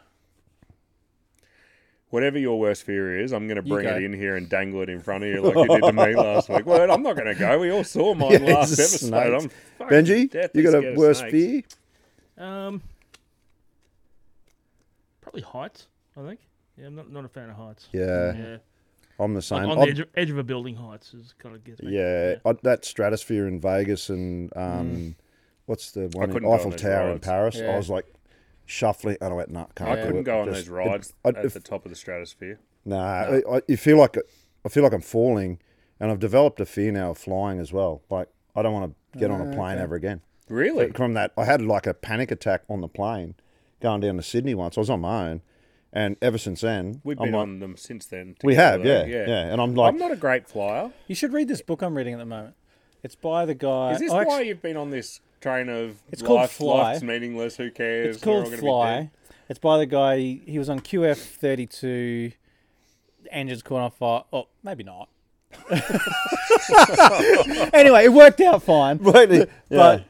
C: Whatever your worst fear is, I'm going to
D: You
C: bring
D: go.
C: it in here and dangle it in front of you like you did to me last week. Well, I'm not going to go. We all saw mine
B: Yeah,
C: last
B: it's a
C: episode.
B: snake.
C: I'm
E: Oh,
C: fucking
B: Benji,
C: deathly
B: you got
C: scared
B: a
C: of
B: worst
C: snakes.
B: fear?
E: Um, probably heights. I think. Yeah, I'm not, not a fan of heights.
B: Yeah,
E: Yeah.
B: I'm the same.
E: Like on
B: I've-
E: the edge of, edge of a building heights is kind of gets me.
B: yeah, I, that stratosphere in Vegas and um,
E: Mm.
B: what's the one? in
C: couldn't go on
B: Eiffel
C: those
B: Tower in
C: rides.
B: Paris. I
D: Yeah.
B: was like shuffling, and I went, "No, can't."
C: I
B: do
C: couldn't
B: it."
C: go on
B: Just-
C: those rides
B: I-
C: at
B: if-
C: the top of the stratosphere.
B: Nah, I, I, you feel like I feel like I'm falling, and I've developed a fear now of flying as well. Like I don't want to get on
C: Ah,
B: a plane ever again.
C: Really?
B: From that, I had like a panic attack on the plane going down to Sydney once. I was on my own, and ever since then,
C: We've
B: I'm
C: been
B: like-
C: on them since then.
B: We
C: together,
B: have, yeah,
C: though.
B: yeah, And I'm like,
C: I'm not a great flyer.
D: You should read this book I'm reading at the moment. It's by the guy.
C: Is this
D: oh,
C: why
D: actu-
C: you've been on this train of
D: It's called
C: life,
D: Fly.
C: life's meaningless, who cares?
D: It's
C: we're all
D: called
C: gonna be
D: Fly.
C: dead?
D: It's by the guy. He was on QF32. Engines caught on fire. Oh, maybe not. anyway, it worked out fine.
B: Really?
D: But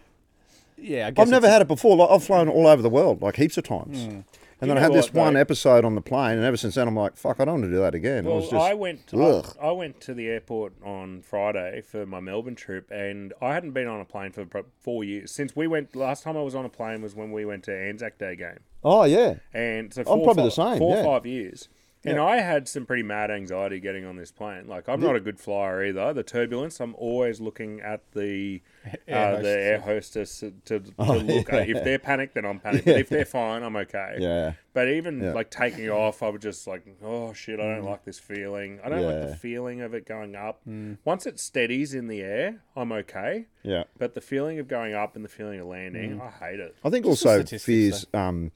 D: yeah, I guess
B: I've never
D: it's-
B: had it before. Like, I've flown all over the world, like heaps of times. And then I
C: Hmm. know
B: had this
C: what, though?
B: one episode on the plane, and ever since then, I'm like, fuck, I don't want to do that again. it
C: Well,
B: was just,
C: I went. I,
B: ugh.
C: I went to the airport on Friday for my Melbourne trip, and I hadn't been on a plane for pro- four years since we went. Last time I was on a plane was when we went to Anzac Day game.
B: oh yeah,
C: and so
B: I'm
C: four,
B: probably
C: fi-
B: the same,
C: four or
B: yeah.
C: five years. And I had some pretty mad anxiety getting on this plane. Like I'm not a good flyer either. The turbulence, I'm always looking at the
D: Air
C: uh, the air hostess to, to, to look at. If they're panicked, then I'm panicked. But if they're fine, I'm okay.
B: yeah,
C: But even
B: Yeah.
C: like taking off, I was just like, oh shit, I don't like this feeling. I don't like
B: Yeah.
C: the feeling of it going up. Once it steadies in the air, I'm okay.
B: yeah.
C: But the feeling of going up and the feeling of landing, I hate it.
B: I think
D: Just the
B: also
D: statistics,
B: fears um,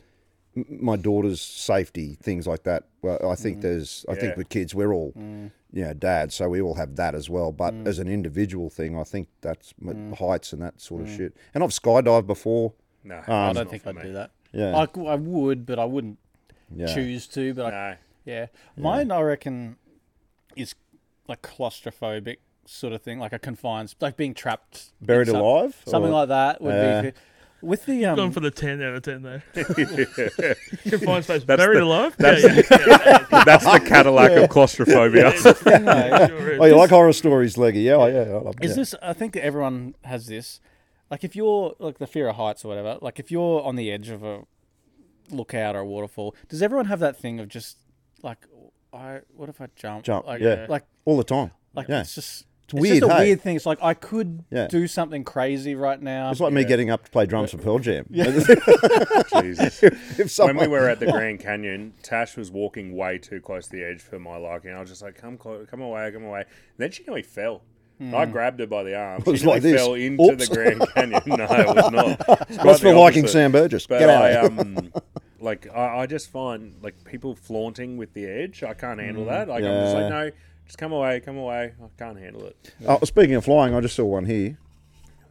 B: m- my daughter's safety, things like that. Well, I
D: Mm.
B: think there's, I
C: Yeah.
B: think with kids, we're all, you know, dads, so we all have that as well. But
D: Mm.
B: as an individual thing, I think that's m heights and that sort of
D: Mm.
B: shit. And I've skydived before.
C: No,
D: I
C: it's
D: don't
C: not
D: think
C: for
D: I'd
C: me.
D: do that.
B: Yeah.
D: I, I would, but I wouldn't
B: Yeah.
D: choose to. But I
C: No.
D: Yeah. Mine, I reckon, is like claustrophobic sort of thing, like a confined, like being trapped. in
B: Buried
D: some-
B: alive?
D: Something
B: Or-
D: like that would
B: Yeah.
D: be. With the um,
E: Going for the 10 out of 10 there. Confined space buried
C: the-
E: alive?
C: that's
E: yeah, yeah,
C: That's the Cadillac of claustrophobia.
E: yeah, sure is.
B: Oh, you like horror stories, Leggy? Yeah, oh, yeah. I love
D: Is
B: yeah.
D: this? I think that everyone has this. Like, if you're like the fear of heights or whatever, like if you're on the edge of a lookout or a waterfall, does everyone have that thing of just like, "Oh, I what if I jump?
B: Jump,
D: Like,
B: yeah.
D: Like,
B: all the time?
D: like
B: yeah.
D: it's just. It's,
B: weird,
D: just a
B: hey?
D: weird thing. It's like I could
B: Yeah.
D: do something crazy right now.
B: It's like me getting up to play drums for Pearl Jam.
C: Jesus.
B: if
C: When
B: someone,
C: we were at the Grand Canyon, Tash was walking way too close to the edge for my liking. I was just like, "Come, clo- come away, come away!" And then she nearly fell. I grabbed her by the arm. She
B: Hmm. was like
C: nearly
B: this.
C: fell into
B: Oops.
C: the Grand Canyon. No, it was not. It's quite
B: that's
C: the
B: for liking
C: opposite.
B: Sam Burgess.
C: But
B: Get out.
C: I,
B: of here.
C: um, like, I, I just find like people flaunting with the edge. I can't handle that. Like, I'm just
B: Hmm. Yeah.
C: like, no, just come away, come away. I can't handle it.
B: oh, speaking of flying, I just saw one here.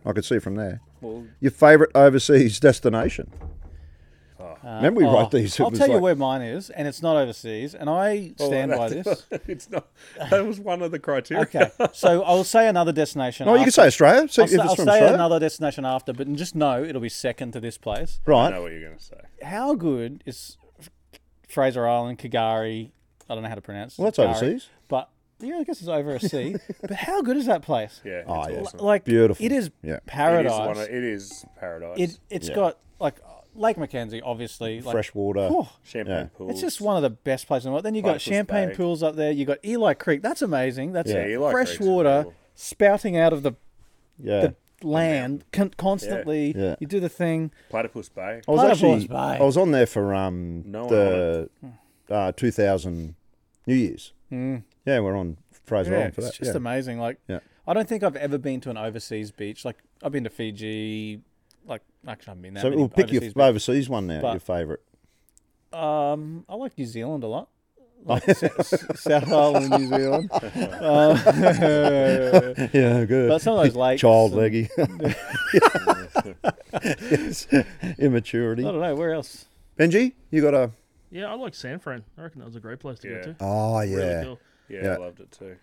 B: I could see from there.
C: Well,
B: Your favourite overseas destination? Remember we
D: Oh,
B: wrote these. it
D: I'll
B: was
D: tell you
B: like- Oh,
D: where mine is, and it's not overseas, and I stand by
C: that's-
D: this.
C: It's not. That was one of the criteria.
D: Okay, so I'll say another destination.
B: No, you
D: after.
B: can say Australia. See
D: I'll,
B: if
D: say,
B: it's
D: I'll
B: from
D: say
B: Australia.
D: another destination after, but just know it'll be second to this place.
C: I
B: Right.
C: know what you're gonna say.
D: How good is Fraser Island, Kagari? I don't know how to pronounce.
B: Well, that's
D: Kagari,
B: overseas.
D: but yeah, I guess it's over a sea. but how good is that place?
C: Yeah. It's
B: Oh, yeah.
C: awesome.
D: like
B: Beautiful.
D: It is
B: Yeah. It is
C: It
D: paradise.
C: is, one of, it is paradise.
D: It it's
B: Yeah.
D: got like Lake Mackenzie, obviously. Like,
B: Fresh water.
D: oh,
C: Champagne
B: Yeah.
C: pools.
D: it's just one of the best places in the world. Then you got
C: Priceless
D: champagne
C: Bay.
D: pools up there. You got Eli Creek. That's amazing. That's
C: Yeah, Eli
D: fresh
C: Creek's
D: water
C: incredible.
D: spouting out of the,
B: Yeah.
D: the land con- constantly.
B: Yeah.
D: You do the thing.
C: Platypus Bay.
B: I was
D: Platypus
B: actually
D: Bay.
B: I was on there for um
C: No one
B: the uh, 2000 New Year's. Mm. Yeah, we're on Fraser
D: Hmm. Yeah,
B: Island for that.
D: it's just
B: yeah.
D: amazing. Like,
B: Yeah.
D: I don't think I've ever been to an overseas beach. Like, I've been to Fiji. Like, actually, I've been that.
B: so
D: many
B: we'll pick your
D: overseas
B: f- overseas one now.
D: But-
B: your favourite.
D: beach. Um, I like New Zealand a lot. Like South, South Island, New Zealand. Um,
B: Yeah, good.
D: but some of those lakes.
B: Child
D: and-
B: leggy. yes. Immaturity.
D: I don't know where else.
B: Benji, you got a.
E: Yeah, I like San Fran. I reckon that was a great place to
C: Yeah.
E: go to.
B: Oh yeah.
E: Really cool.
C: Ah, Yeah,
B: Yeah.
C: I loved it too.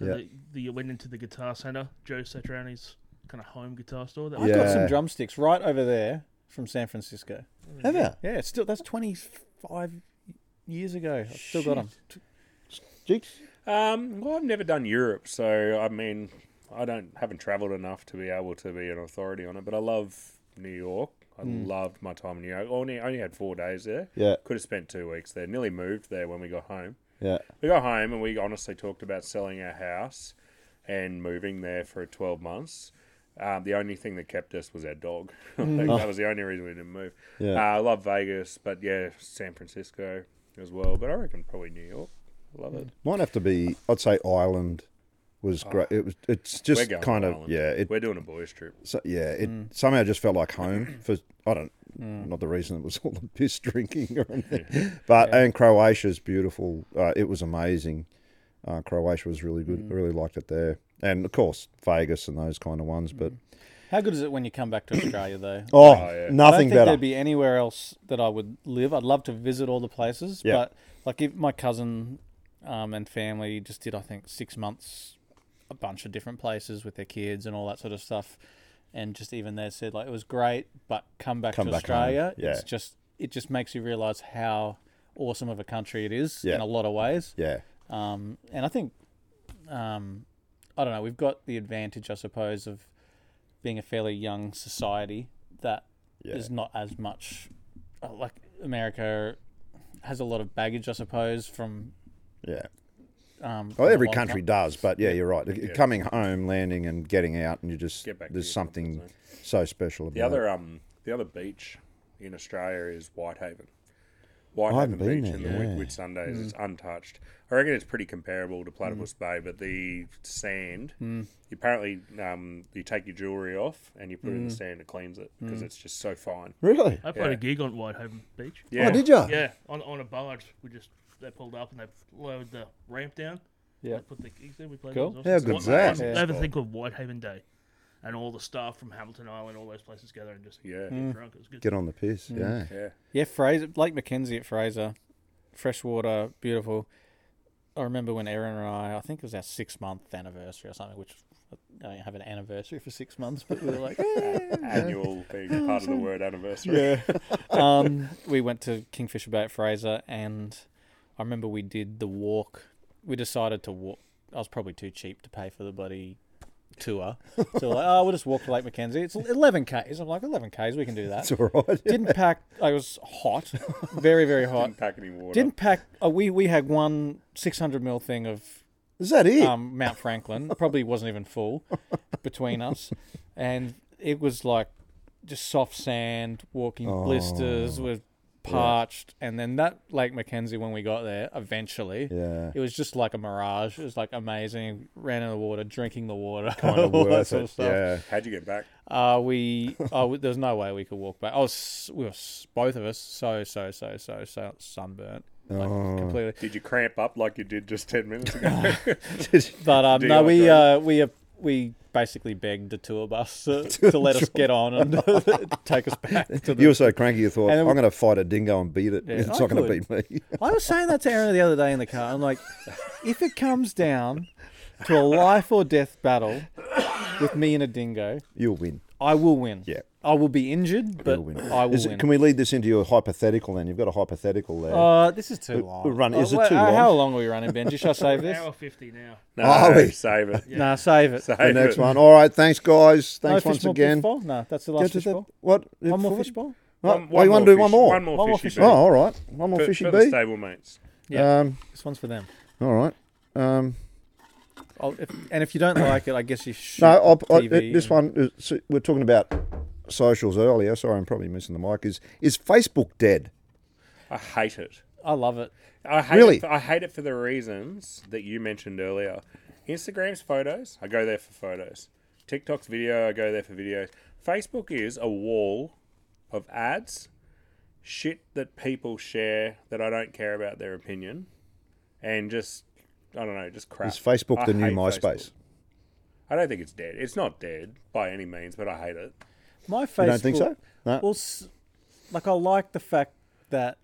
E: And
B: Yeah.
E: they- they- you went into the guitar center. Joe sat around his kind of home guitar store. That
D: I got
B: Yeah.
D: some drumsticks right over there from San Francisco.
B: Have ya?
D: Yeah, it's still that's twenty five years ago. I've still got them.
B: Jeeks?
C: Um, well, I've never done Europe, so I mean, I don't haven't travelled enough to be able to be an authority on it. But I love New York. I
D: Hmm.
C: loved my time in New York. Only only had four days there.
B: Yeah.
C: could have spent two weeks there. Nearly moved there when we got home.
B: Yeah.
C: We got home and we honestly talked about selling our house and moving there for 12 months. Um, the only thing that kept us was our dog. I think that was the only reason we didn't move.
B: Mm-hmm. Yeah.
C: Uh, I love Vegas, but yeah, San Francisco as well. But I reckon probably New York. I love it.
B: Might have to be. I'd say Ireland was great. It was. It's
C: We're
B: just
C: going
B: kind
C: to
B: of
C: Ireland.
B: yeah. It
C: We're doing a boys trip.
B: so, yeah. It somehow just felt like home for I don't. Not the reason it was all the piss drinking or anything, but and Croatia's beautiful. Uh, it was amazing. Uh, Croatia was really good. I really liked it there, and of course Vegas and those kind of ones. But
D: How good is it when you come back to Australia though?
B: oh,
C: yeah.
D: I don't
B: nothing
D: think
B: better.
D: there'd be anywhere else that I would live. I'd love to visit all the places,
B: Yeah.
D: but like if my cousin um, and family just did, I think six months, a bunch of different places with their kids and all that sort of stuff, and just even they said like it was great, but come back
B: Come
D: to
B: back home.
D: Australia.
B: Yeah.
D: It's just it just makes you realise how awesome of a country it is
B: Yeah.
D: in a lot of ways.
B: yeah,
D: Um, and I think, um, I don't know, we've got the advantage, I suppose, of being a fairly young society that is
B: Yeah.
D: not as much uh, like America has a lot of baggage, I suppose, from.
B: yeah.
D: Um, from
B: Well,
D: the
B: every
D: Wild
B: country
D: West.
B: does, but yeah, you're right. Coming home, landing, and getting out, and you just
C: Get back to
B: there's
C: your comfort
B: something
C: zone.
B: so special about
C: The other um the other beach in Australia is Whitehaven. Whitehaven
B: been
C: Beach
B: there,
C: in the
B: yeah.
C: Whit- Whit Sundays is untouched. I reckon it's pretty comparable to Platypus Bay, but the sand. Apparently, um, you take your jewelry off and you put it in the sand. It cleans it because it's just so fine.
B: it. Really?
E: I played
C: Yeah.
E: a gig on Whitehaven Beach.
C: Yeah,
B: Oh, did you?
E: Yeah, on, on a barge. We just they pulled up and they lowered the ramp down.
D: Yeah.
E: They put the gigs there. We played.
D: Cool.
E: those
B: How
E: awesome.
B: good's
E: White-
B: that?
E: They
D: Yeah.
E: have a thing called Whitehaven Day, and all the staff from Hamilton Island, all those places go there and just
C: Yeah.
E: get
D: Mm.
E: drunk. It was good.
B: Get on the piss. Yeah.
C: yeah.
D: Yeah, Fraser, Lake Mackenzie at Fraser, freshwater, beautiful. I remember when Erin and I, I think it was our six month anniversary or something, which uh, I have an anniversary for six months, but we were like,
C: Annual being part of the word anniversary.
D: yeah. um, we went to Kingfisher Bay at Fraser, and I remember we did the walk. We decided to walk. I was probably too cheap to pay for the bloody tour, so like, oh, we'll just walk to Lake Mackenzie. It's eleven k's. I'm like, eleven k's, we can do that.
B: It's all right.
D: Didn't pack. I was hot, very very hot.
C: Didn't pack any water.
D: Didn't pack. Oh, we we had one 600 mil thing of
B: Is that it?
D: um, Mount Franklin. Probably wasn't even full between us, and it was like just soft sand, walking
B: Oh.
D: blisters. We're parched, and then that Lake Mackenzie when we got there. Eventually,
B: yeah.
D: it was just like a mirage. It was like amazing. Ran in the water, drinking the water,
B: Kind of
D: all that
B: worth
D: sort
B: it.
D: of stuff.
B: Yeah.
C: How'd you get back?
D: Uh, we oh, there's no way we could walk back. I was we were s- both of us so so so so so sunburnt. Like
B: Oh.
D: completely,
C: Did you cramp up like you did just 10 minutes ago?
D: But um, no, we
C: Dehydrated.
D: uh, we uh, we basically begged the tour bus to, to let us get on and take us back to the.
B: You were so cranky, you thought,
D: And
B: I'm
D: then-
B: going to fight a dingo and beat it.
D: Yeah.
B: it's
D: I
B: not going to
D: could.
B: beat me.
D: I was saying that to Aaron the other day in the car. I'm like, if it comes down to a life or death battle with me and a dingo,
B: You'll win.
D: I will win.
B: Yeah.
D: I will be injured, but
B: You'll win.
D: I will
B: Is it-
D: win.
B: Can we lead this into your hypothetical then? You've got a hypothetical there.
D: uh, this is too long.
B: we run- is
D: Oh,
B: it too
D: wha- How
B: long?
D: long are we running, Benji? Should I save this?
E: Hour fifty now.
C: No,
B: Oh, wait.
C: save it.
E: Yeah.
D: Nah, save it.
C: Save
B: the next
C: it.
B: one. All right. Thanks, guys.
D: No
B: Thanks once
D: fishbowl,
B: again.
D: fishbowl? No, that's the
B: Get
D: last
B: to the-
D: fishbowl.
B: what?
D: One more
B: Four?
D: fishbowl?
B: What? oh, you want to do
C: fish-
B: one more?
C: One more,
D: One more
C: fishy
D: fish.
B: Oh,
C: bee.
B: all right. One more
C: For-
B: fishy
C: for the
B: bee.
C: stable mates.
D: Yeah.
B: Um,
D: This one's for them.
B: all right. Um,
D: I'll, if, and if you don't like it, I guess you should.
B: no, I'll, I,
D: TV
B: this
D: and-
B: one. Is, so we're talking about socials earlier. Sorry, I'm probably missing the mic. Is is Facebook dead?
C: I hate it.
D: I love it.
C: I hate
B: Really?
C: It for, I hate it for the reasons that you mentioned earlier. Instagram's photos, I go there for photos. TikTok's video, I go there for videos. Facebook is a wall of ads, shit that people share that I don't care about their opinion, and just I don't know, just
D: Ah,
C: crap.
B: Is Facebook
C: I
B: the new
C: hate
B: MySpace?
C: Facebook. I don't think it's dead. It's not dead by any means, but I hate it.
D: My Facebook.
B: You don't think so? No.
D: Well, s- like I like the fact that,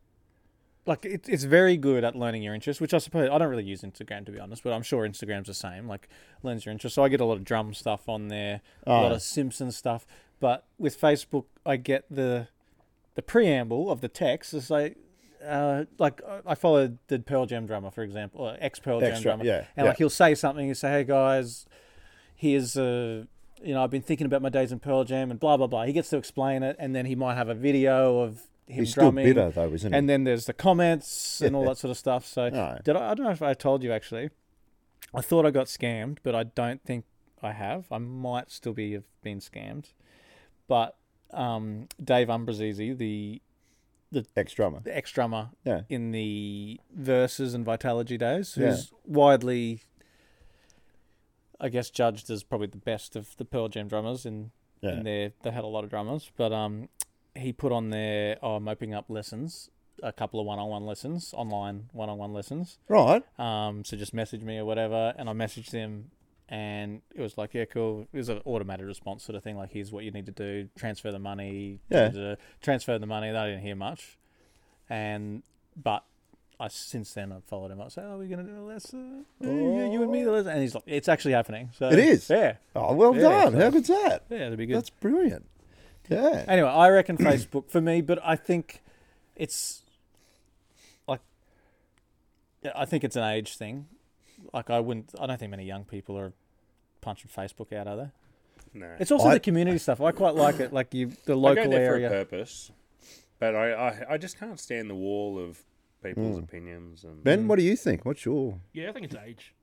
D: like it, it's very good at learning your interests, which I suppose I don't really use Instagram to be honest, but I'm sure Instagram's the same. Like learns your interests, so I get a lot of drum stuff on there, a
B: Oh.
D: lot of Simpson stuff. But with Facebook, I get the the preamble of the text. It's like. Uh, like I- I followed the Pearl Jam drummer, for example, or ex Pearl Jam
B: Extra,
D: drummer,
B: yeah, yeah.
D: and like he'll say something. He'll say, "Hey guys, here's uh you know I've been thinking about my days in Pearl Jam and blah blah blah. He gets to explain it, and then he might have a video of him
B: He's still
D: drumming.
B: bitter though, isn't he?
D: and then there's the comments and all that sort of stuff. So
B: No.
D: did I, I don't know if I told you actually. I thought I got scammed, but I don't think I have. I might still be have been scammed, but um, Dave Umbrazizi, the
B: Ex drummer.
D: the ex drummer
B: Yeah.
D: in the Verses and Vitalogy days,
B: Yeah.
D: who's widely, I guess, judged as probably the best of the Pearl Jam drummers. In,
B: Yeah.
D: in there, they had a lot of drummers, but um, he put on there, oh, I'm opening up lessons, a couple of one on one lessons, online one on one lessons.
B: Right.
D: Um, so just message me or whatever, and I messaged him. And it was like, yeah, cool. It was an automated response sort of thing. Like, here's what you need to do: transfer the money.
B: Yeah.
D: da-da-da. Transfer the money. And I didn't hear much. And but I since then I've followed him. I say, oh, we're gonna do a lesson. Yeah, You, you and me, the lesson. And he's like, it's actually happening. So
B: Oh. It is?
D: Yeah.
B: Oh, well
D: Yeah,
B: done.
D: so-
B: How good's that?
D: Yeah, it'll be good.
B: That's brilliant. Yeah.
D: Anyway, I reckon Facebook for me, but I think it's like I think it's an age thing. Like I wouldn't, I don't think many young people are punching Facebook out, are they?
C: No.
D: It's also
B: I-
D: the community stuff. I quite like it, like you, the
C: I go
D: local
C: there for
D: area.
C: a purpose, but I, I, I just can't stand the wall of people's opinions and
D: Mm.
B: Ben, what do you think? What's your
E: Yeah, I think it's age.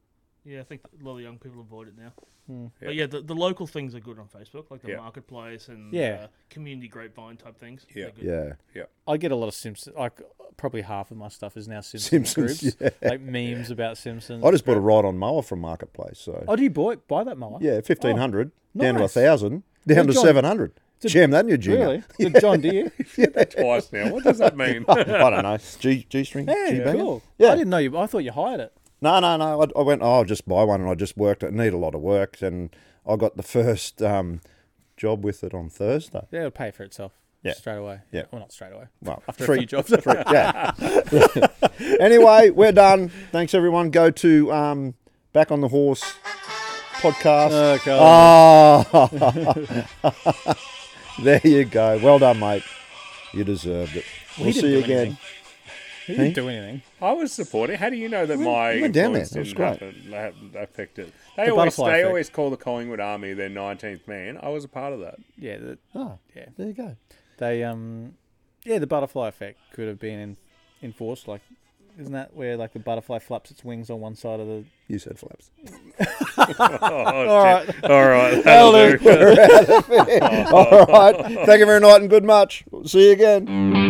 E: Yeah, I think a lot of young people avoid it now.
D: Mm.
E: But yeah, the, the local things are good on Facebook, like the
C: Yeah.
E: marketplace and
D: Yeah.
E: uh, community grapevine type things.
C: Yeah.
E: They're good.
B: yeah?
D: I get a lot of Simpsons. Like probably half of my stuff is now Simpsons,
B: Simpsons,
D: groups,
B: yeah.
D: like memes about Simpsons.
B: I just bought a ride on mower from Marketplace, so
D: oh, do you buy buy that mower?
B: yeah, fifteen hundred down to a
D: nice.
B: thousand, down to
D: John-
B: seven hundred. Jam that in your jigger.
D: really? The John Deere.
C: twice now. What does that mean?
B: I don't know. G G string. G
D: yeah,
B: banger?
D: cool.
B: Yeah.
D: I didn't know you. I thought you hired it.
B: No, no, no. I, I went. Oh, I'll just buy one, and I just worked. It need a lot of work, and I got the first um, job with it on Thursday.
D: Yeah, it'll pay for itself.
B: Yeah.
D: Straight away.
B: Yeah.
D: Well, not straight away.
B: Well,
D: After
B: three-
D: a few jobs.
B: Three, yeah. anyway, we're done. Thanks everyone. Go to um, back on the horse. podcast.
D: Oh, God. Uh,
B: Ah, there you go. Well done, mate. You deserved it.
D: We
B: We'll
D: Oh, didn't
B: see you
D: do
B: again.
D: anything. he didn't do anything.
C: I was supporting. How do you know that my
B: went down
C: influence
B: there. It
C: didn't
B: was
C: happen, that- that affect it? They
D: The
C: always they
D: butterfly effect.
C: always call the Collingwood Army their nineteenth man. I was a part of that.
D: Yeah, the,
B: Ah,
D: Yeah.
B: There you go.
D: they um, yeah, the butterfly effect could have been in, enforced. Like, isn't that where like the butterfly flaps its wings on one side of the?
B: You said flaps.
C: Oh, all right, all right, that'll do.
B: All right. Thank you very much and good much. See you again.